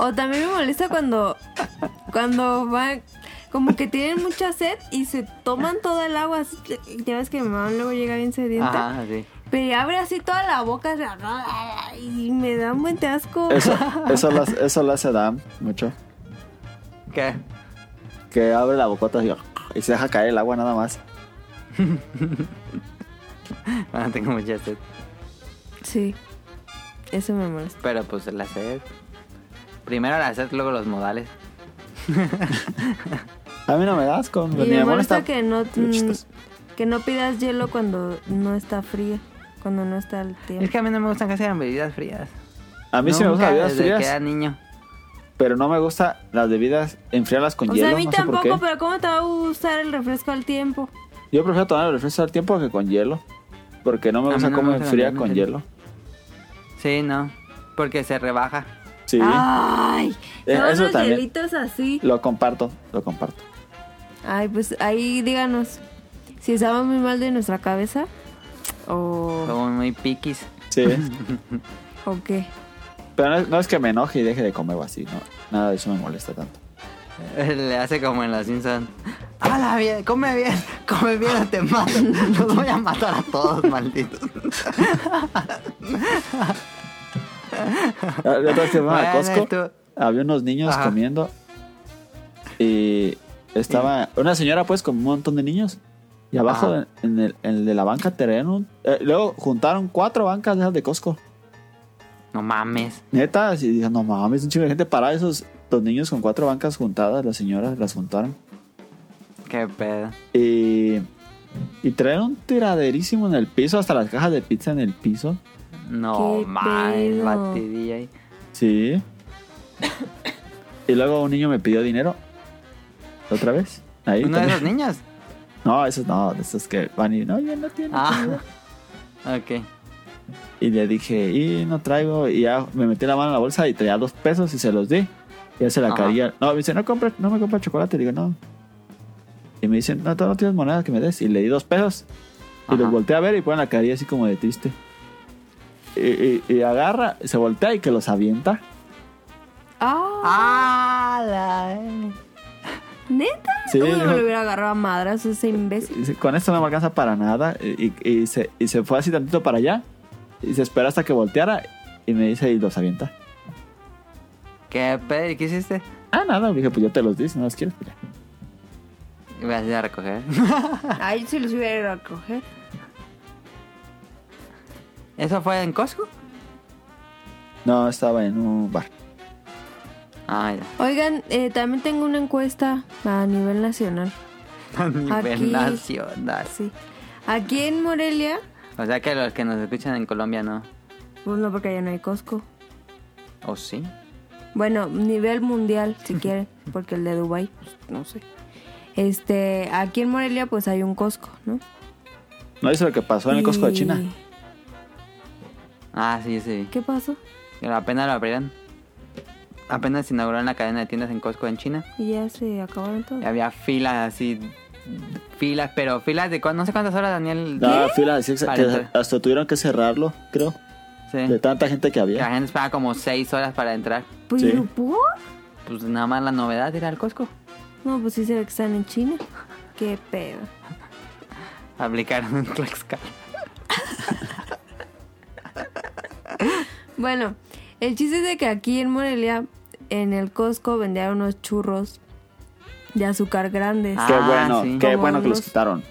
O también me molesta cuando cuando van como que tienen mucha sed y se toman todo el agua. así que- Ya ves que mi mamá luego llega bien sedienta.
Ajá, sí.
Pero abre así toda la boca y me da un buen asco.
Eso, eso, lo, hace- eso lo hace Adam mucho.
¿Qué?
Que abre la bocota así, y se deja caer el agua nada más.
Bueno, tengo mucha sed.
Sí. Eso me molesta.
Pero pues la sed. Primero la sed, luego los modales.
A mí no me das con.
y me molesta
Pues está-
que mm, no
Qué chistoso.
que no pidas hielo cuando no está fría, cuando no está el
Es
tiempo.
que a mí no me gustan casi las bebidas frías.
A mí sí me gustan las bebidas
desde
frías,
que era niño.
pero no me gusta las bebidas enfriarlas con
O
hielo.
sea, a mí
no sé por
tampoco,
qué.
pero ¿cómo te va a gustar el refresco al tiempo?
Yo prefiero tomar el refresco al tiempo que con hielo. Porque no me
A mí
gusta
no me
cómo
gusta
enfría
también,
con
sí.
hielo.
Sí, no. Porque se rebaja.
Sí,
Ay,
Eh,
son
eso
los
también.
hielitos así.
lo comparto, lo comparto.
Ay, pues ahí díganos si estamos muy mal de nuestra cabeza o,
Como muy piquis.
Sí.
o qué.
pero no es, no es que me enoje y deje de comer o así, no. Nada de eso me molesta tanto.
Le hace como en los Simpsons. ¡Hala bien! ¡Come bien! ¡Come bien o te mato! ¡Los voy a matar a todos, malditos!
La la otra vez que fuimos a
Bueno, este
Costco,
tú-
había unos niños
Ajá.
comiendo y estaba una señora pues con un montón de niños y abajo
Ajá.
en, en el, en el de la banca terreno, eh, luego juntaron cuatro bancas de esas de Costco.
No mames.
Neta, así dije, no mames, un chingo de gente para esos dos niños con cuatro bancas juntadas, las señoras las juntaron.
Qué pedo.
Y, y traen un tiraderísimo en el piso, hasta las cajas de pizza en el piso.
No
Qué
mames,
pedo.
batidilla ahí.
Sí. y luego un niño me pidió dinero. ¿Otra vez? Ahí.
¿Uno de
también.
esos niños?
No, esos no, de esos que van y no, yo no tiene.
Ah. Ok.
Y le dije, y no traigo. Y ya me metí la mano en la bolsa y traía dos pesos y se los di. Y ya se la
Ajá.
caía. No, me dice, no, compra, no me compra chocolate. Y digo, no. Y me dice, no, tú no tienes moneda que me des. Y le di dos pesos. Y
Ajá.
los volteé a ver y ponen la carilla así como de triste. Y, y- y agarra, se voltea y que los avienta.
Ah,
¡Ah! La...
neta.
Sí,
¿Cómo no
dijo-
me lo hubiera agarrado a madras ese imbécil?
Dice, con esto no me alcanza para nada. Y, y- y se, y se fue así tantito para allá. Y se esperó hasta que volteara. Y me dice, y los avienta.
¿Qué pedo? ¿Y ¿Qué hiciste?
Ah, nada. Le dije, pues yo te los di, si no los quieres. pues ya.
Voy a ir a recoger.
Ay, si los hubiera ido a coger.
¿Eso fue en Costco?
No, estaba en un bar.
Ah, ya.
Oigan, eh, también tengo una encuesta a nivel nacional.
A nivel
Aquí.
nacional.
Sí. Aquí en Morelia,
O sea que los que nos escuchan en Colombia no.
pues no, porque ya no hay Costco.
¿O sí?
Bueno, nivel mundial, si quieren, porque el de Dubai, no sé. Este, aquí en Morelia, pues hay un Costco, ¿no?
¿No hizo lo que pasó en el Costco de
Y-
China?
Ah, sí, sí.
¿Qué pasó?
Pero apenas lo abrieron. Apenas se inauguraron la cadena de tiendas en Costco en China.
Y ya se acabaron todos.
Y había filas así. Filas, pero filas de. cu- No sé cuántas horas, Daniel.
Ah, filas así,
Para
que
entrar.
hasta tuvieron que cerrarlo, creo. De
Sí.
tanta gente que
La
había.
gente esperaba como seis horas para entrar.
Pues,
Sí.
¿lo puedo?
Pues nada más la novedad era el Costco.
No, pues sí se ve que están en China. Qué pedo.
Aplicaron un Tlaxcala.
Bueno, el chiste es de que aquí en Morelia, en el Costco, vendían unos churros de azúcar grandes.
Ah,
Qué bueno,
sí.
qué
Como
bueno que los
unos-
quitaron.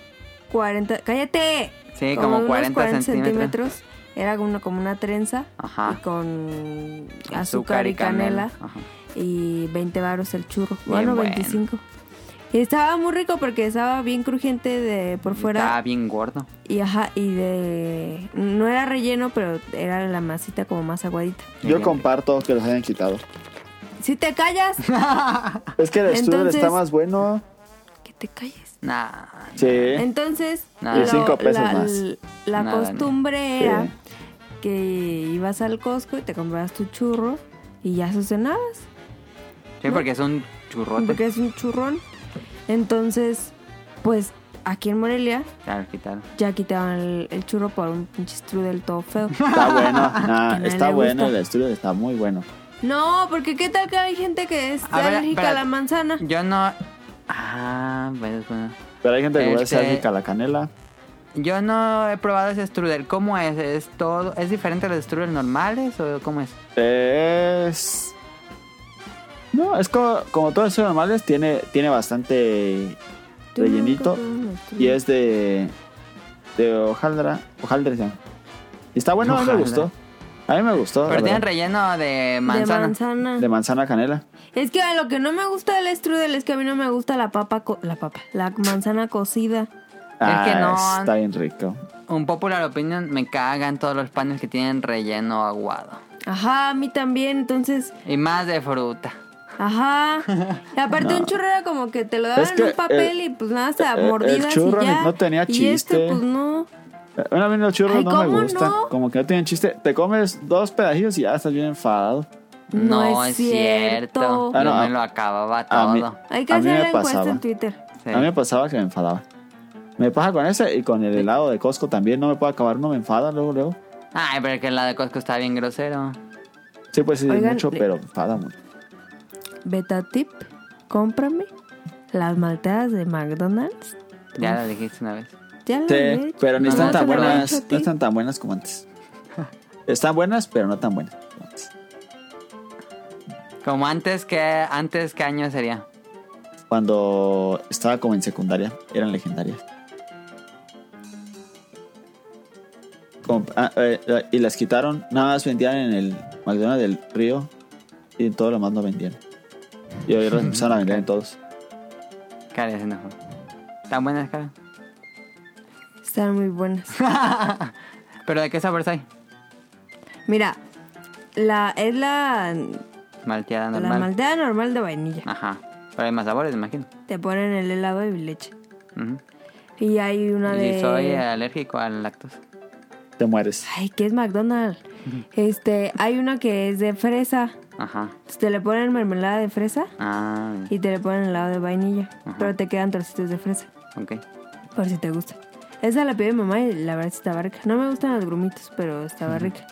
40, cállate.
Sí, como
unos
40 centímetros.
Era uno, como una trenza
Ajá.
y con azúcar, y canela,
Ajá.
y 20 varos el churro.
Bien
bueno,
bueno.
25. Y estaba muy rico porque estaba bien crujiente de por
Estaba
fuera
bien gordo.
y ajá y de no era relleno, pero era la masita como más aguadita.
Muy
Yo
bien.
comparto que los hayan quitado.
Si te callas,
Es que el estudio
Entonces-
está más bueno.
que te calles.
Nah.
Sí.
Entonces,
Nada. Y
cinco pesos
la,
más.
la
Nada,
costumbre
ni-
era
Sí.
que ibas al Costco y te comprabas tu churro y ya cenabas.
Sí, porque es un churrote.
Porque es un churrón. Entonces, pues aquí en Morelia
Claro, quitaron.
ya quitaban el, el churro por un pinche strudel todo feo.
Está bueno. Nah,
Que nadie
está
le
bueno, el
gusta.
estudio está muy bueno.
No, porque qué tal que hay gente que es
A ver,
alérgica a
espérate.
la manzana.
Yo no. Ah, bueno, es bueno.
Pero hay gente que puede ser
Este-
alérgica a la canela.
Yo no he probado ese strudel. ¿Cómo es? ¿Es todo? ¿Es diferente a los strudel normales o cómo es?
Es. No, es como, como todos los normales, tiene, tiene bastante
Tú nunca
rellenito.
tuve un strudel.
Y es de. de hojaldra. Hojaldra se llama. Y está bueno, a mí me
Hojaldra.
gustó. A mí me gustó. la
Pero tienen
verdad.
relleno de
De
manzana.
manzana.
De manzana canela.
Es que a lo que no me gusta del strudel es que a mí no me gusta la papa, co- la papa, la manzana cocida.
Ah,
que no-
Está bien rico.
Un popular opinion, me cagan todos los panes que tienen relleno aguado.
Ajá, a mí también, entonces,
Y más de fruta.
ajá. Y aparte un churro era como que te lo daban
Es
en
que
un papel
el-
y pues nada,
el-
hasta
el
mordidas
churro
y ya.
no tenía
Y este
chiste.
pues no.
Eh, Bueno, a mí los churros
Ay,
no me
¿cómo
gustan.
no?
Como que no tienen chiste. Te comes dos pedajillos y ya estás bien enfadado.
No es cierto.
Ah,
Yo
no, a-
me lo acababa
a mí-
todo.
Hay que
A mí me
hacer la encuesta
pasaba.
en Twitter.
Sí.
A mí me pasaba que me enfadaba. Me pasa con ese y con el helado de Costco también. No me puedo acabar uno, me enfada luego, luego.
Ay, pero que la de Costco está bien grosero.
Sí, pues sí,
Oigan,
mucho,
le-
pero me enfada mucho.
Beta tip, cómprame las malteadas de McDonald's.
Ya la dijiste una vez.
Ya las he
Sí,
hecho.
pero ni
No,
están
no
tan
te lo he
hecho
buenas.
a ti.
No están tan buenas como antes. Están buenas, pero no tan buenas. como antes.
Como antes que antes qué año sería.
Cuando estaba como en secundaria, eran legendarias. Como- ah, eh, eh, y las quitaron, nada más vendían en el McDonald's del Río y en todo lo más no vendían. Y hoy las empezaron a vender en todos.
Cara, ese no fue. Tan buenas, cara.
Están muy buenas.
Pero de qué sabores hay?
Mira, la es la,
Malteada
la
normal.
malteada normal de vainilla.
Ajá. Pero hay más sabores, me imagino.
Te ponen el helado de leche.
Ujú.
Y hay una de...
Y soy alérgico al lactosa.
Te mueres.
Ay, ¿qué es McDonald's? Este, hay una que es de fresa.
Ajá.
Entonces, te le ponen mermelada de fresa
Ah,
y te le ponen helado de vainilla.
Ajá.
Pero te quedan trocitos de fresa,
ok.
por si te gusta. Esa la pidió mi mamá y la verdad sí estaba rica. No me gustan los grumitos, pero estaba rica.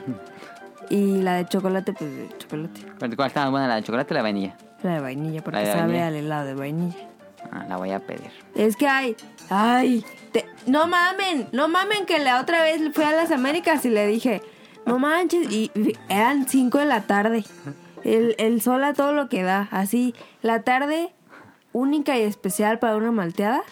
Y la de chocolate, pues de chocolate.
¿Cuál cuál está más buena, la de chocolate o la de vainilla?
La de vainilla, porque
de
sabe
vainilla.
al helado de vainilla.
Ah, la voy a pedir.
Es que hay, ay, te- no mamen, no mamen que la otra vez fui a las Américas y le dije, no manches, y y eran 5 de la tarde. El, el sol a todo lo que da, así, la tarde única y especial para una malteada.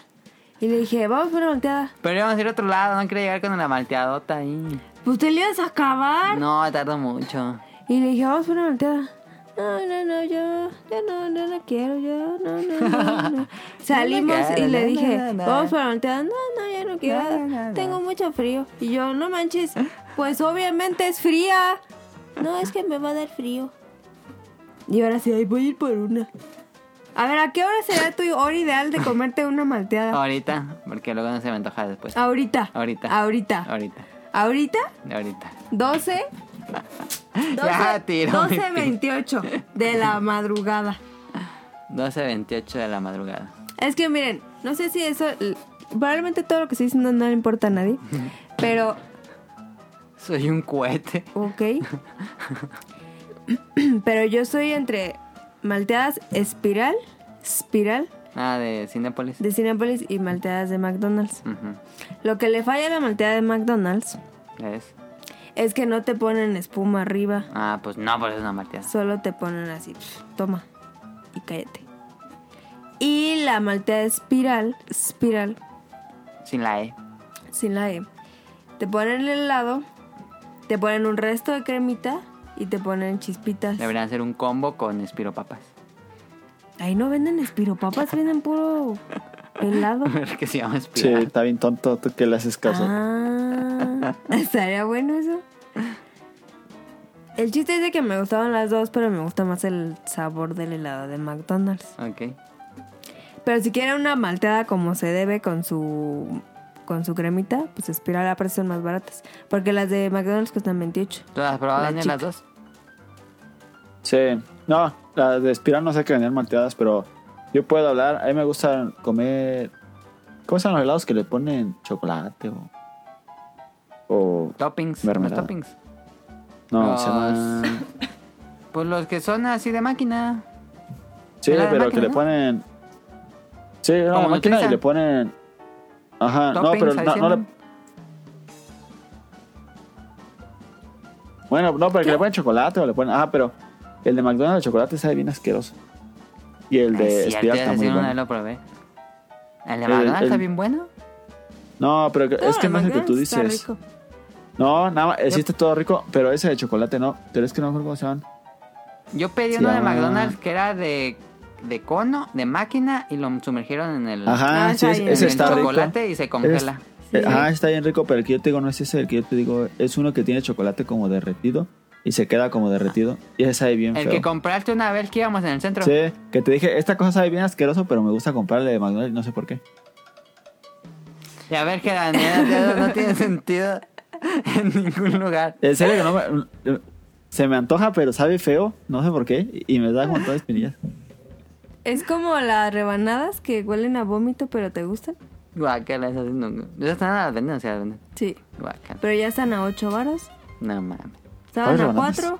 Y le dije, vamos por una malteada.
Pero íbamos a ir a otro lado, no quería llegar con la malteadota ahí.
Pues te la ibas a acabar.
No, tardo mucho.
Y le dije, vamos por una malteada. No, no, no, yo, yo no, no, no quiero, yo, no, no, no, no. Salimos y
quiero,
le
no,
dije,
no, no.
vamos por la malteada. No, no, yo no quiero,
No, no, no.
tengo mucho frío. Y yo, no manches, pues obviamente es fría. No, es que me va a dar frío. Y ahora sí, ahí voy a ir por una. A ver, ¿a qué hora será tu hora ideal de comerte una malteada?
Ahorita, porque luego no se me antoja después.
Ahorita.
Ahorita.
Ahorita.
Ahorita.
Ahorita,
Ahorita.
12. 12,
Ya tiró mi
12.28 de la madrugada.
12.28 de la madrugada.
Es que miren, no sé si eso. l- Probablemente todo lo que estoy diciendo no le importa a nadie. Pero,
Soy un cohete.
ok. Pero yo soy entre malteadas espiral, espiral
Ah, de Cinépolis.
de Cinepolis y malteadas de McDonald's.
Ujú.
Lo que le falla a la malteada de McDonald's
¿Ves?
es que no te ponen espuma arriba.
Ah, pues no, pues es una malteada.
Solo te ponen así, toma y cállate. Y la malteada espiral, espiral,
Sin la E.
sin la E. Te ponen el helado, te ponen un resto de cremita y te ponen chispitas.
Deberían hacer un combo con espiropapas.
Ahí no venden espiropapas, venden puro helado.
que se llama
Sí,
espiral.
está bien tonto tú que le haces caso.
Ah, estaría bueno eso. El chiste es de que me gustaban las dos, pero me gusta más el sabor del helado de McDonald's.
Ok.
Pero si quieren una malteada como se debe con su con su cremita, pues espiral a precios más baratas. Porque las de McDonald's cuestan 28.
¿Tú has probado
La
Daniel,
chica.
las dos?
Sí, no, las de espiral no sé qué vender malteadas, pero yo puedo hablar. A mí me gustan comer. ¿Cómo son los helados que le ponen chocolate o.? o
Toppings.
Mermelada.
Los toppings.
no,
Los-
se llama.
Pues los que son así de máquina.
Sí,
¿Era de
pero
máquina,
que le
no?
ponen. Sí, era
Como
una máquina
Nutriza.
y le ponen. Ajá, no,
Toppings
pero
ahí
Ah, no, no le,
siempre.
Bueno, no, porque le ponen chocolate o le ponen. Ah, pero el de McDonald's de chocolate sabe bien asqueroso. Y el de
Ah, Es cierto,
espiral
ya
está
decir
muy
una vez
bueno.
lo probé. ¿El de
El-
McDonald's está
el-
bien bueno?
No, pero que-
Ah,
es que no es el que tú
Está
dices.
rico.
No, nada más, existe todo rico, pero ese de chocolate no. Pero es que no me acuerdo cómo se llaman.
Yo pedí
Se
uno de
llama-
McDonald's que era de, de cono, de máquina, y lo sumergieron en el,
Ajá,
Ah,
sí,
está
ese
bien.
en
ese
el
está rico.
chocolate y se congela.
Sí.
Eh, Ajá, está bien rico, pero el que yo te digo no es ese, el que yo te digo es uno que tiene chocolate como derretido y se queda como derretido y ese sabe bien
El
feo.
que compraste una vez que íbamos en el centro.
Sí, que te dije, esta cosa sabe bien asqueroso, pero me gusta comprarle de McDonald's, no sé por qué.
Y a ver que Daniel, eso no tiene sentido en ningún lugar.
En serio que no me- se me antoja, pero sabe feo, no sé por qué, y y me da como todas espinillas.
Es como las rebanadas que huelen a vómito, pero te gustan.
Guacala, esas no. Esas están a la venden, o sea, venden.
Sí.
Guacala.
Pero ya están a 8 varos.
No mames.
Estaban a
¿Cuáles rebanadas?
4.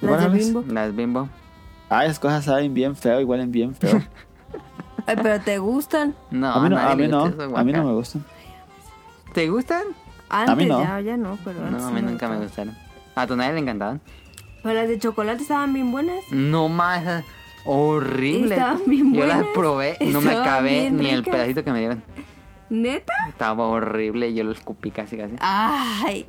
Las de
¿Rebanadas?
bimbo.
Las bimbo.
Ah, esas cosas saben bien feo y huelen bien feo.
Ay, pero te gustan.
No,
a mí no,
nadie
a
le
mí no,
gusta eso,
a mí no
guacala.
me gustan.
¿Te gustan?
Antes
mí no.
ya, ya no, pero antes
No, a
sí
mí nunca me
gustaban.
gustaron. ¿A tu nadie le encantaban?
Pero las de chocolate estaban bien buenas.
No más, esas horribles.
Estaban bien
Yo las
buenas.
probé, no me
Estaban
acabé
bien
ni el
ricas.
pedacito que me dieron.
¿Neta?
Estaba horrible, yo lo escupí casi casi.
Ay.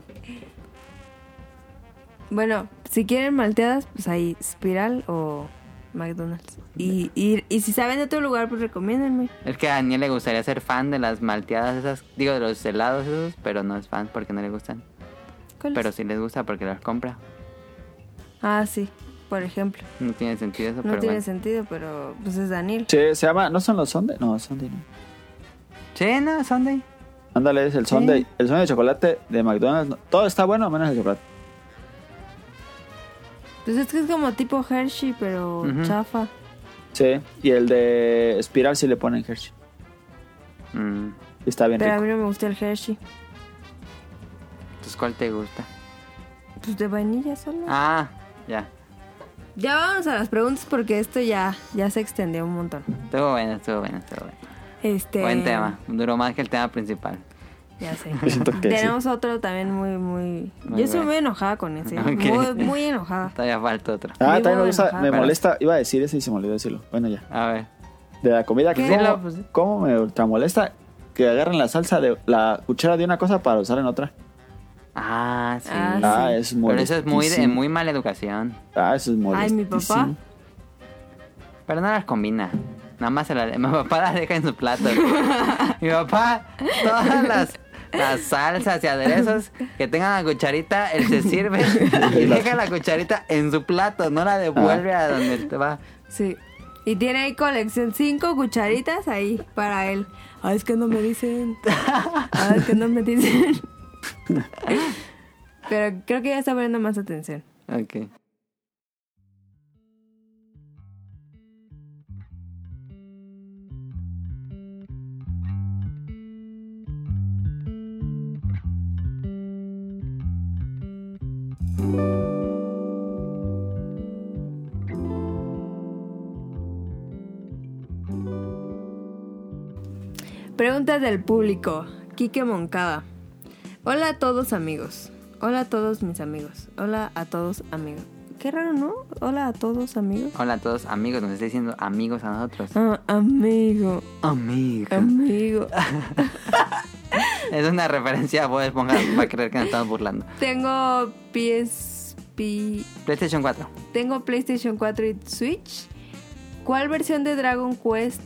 Bueno, si quieren malteadas, pues ahí Spiral o McDonald's.
Y, y, y si saben de otro lugar, pues recomiéndenme.
Es que a Daniel le gustaría ser fan de las malteadas esas, digo de los helados esos, pero no es fan porque no le gustan.
¿Cuál es?
Pero sí les gusta porque las compra.
Ah, sí, por ejemplo.
No tiene sentido eso,
No
pero
tiene
bueno.
sentido, pero pues es Daniel.
Che, se llama, ¿no son los Sunday? No, Sunday no.
Sí, no, Sunday.
Ándale, es el Sunday, el Sunday de chocolate de McDonald's. no- todo está bueno menos el chocolate.
Pues es que es como tipo Hershey, pero
Ujú.
chafa.
Sí, y el de Spiral sí le ponen Hershey.
Mm,
Está bien
Pero a
rico.
mí no me gusta el Hershey.
Entonces, ¿cuál te gusta?
Pues de vainilla solo.
Ah, ya.
Ya vamos a las preguntas porque esto ya, ya se extendió un montón.
Estuvo bueno, estuvo bueno, estuvo bueno.
Este,
Buen tema. Duró más que el tema principal.
Ya sé.
Yo siento que sí.
Tenemos otro también muy, muy...
Muy
Yo estoy
bueno.
muy enojada con ese.
Ok.
Muy, muy enojada.
Todavía falta otro.
Ah,
Vivo
también me gusta,
enojada.
me
Pero-
molesta, iba a decir ese y se me olvidó decirlo. Bueno, ya.
A ver.
De la comida,
¿Qué?
que
Dilo,
¿cómo,
pues, sí.
cómo me ultra molesta que agarren la salsa de la cuchara de una cosa para usar en otra?
Ah, sí.
Ah,
Ah, es muy.
Pero eso es muy de muy mala educación.
Ah, eso es
Ay, mi
molestísimo.
papá.
Pero no las combina. Nada más se la- mi papá las deja en su plato. mi papá, todas las, las salsas y aderezos que tengan la cucharita, él se sirve y deja la cucharita en su plato, no la devuelve a donde te va.
Sí. Y tiene ahí colección, cinco cucharitas ahí para él. Ay, es que no me dicen. Ay, es que no me dicen. Pero creo que ya está poniendo más atención.
Ok.
Preguntas del público. Quique Moncada. Hola a todos amigos. Hola a todos mis amigos. Hola a todos amigos. Qué raro, ¿no? Hola a todos amigos.
Hola a todos amigos, nos está diciendo amigos a nosotros.
Ah, amigo,
Amigo.
Em. amigo.
Es una referencia a Bob Esponja, va a creer que nos estamos burlando.
Tengo PSP.
PlayStation 4.
Tengo PlayStation 4 y Switch. ¿Cuál versión de Dragon Quest?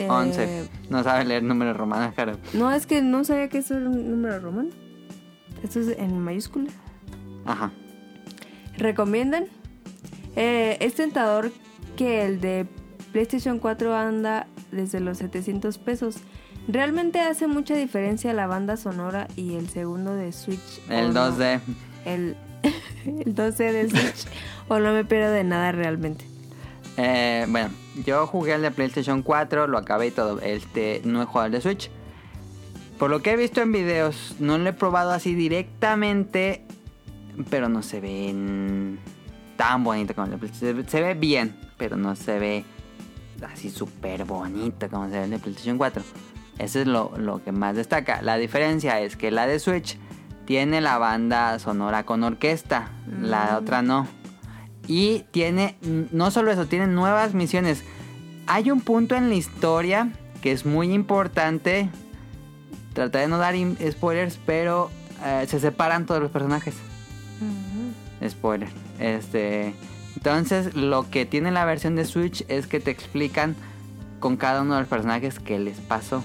Eh,
11. No sabe leer números romanos, claro.
No, es que no sabía que eso era un número romano. Esto es en mayúscula.
Ajá.
¿Recomiendan? Eh, es tentador que el de PlayStation 4 anda desde los 700 pesos. Realmente hace mucha diferencia la banda sonora y el segundo de Switch.
El
¿o Oh, no?
2D.
El, el 12 de Switch. o no me pierdo de nada realmente.
Eh, bueno, yo jugué el de PlayStation 4, lo acabé y todo. Este no he jugado el de Switch. Por lo que he visto en videos, no lo he probado así directamente, pero no se ve tan bonito como el de PlayStation. Se, se ve bien, pero no se ve así súper bonito como se ve el de PlayStation 4. Eso es lo, lo que más destaca. La diferencia es que la de Switch Tiene la banda sonora con orquesta, la otra no. Y tiene, no solo eso, tiene nuevas misiones. Hay un punto en la historia que es muy importante. Trataré de no dar im- spoilers, pero eh, se separan todos los personajes. Spoiler. Este. Entonces, lo que tiene la versión de Switch es que te explican con cada uno de los personajes qué les pasó.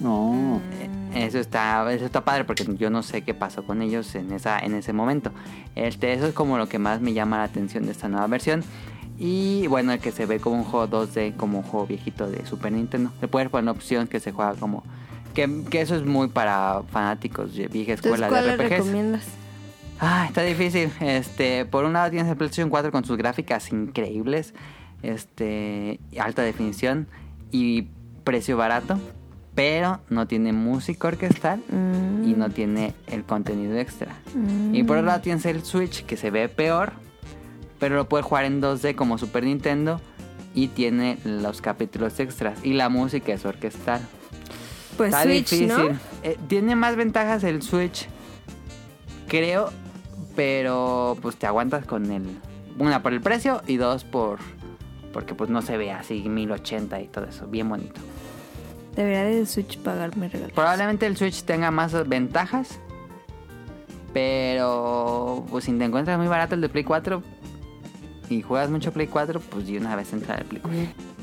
No.
Mm.
Eh, Eso está, eso está padre porque yo no sé qué pasó con ellos en, esa, en ese momento. Este, eso es como lo que más me llama la atención de esta nueva versión. Y bueno, el que se ve como un juego 2D, como un juego viejito de Super Nintendo. Le puedes poner una opción que se juega como... Que, que eso es muy para fanáticos de vieja escuela
Entonces, ¿cuál
de
le
RPGs.
recomiendas?
Ah, está difícil. Este, por un lado tienes el PlayStation 4 con sus gráficas increíbles, este, alta definición y precio barato, pero no tiene música orquestal y no tiene el contenido extra. Y
Mm,
por otro lado tienes el Switch que se ve peor, pero lo puedes jugar en 2D como Super Nintendo y tiene los capítulos extras y la música es orquestal.
Pues
Está
Switch,
difícil.
¿no?
Eh, tiene más ventajas el Switch, creo, pero pues te aguantas con el... Una por el precio y dos por... Porque pues no se ve así 1080 y todo eso, bien bonito.
Debería de Switch pagarme regalos.
Probablemente el Switch tenga más ventajas, pero pues si te encuentras muy barato el de Play 4 y juegas mucho Play 4, pues de una vez entra el Play 4.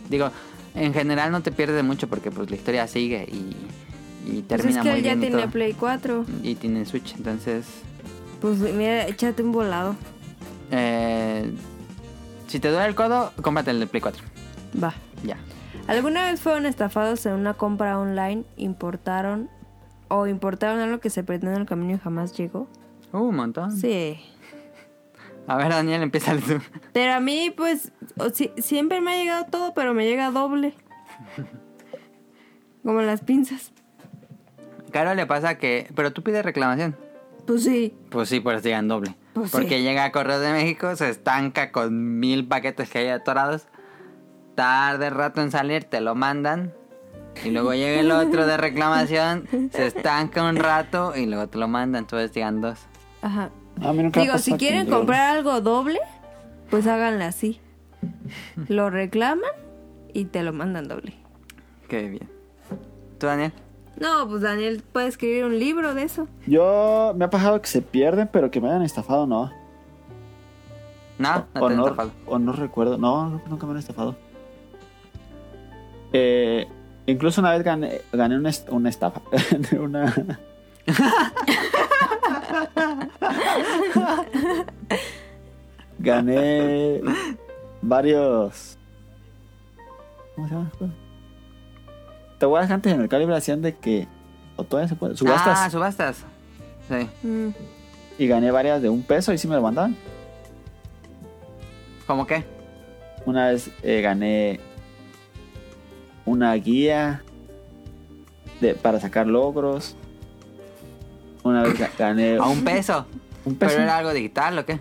Digo, en general no te pierdes mucho porque pues la historia sigue y, y
Pues
termina
es que
muy
él ya
bien y
tiene
todo.
Play 4.
Y tiene Switch, entonces.
Pues mira, échate un volado.
eh, si te duele el codo, cómprate el de Play 4.
Va.
Ya.
¿Alguna vez fueron estafados en una compra online? ¿Importaron o importaron algo que se perdió en el camino y jamás llegó?
Uh, un montón.
Sí.
A ver, Daniel, empieza tú.
Pero a mí, pues, o si- siempre me ha llegado todo, pero me llega doble. Como las pinzas.
Claro, le pasa que. Pero tú pides reclamación.
Pues sí.
Pues sí, por eso llegan doble.
Pues sí.
Porque llega a Correos de México, se estanca con mil paquetes que hay atorados. Tarde rato en salir, te lo mandan. Y luego llega el otro de reclamación, se estanca un rato y luego te lo mandan. Entonces llegan dos.
Ajá.
A mí nunca me ha
Digo, si
pasado que
quieren
me lleguen.
comprar algo doble, pues háganle así. Lo reclaman y te lo mandan doble.
Qué bien. ¿Tú, Daniel?
No, pues Daniel puede escribir un libro de eso.
Yo me ha pasado que se pierden, pero que me hayan estafado, no.
No, no
o,
te han
no
estafado.
o no recuerdo. No, nunca me han estafado. Eh, incluso una vez gané, gané una, est- una estafa. de una... gané varios... ¿Cómo se llama? Te voy a dejar antes en el calibre hacían de que... O todavía se puede... Subastas.
Ah, subastas. Sí.
Mm. Y gané varias de un peso y sí me lo mandaban.
¿Cómo qué?
Una vez eh, gané una guía de, para sacar logros. Una vez ga- gané
A un peso.
un peso.
¿Pero era algo digital o qué?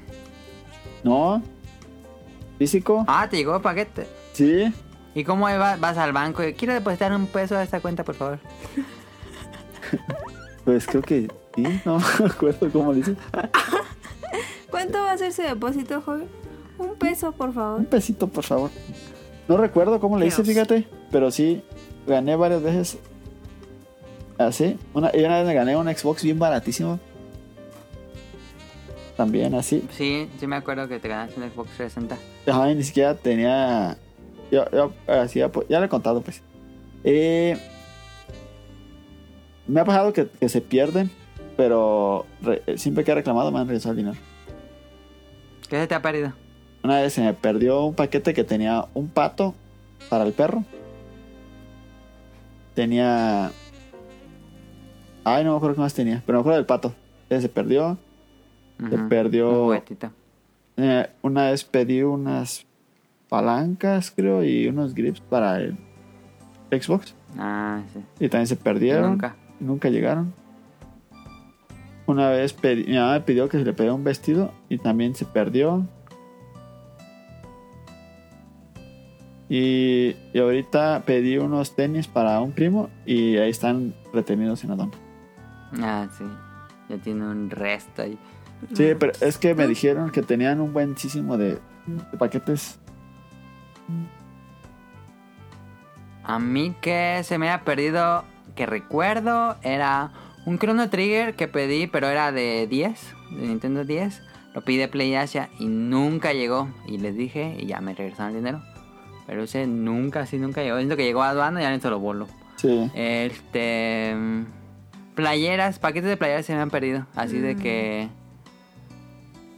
No. Físico.
Ah, te llegó el paquete.
Sí.
¿Y cómo ahí va- vas al banco y quiero depositar un peso a esta cuenta, por favor?
Pues creo que sí. No me acuerdo cómo lo hice.
¿Cuánto va a ser su depósito, joven? Un peso, por favor.
Un pesito, por favor. No recuerdo cómo le hice,
Dios.
fíjate. Pero sí, gané varias veces. Así. Una, y una vez me gané un Xbox bien baratísimo. También así.
Sí, sí me acuerdo que te ganaste un Xbox 360.
Ajá, y ni siquiera tenía. Yo, yo hacía, pues, ya le he contado, pues. Eh, me ha pasado que, que se pierden, pero re- siempre que he reclamado me han regresado el dinero.
¿Qué se te ha perdido?
Una vez se me perdió un paquete que tenía un pato para el perro. Tenía. Ay, no me acuerdo qué más tenía, pero me acuerdo del pato. Ese se perdió. Se
Ujú,
perdió-
Un juguetito.
Eh, una vez pedí unas palancas, creo, y unos grips para el Xbox.
Ah, sí.
Y también se perdieron.
Nunca.
Nunca llegaron. Una vez pedí- mi mamá me pidió que se le pidiera un vestido y también se perdió. Y, y ahorita pedí unos tenis para un primo y ahí están retenidos en la dona.
Ah, sí. ya tiene un resto ahí.
Sí, pero es que me dijeron que tenían un buenísimo de, de paquetes.
A mí que se me ha perdido, que recuerdo, era un Chrono Trigger que pedí, pero era de 10, de Nintendo 10. Lo pide Play Asia y nunca llegó. Y les dije y ya me regresaron el dinero. Pero ese nunca, sí, nunca llegó. Es lo que llegó a aduana y ya se lo voló.
Sí.
Este. Playeras, paquetes de playeras se me han perdido. Así de que.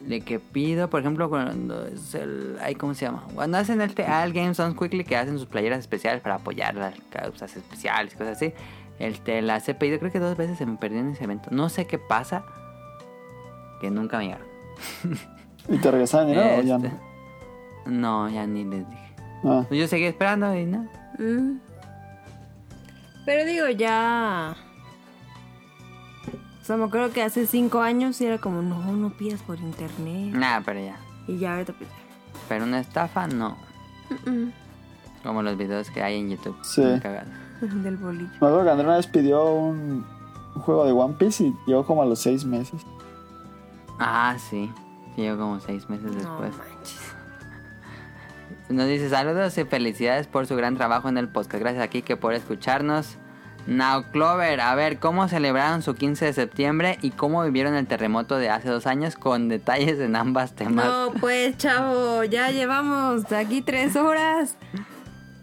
De que pido, por ejemplo, cuando es el. ay, ¿Cómo se llama? Cuando hacen el al Games on Quickly, que hacen sus playeras especiales para apoyar las causas especiales, cosas así. Este, las he pedido, creo que dos veces se me perdieron en ese evento. No sé qué pasa, que nunca me llegaron.
¿Y te regresaban dinero o Eh, ya
Este,
no?
no, ya ni les dije. Pues
Ah,
Yo seguí esperando y no.
Mm. Pero digo, ya. O sea, me acuerdo que hace cinco años y era como, no, no pidas por internet.
Nada, pero ya.
Y ya ahorita pides.
Pero una estafa, no. Como los videos que hay en YouTube.
Sí.
Muy cagados.
pues, Del bolillo.
me acuerdo que Andrés una vez pidió un, un juego de One Piece y llegó como a los seis meses.
Ah, sí. Sí, yo como seis meses
No
después.
manches.
Nos dice saludos y felicidades por su gran trabajo en el podcast. Gracias a Kike por escucharnos. Now Clover, a ver, ¿cómo celebraron su 15 de septiembre y cómo vivieron el terremoto de hace dos años con detalles en ambas temas?
No, pues, chavo, ya llevamos aquí tres horas.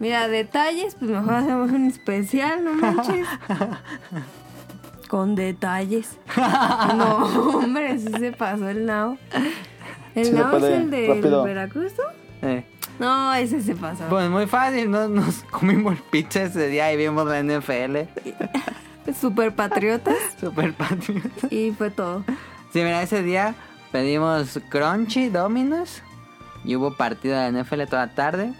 Mira, detalles, pues mejor hacemos un especial, no manches. Con detalles. No, hombre, sí se pasó el Nao. ¿El
Sí se
Nao es
puede,
el de
rápido.
Veracruz, ¿no?
Eh,
No, ese se pasó.
pues muy fácil, ¿no? nos comimos pizza ese día y vimos la NFL.
Super patriotas
Super patrio.
Pues, y fue todo.
Sí, mira, ese día pedimos Crunchy Dominos y hubo partido de la NFL toda la tarde.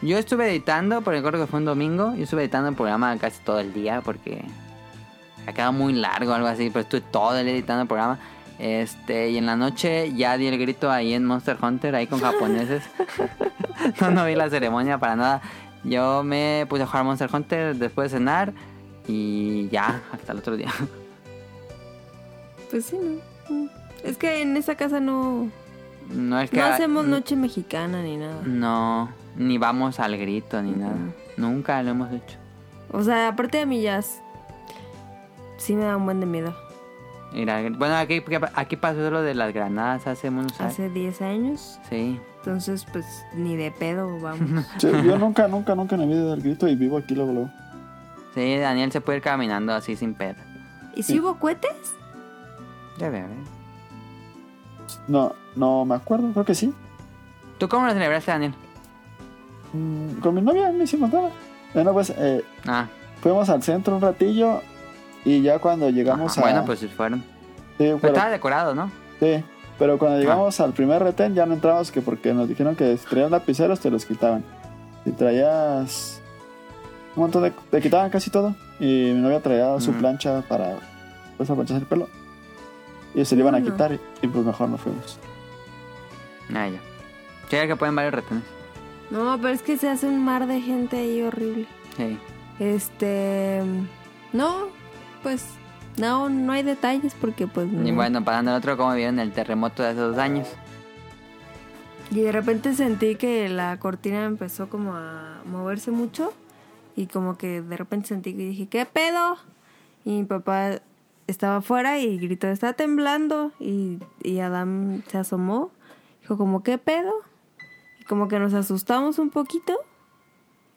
Yo estuve editando, porque recuerdo que fue un domingo, yo estuve editando el programa casi todo el día porque acaba muy largo algo así, pero estuve todo el día editando el programa. Este, y en la noche ya di el grito ahí en Monster Hunter, ahí con japoneses. no, no vi la ceremonia para nada. Yo me puse a jugar Monster Hunter después de cenar y ya, hasta el otro día.
Pues sí, no. Es que en esa casa no,
No es que Mm.
no hacemos noche mexicana ni nada.
No, ni vamos al grito ni nada. Nunca lo hemos hecho.
O sea, aparte de mi jazz, sí me da un buen de miedo.
Ir al gri- Bueno, aquí, aquí pasó lo de las granadas hace unos años.
Hace 10 años,
¿Ah, Sí.
entonces pues ni de pedo vamos.
Sí, yo nunca, nunca, nunca en mi vida del grito y vivo aquí luego, luego.
Sí, Daniel se puede ir caminando así sin pedo.
¿Y si hubo cohetes?
Ya veo, ¿eh?
No, no me acuerdo, creo que sí.
¿Tú cómo lo celebraste, Daniel?
Mm, Con mi novia no hicimos nada. Bueno, pues eh,
Ah,
fuimos al centro un ratillo y ya cuando llegamos
ajá,
a...
bueno, pues sí fueron.
sí,
Pero
pero,
estaba decorado, ¿no?
sí, pero cuando llegamos al primer retén ya no entramos que porque nos dijeron que si traías lapiceros te los quitaban. Si traías... Un montón de... Te quitaban casi todo. Y mi novia traía su
Mm.
plancha para... Pues aprovechar el pelo. Y se le iban a
Bueno.
quitar y, y, pues mejor nos fuimos.
Ah, ya. Sí, ya que pueden varios retenes.
No, pero es que se hace un mar de gente ahí horrible.
Sí.
Este... No, pues no, no hay detalles porque pues...
Y
no.
bueno, pasando al otro, ¿cómo vieron el terremoto de hace dos años?
Y de repente sentí que la cortina empezó como a moverse mucho y como que de repente sentí que dije, ¿qué pedo? Y mi papá estaba afuera y gritó, está temblando. Y, y Adam se asomó, dijo como, ¿qué pedo? Y como que nos asustamos un poquito.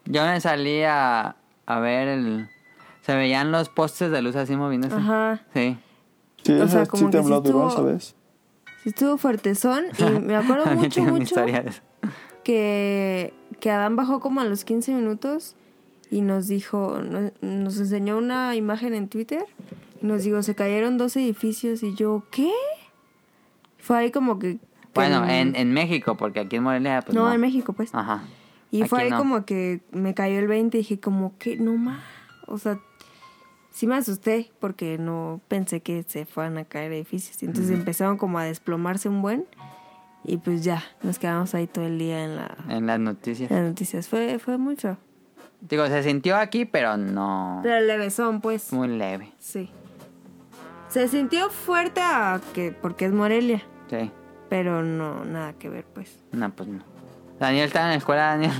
Yo me salí a, a ver el... Se veían los postes de luz así moviéndose.
Ajá.
Sí.
Sí,
O
eso
sea, como
sí
que
tembló
sí
duro,
estuvo-
¿sabes?
Sí estuvo fuertezón y me acuerdo
También
mucho,
tengo una
mucho
historia de eso.
que, que Adán bajó como a los 15 minutos y nos dijo, no- nos enseñó una imagen en Twitter y nos dijo, se cayeron dos edificios y yo, ¿qué? Fue ahí como que... que-
Bueno, en, en México, porque aquí en Morelia, pues
no,
no.
en México pues.
Ajá.
y fue
aquí
ahí
no.
como que me cayó el 20 y dije como que no más, o sea, sí me asusté porque no pensé que se fueran a caer edificios. Y Entonces empezaron como a desplomarse un buen y pues ya, nos quedamos ahí todo el día en la...
En las noticias.
Las noticias fue, fue muy feo.
Digo, se sintió aquí, pero no.
Pero el levesón, pues.
Muy leve.
Sí. Se sintió fuerte a que, porque es Morelia,
Sí.
pero no, nada que ver, pues.
No, pues no. Daniel estaba en la escuela, Daniel.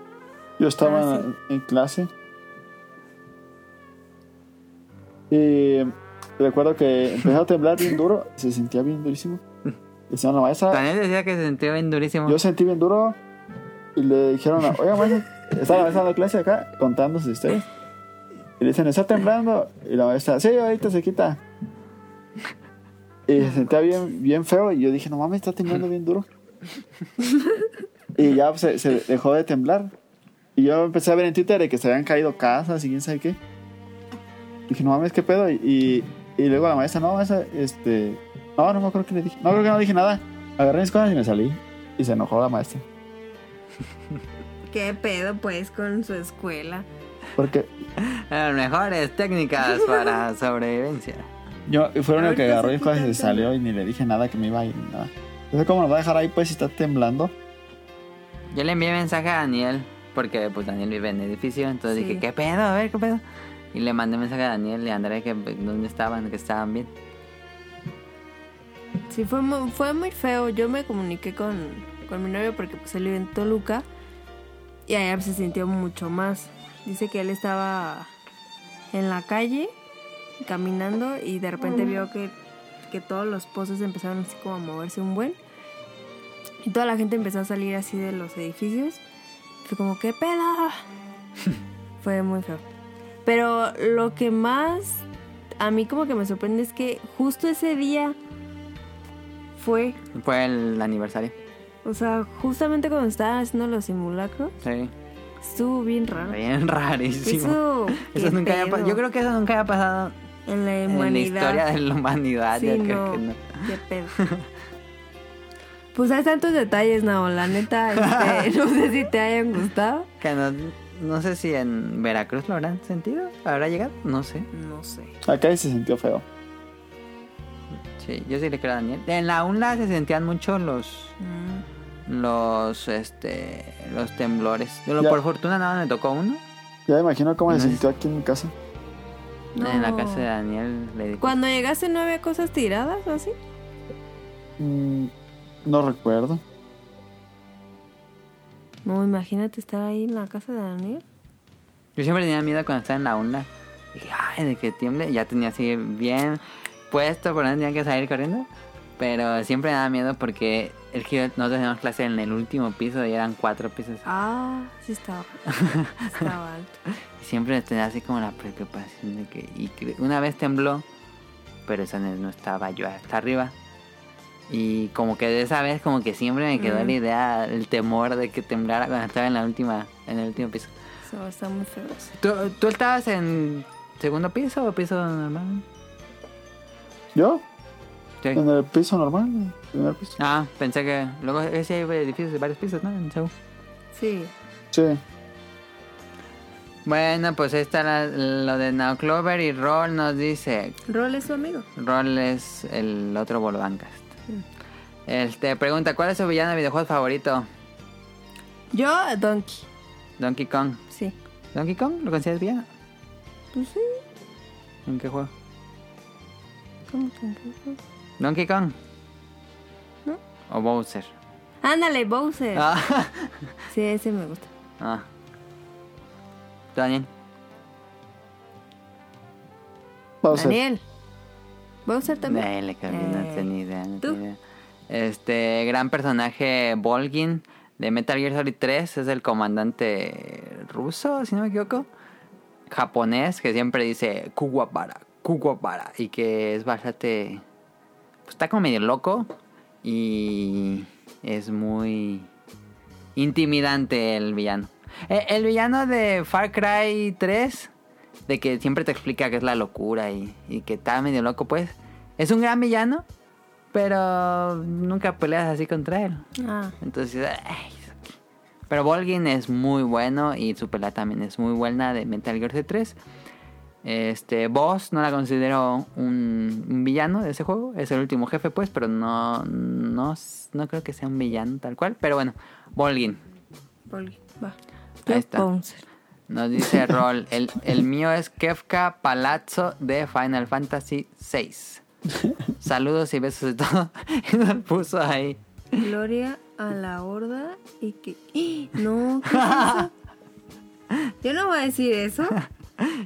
Yo estaba
Ah,
en- en clase. Y recuerdo que empezó a temblar bien duro. Se sentía bien durísimo. Decían a la maestra.
Daniel decía que se sentía bien durísimo.
Yo sentí bien duro. Y le dijeron, a- oiga, maestra, estaba la maestra dando clase acá, contando sus historias. Y le dicen, está temblando. Y la maestra, sí, ahorita se quita. Y se sentía bien, bien feo. Y yo dije, no mames, está temblando bien duro. Y ya pues, se, se dejó de temblar. Y yo empecé a ver en Twitter de que se habían caído casas y quién sabe qué. Dije, no mames, qué pedo. Y, y luego la maestra, no, maestra, este. No, no me acuerdo que le dije. No creo que no dije nada. Agarré mis cosas y me salí. Y se enojó la maestra.
¿Qué pedo, pues, con su escuela?
Porque
Las mejores técnicas para sobrevivencia.
yo fue el único
Ahorita
que agarró
sí
mis cosas y se
quítate.
salió y ni le dije nada que me iba a ir ni nada. Entonces, ¿cómo nos va a dejar ahí pues si está temblando?
Yo le envié mensaje a Daniel, porque pues Daniel vive en el edificio, entonces
Sí.
dije, ¿qué pedo? A ver, ¿qué pedo? Y le mandé mensaje a Daniel y a André que pues, dónde estaban, que estaban bien.
Sí, fue muy, fue muy feo. Yo me comuniqué con, con mi novio porque pues, él vive en Toluca y allá se sintió mucho más. Dice que él estaba en la calle caminando y de repente vio que, que todos los pozos empezaron así como a moverse un buen y toda la gente empezó a salir así de los edificios. Fue como, ¿qué pedo? fue muy feo. Pero lo que más a mí como que me sorprende es que justo ese día fue,
Fue el aniversario.
o sea, justamente cuando estaban haciendo los simulacros,
Sí.
estuvo bien raro.
Bien rarísimo.
Eso,
Eso nunca había pa- Yo creo que eso nunca había pasado
que en la
en la
humanidad.
historia de la humanidad.
Sí,
yo creo
no.
que no.
Qué pedo. Pues hay tantos detalles, Nao, la neta, este, no sé si te hayan gustado.
Que no, no sé si en Veracruz lo habrán sentido, habrá llegado, no sé.
No sé.
Acá ahí se sintió feo.
Sí, yo sí le creo a Daniel. En la UNLA se sentían mucho los
Mm.
los este los temblores. Pero
Ya.
por fortuna nada más me tocó uno.
Ya me imagino cómo se
No es-
sintió aquí en mi casa.
En la
No.
casa de Daniel le dije.
Cuando llegaste no había cosas tiradas o así.
Mm, no recuerdo.
No, imagínate estar ahí en la casa de Daniel.
Yo siempre tenía miedo cuando estaba en la UNLA. Dije, ay, de que tiemble. Ya tenía así bien puesto, por donde tenía que salir corriendo. Pero siempre me daba miedo porque el giro, nosotros teníamos clase en el último piso y eran cuatro pisos.
Ah, sí estaba. estaba alto.
Siempre tenía así como la preocupación de que... Y que una vez tembló, pero esa vez no estaba yo hasta arriba. Y como que de esa vez como que siempre me quedó
Mm.
la idea, el temor de que temblara cuando estaba en la última, en el último piso.
Eso está muy feo.
¿Tú, tú estabas en segundo piso o piso normal?
¿Yo?
Sí.
En el piso normal, en el primer piso.
Ah, pensé que luego ese hay edificios de varios pisos, ¿no? En Seúl.
Sí.
Sí.
Bueno, pues ahí está la- lo de Now Clover y Roll nos dice,
Rol es su amigo.
Roll es el otro Bolbancast. Este pregunta, ¿cuál es su villano de videojuegos favorito?
Yo, Donkey.
Donkey Kong.
Sí.
¿Donkey Kong lo consideras villano?
Pues sí.
¿En qué juego?
¿Cómo que no?
¿Donkey Kong?
No. Eh.
¿O Bowser?
Ándale, Bowser.
Ah,
Sí, ese me gusta.
ah. ¿Tú, Daniel.
Bowser.
Daniel. Bowser también.
Ay, le cambié, no
Eh,
tenía ni idea, no
¿tú?
tenía idea. Este gran personaje Volgin de Metal Gear Solid 3 es el comandante ruso, si no me equivoco, japonés que siempre dice Kuwabara, Kuwabara y que es bastante pues está como medio loco y es muy intimidante el villano. Eh, El, villano de Far Cry 3, de que siempre te explica que es la locura y, y que está medio loco, pues, es un gran villano, pero nunca peleas así contra él.
Ah,
Entonces, ay, es ok. pero Volgin es muy bueno y su pelea también es muy buena de Metal Gear Solid 3. Este, Boss no la considero un, un villano de ese juego, es el último jefe pues, pero no, no, s- no creo que sea un villano tal cual, pero bueno, Volgin.
Polly. Va.
Ahí
Yo,
está.
Bowser.
Nos dice Roll, el, el mío es Kefka Palazzo de Final Fantasy VI. Saludos y besos de todo. Y nos puso ahí.
Gloria a la horda y que... ¡Ah! No, ¿qué es eso? Yo no voy a decir eso.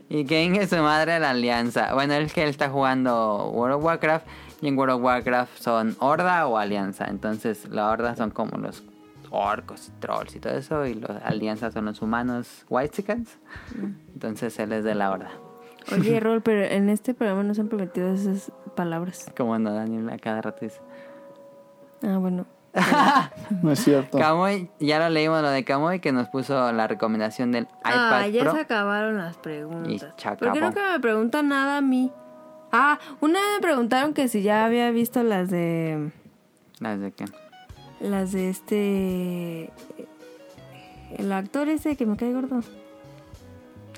Y King es su madre la alianza. Bueno, es que él está jugando World of Warcraft. Y en World of Warcraft son horda o alianza. Entonces, la horda son como los orcos, trolls y todo eso. Y los alianzas son los humanos white
Mm.
Entonces, él es de la horda.
Oye, Rol, pero en este programa nos han prometido esas palabras.
Como no, Daniel a cada rato dice.
Ah, bueno.
No es
Oh.
cierto.
Kamui, ya lo leímos lo de Kamui que nos puso la recomendación del iPad
ah, ya
Pro.
se acabaron las
Y
preguntas.
se
Porque
acabó.
nunca me preguntan nada a mí. Ah, una vez me preguntaron que si ya había visto las de...
Las de qué?
Las de este... El actor ese que me cae gordo.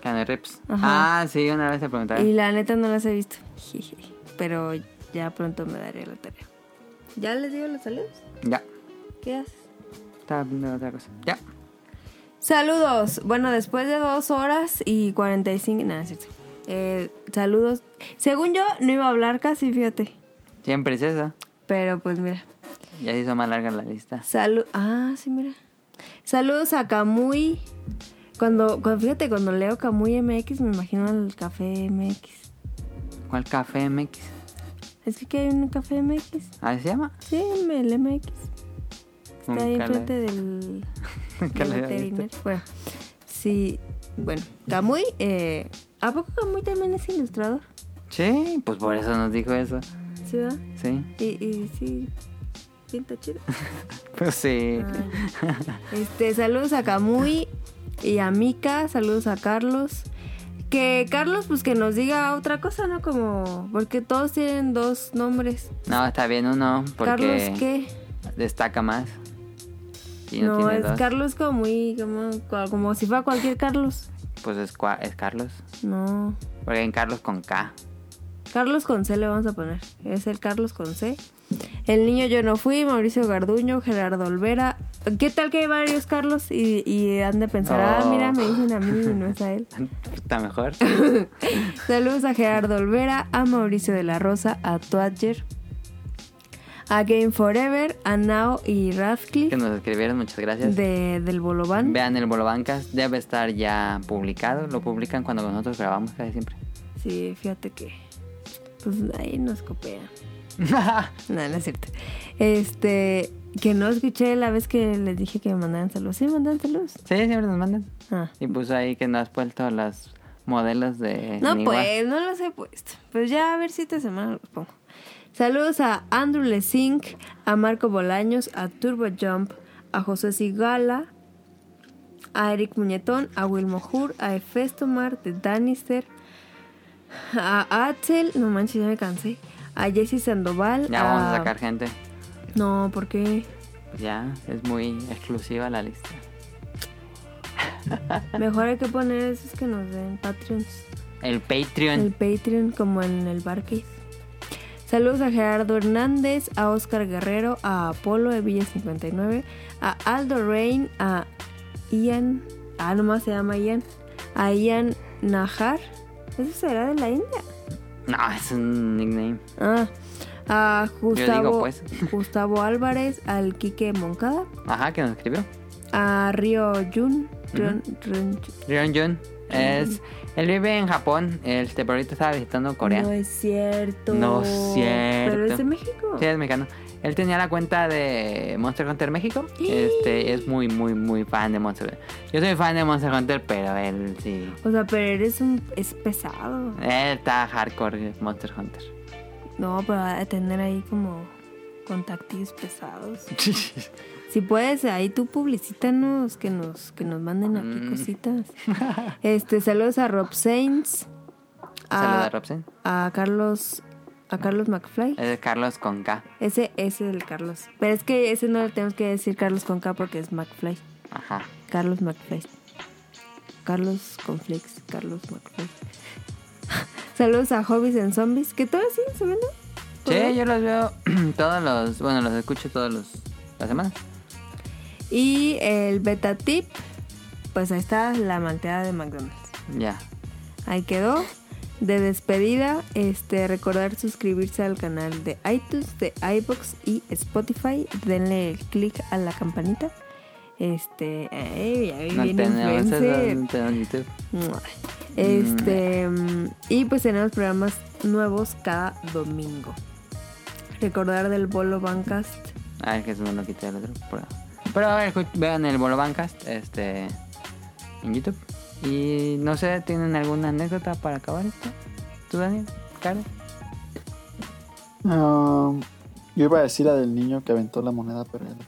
Keanu Reeves.
Ajá.
Ah, sí, una vez te preguntaron.
Y la neta no las he visto. Jeje. Pero ya pronto me daré la tarea. ¿Ya les digo los saludos?
Ya,
¿Qué haces?
estaba viendo otra cosa. Ya.
Saludos. Bueno, después de dos horas y 45... Nada, es cierto. Eh, saludos. Según yo, no iba a hablar casi, fíjate.
Siempre es eso.
Pero pues mira.
Ya se hizo más larga la lista.
Salud. Ah, sí, mira. Saludos a Kamui. Cuando, cuando- fíjate, cuando leo Kamui MX me imagino al café MX.
¿Cuál café MX?
Es que aquí hay un café MX.
¿Ah, se llama?
Sí, el MX. Está ahí
Nunca lo-
enfrente del,
nunca
del
lo había
veterinario.
visto.
Bueno, sí. Bueno, Kamui, eh, ¿a poco Kamui también es ilustrador?
Sí, pues por eso nos dijo eso.
¿Sí, verdad?
Sí,
Y, y sí, pinta chido.
pues sí.
Ah. Este, saludos a Kamui y a Mika, saludos a Carlos. Que Carlos, pues que nos diga otra cosa, ¿no? Como, porque todos tienen dos nombres.
No, está bien uno porque
Carlos, ¿qué?
destaca más. Y no,
No,
tiene
es
dos.
Carlos como muy, como, como si fuera cualquier Carlos.
Pues es, cua- es Carlos.
No.
Porque hay en Carlos con K.
Carlos con C le vamos a poner. Es el Carlos con C. El niño yo no fui, Mauricio Garduño, Gerardo Olvera. ¿Qué tal que hay varios Carlos? Y, y han de pensar, ah,
Oh.
mira, me dicen a mí y no es a él.
Está mejor.
Saludos a Gerardo Olvera, a Mauricio de la Rosa, a Toadger, a Game Forever, a Nao y
que
Radcliffe
nos escribieron, muchas gracias.
de, del Bolobán.
Vean el Bolobancas, debe estar ya publicado. Lo publican cuando nosotros grabamos casi siempre.
Sí, fíjate que. Pues ahí nos copian. No, no es cierto. Este. Que no escuché la vez que les dije que me mandaran saludos. Sí, me mandaron saludos.
sí, siempre nos mandan.
Ah.
Y puso ahí que no has puesto los modelos de.
No,
Niwa.
pues, no los he puesto. Pues ya a ver si esta semana los pongo. Saludos a Andrew Lesink, a Marco Bolaños, a Turbo Jump, a José Sigala, a Eric Muñetón, a Wilmo Hur, a Hefesto Mar de Danister, a Axel, no manches, ya me cansé, a Jesse Sandoval.
Ya vamos a sacar gente. Pues
No, ¿por qué?
Ya, es muy exclusiva la lista.
Mejor hay que poner esos que nos den Patreons.
El Patreon.
El Patreon como en el Barcase. Saludos a Gerardo Hernández, a Oscar Guerrero, a Apolo de Villa 59, a Aldo Rain, a Ian, ah, nomás se llama Ian, a Ian Najar, ¿eso será de la India?
No, es un nickname.
Ah, a Gustavo,
pues.
Gustavo Álvarez, al Quique Moncada,
Ajá, que nos escribió.
a Río Jun, Río- Río-
Rion Jun. Es, él vive en Japón, este, pero ahorita estaba visitando Corea.
No es cierto.
No es cierto.
Pero es de México.
Sí, es mexicano. Él tenía la cuenta de Monster Hunter México. Este es muy, muy, muy fan de Monster Hunter. Yo soy fan de Monster Hunter, pero él sí.
O sea, pero eres un... es pesado.
Él está hardcore Monster Hunter.
No, pero ha de tener ahí como contactillos pesados. Si puedes, ahí tú publicítanos, que nos, que nos manden aquí
Mm.
cositas. Este, saludos a Rob Sainz, a,
Saluda a Eh. Robson.
a Carlos, a Carlos McFly.
Es Carlos con K.
Ese, ese es el Carlos. Pero es que ese no le tenemos que decir Carlos con K porque es McFly.
Ajá.
Carlos McFly. Carlos con Flex, Carlos McFly. saludos a Hobbies and Zombies, que todo así se ven, ¿no?
Sí, yo los veo todos los. Bueno, los escucho todos los. La semana.
Y el beta tip, pues ahí está la malteada de McDonald's.
Ya.
Ahí quedó. De despedida, este, recordar suscribirse al canal de iTunes, de iBox y Spotify. Denle click a la campanita. Este, ey, ya vi
No
bien
tenemos eso,
influencer.
no tenemos YouTube.
Mua. Este, mm, y pues tenemos programas nuevos cada domingo. Recordar del Bolo Bancast.
Ah, es que eso no lo quité el otro. Pero, pero a ver, escu- vean el Bolo Bancast este, en YouTube. Y no sé, ¿tienen alguna anécdota para acabar esto? ¿Tú, Daniel? ¿Karen?
Um, yo iba a decir la del niño que aventó la moneda, pero ya no.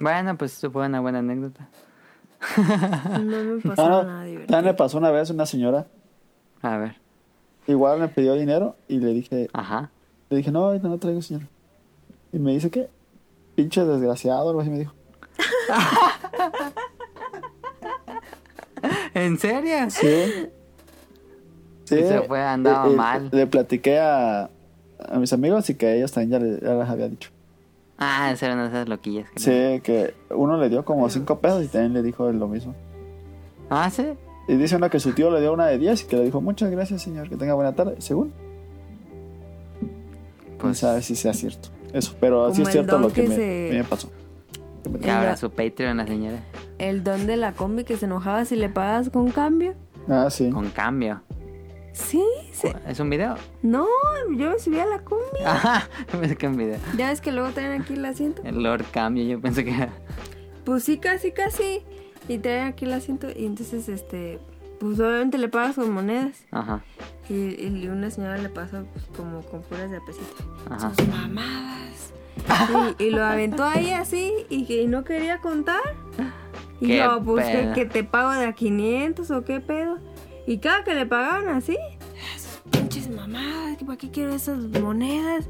Bueno, pues eso fue una buena anécdota.
No me pasó
Ah,
nada
no,
divertido.
también me pasó una vez una señora,
A ver,
igual me pidió dinero y le dije,
ajá.
le dije, no, ahorita no traigo, señora. Y me dice que, pinche desgraciado, algo así me dijo.
¿En serio?
Sí. Sí.
Y se fue, andaba
Y- y
mal.
Le platiqué a, a mis amigos y que ellos también ya, le- ya les había dicho.
Ah, en serio, no esas loquillas. que-
Sí, que uno le dio como cinco pesos y también le dijo lo mismo.
Ah, sí.
Y dice una que su tío le dio una de 10 y que le dijo, muchas gracias, señor, que tenga buena tarde. Según, no
Pues
sabe si sea cierto. Eso, pero sí
Como
es
el
cierto
don
lo que,
que
me,
se-
me pasó.
que habrá su Patreon, la señora.
El don de la combi que se enojaba si le pagabas con cambio.
Ah, sí.
Con cambio.
Sí, se-
¿Es un video?
no, yo me subí a la combi.
Ajá, pensé que un video.
Ya ves que luego traen aquí el asiento.
El Lord Cambio, yo pensé que era.
Pues sí, casi, casi. Y traen aquí el asiento. Y entonces, este, pues obviamente le pagas con monedas.
Ajá,
Y, y una señora le pasó pues, como con puras de a pesito.
ajá.
Sus mamadas. Y, y lo aventó ahí así y que no quería contar. Y
Qué
yo, pues que,
pedo.
que te pago de a 500 o qué pedo. Y cada que le pagaban así, "Esas pinches mamadas, que ¿para qué quiero esas monedas?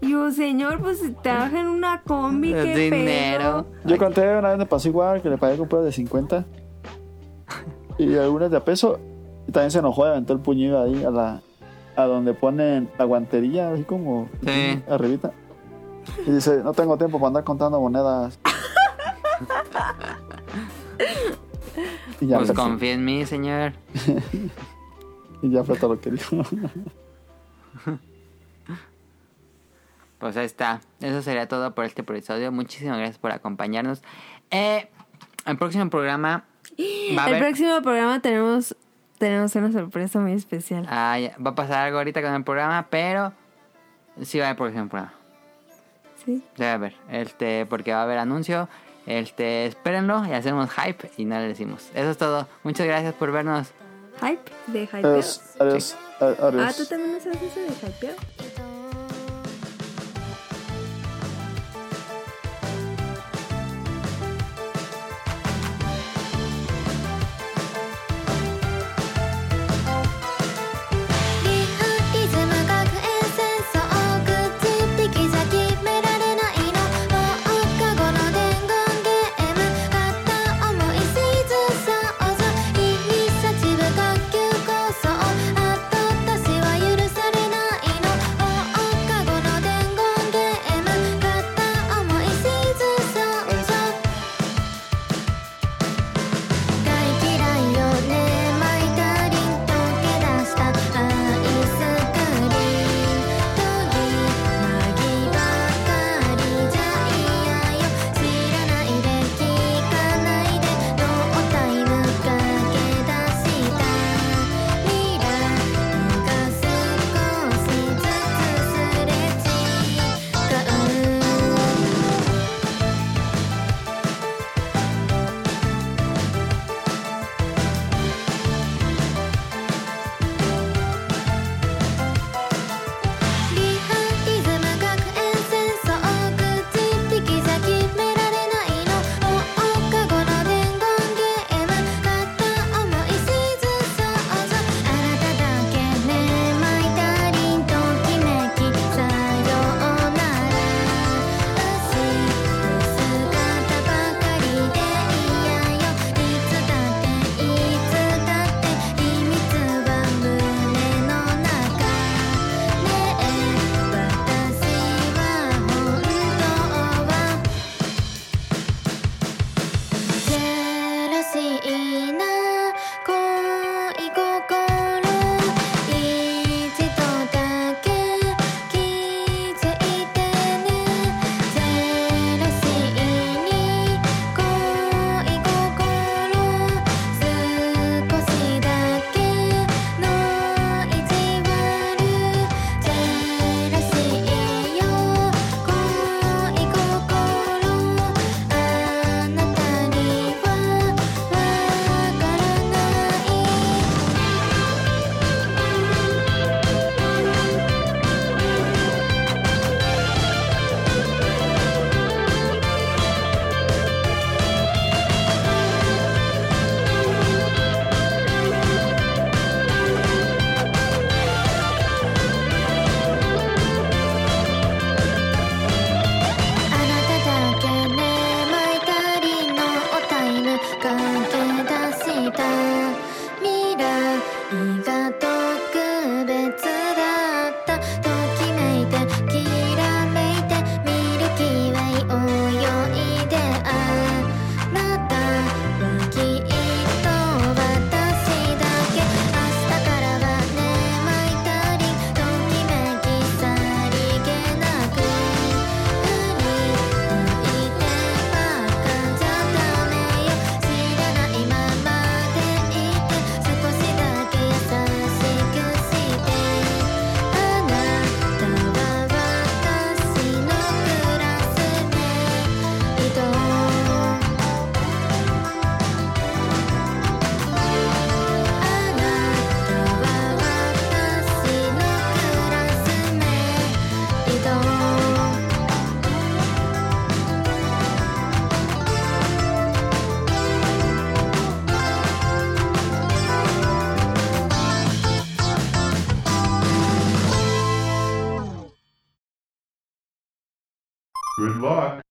Y yo, señor, pues si trabaja en una combi,
Es
qué
dinero.
pedo.
Yo conté una vez me pasó igual, que le pagué con pruebas de 50 y algunas de a peso. Y también se enojó y aventó el puñido ahí a la a donde ponen la guantería, así como
Sí.
arribita. Y dice, no tengo tiempo para andar contando monedas. y, ya
Pues
fue,
confía en mí, señor.
y ya fue todo lo que dijo.
Pues ahí está. Eso sería todo por este episodio. Muchísimas gracias por acompañarnos. Eh, el próximo programa va a,
El
haber-
próximo programa tenemos, tenemos una sorpresa muy especial.
Ah, ya. va a pasar algo ahorita con el programa, pero sí va a haber próximo programa.
Sí.
Sí va a haber. Este, porque va a haber anuncio. Este, espérenlo y hacemos hype y no le decimos. Eso es todo. Muchas gracias por vernos.
Hype de hype.
adiós, adiós, a- adiós.
Ah, tú también nos haces eso de hypeado.
「リアリズム学園戦争」「口引きじゃ決められないの」「放課後の伝言ゲーム」「片思いシーズン想像」「イニシアチブ卓球構想」「あと私は許されないの」「
Good luck.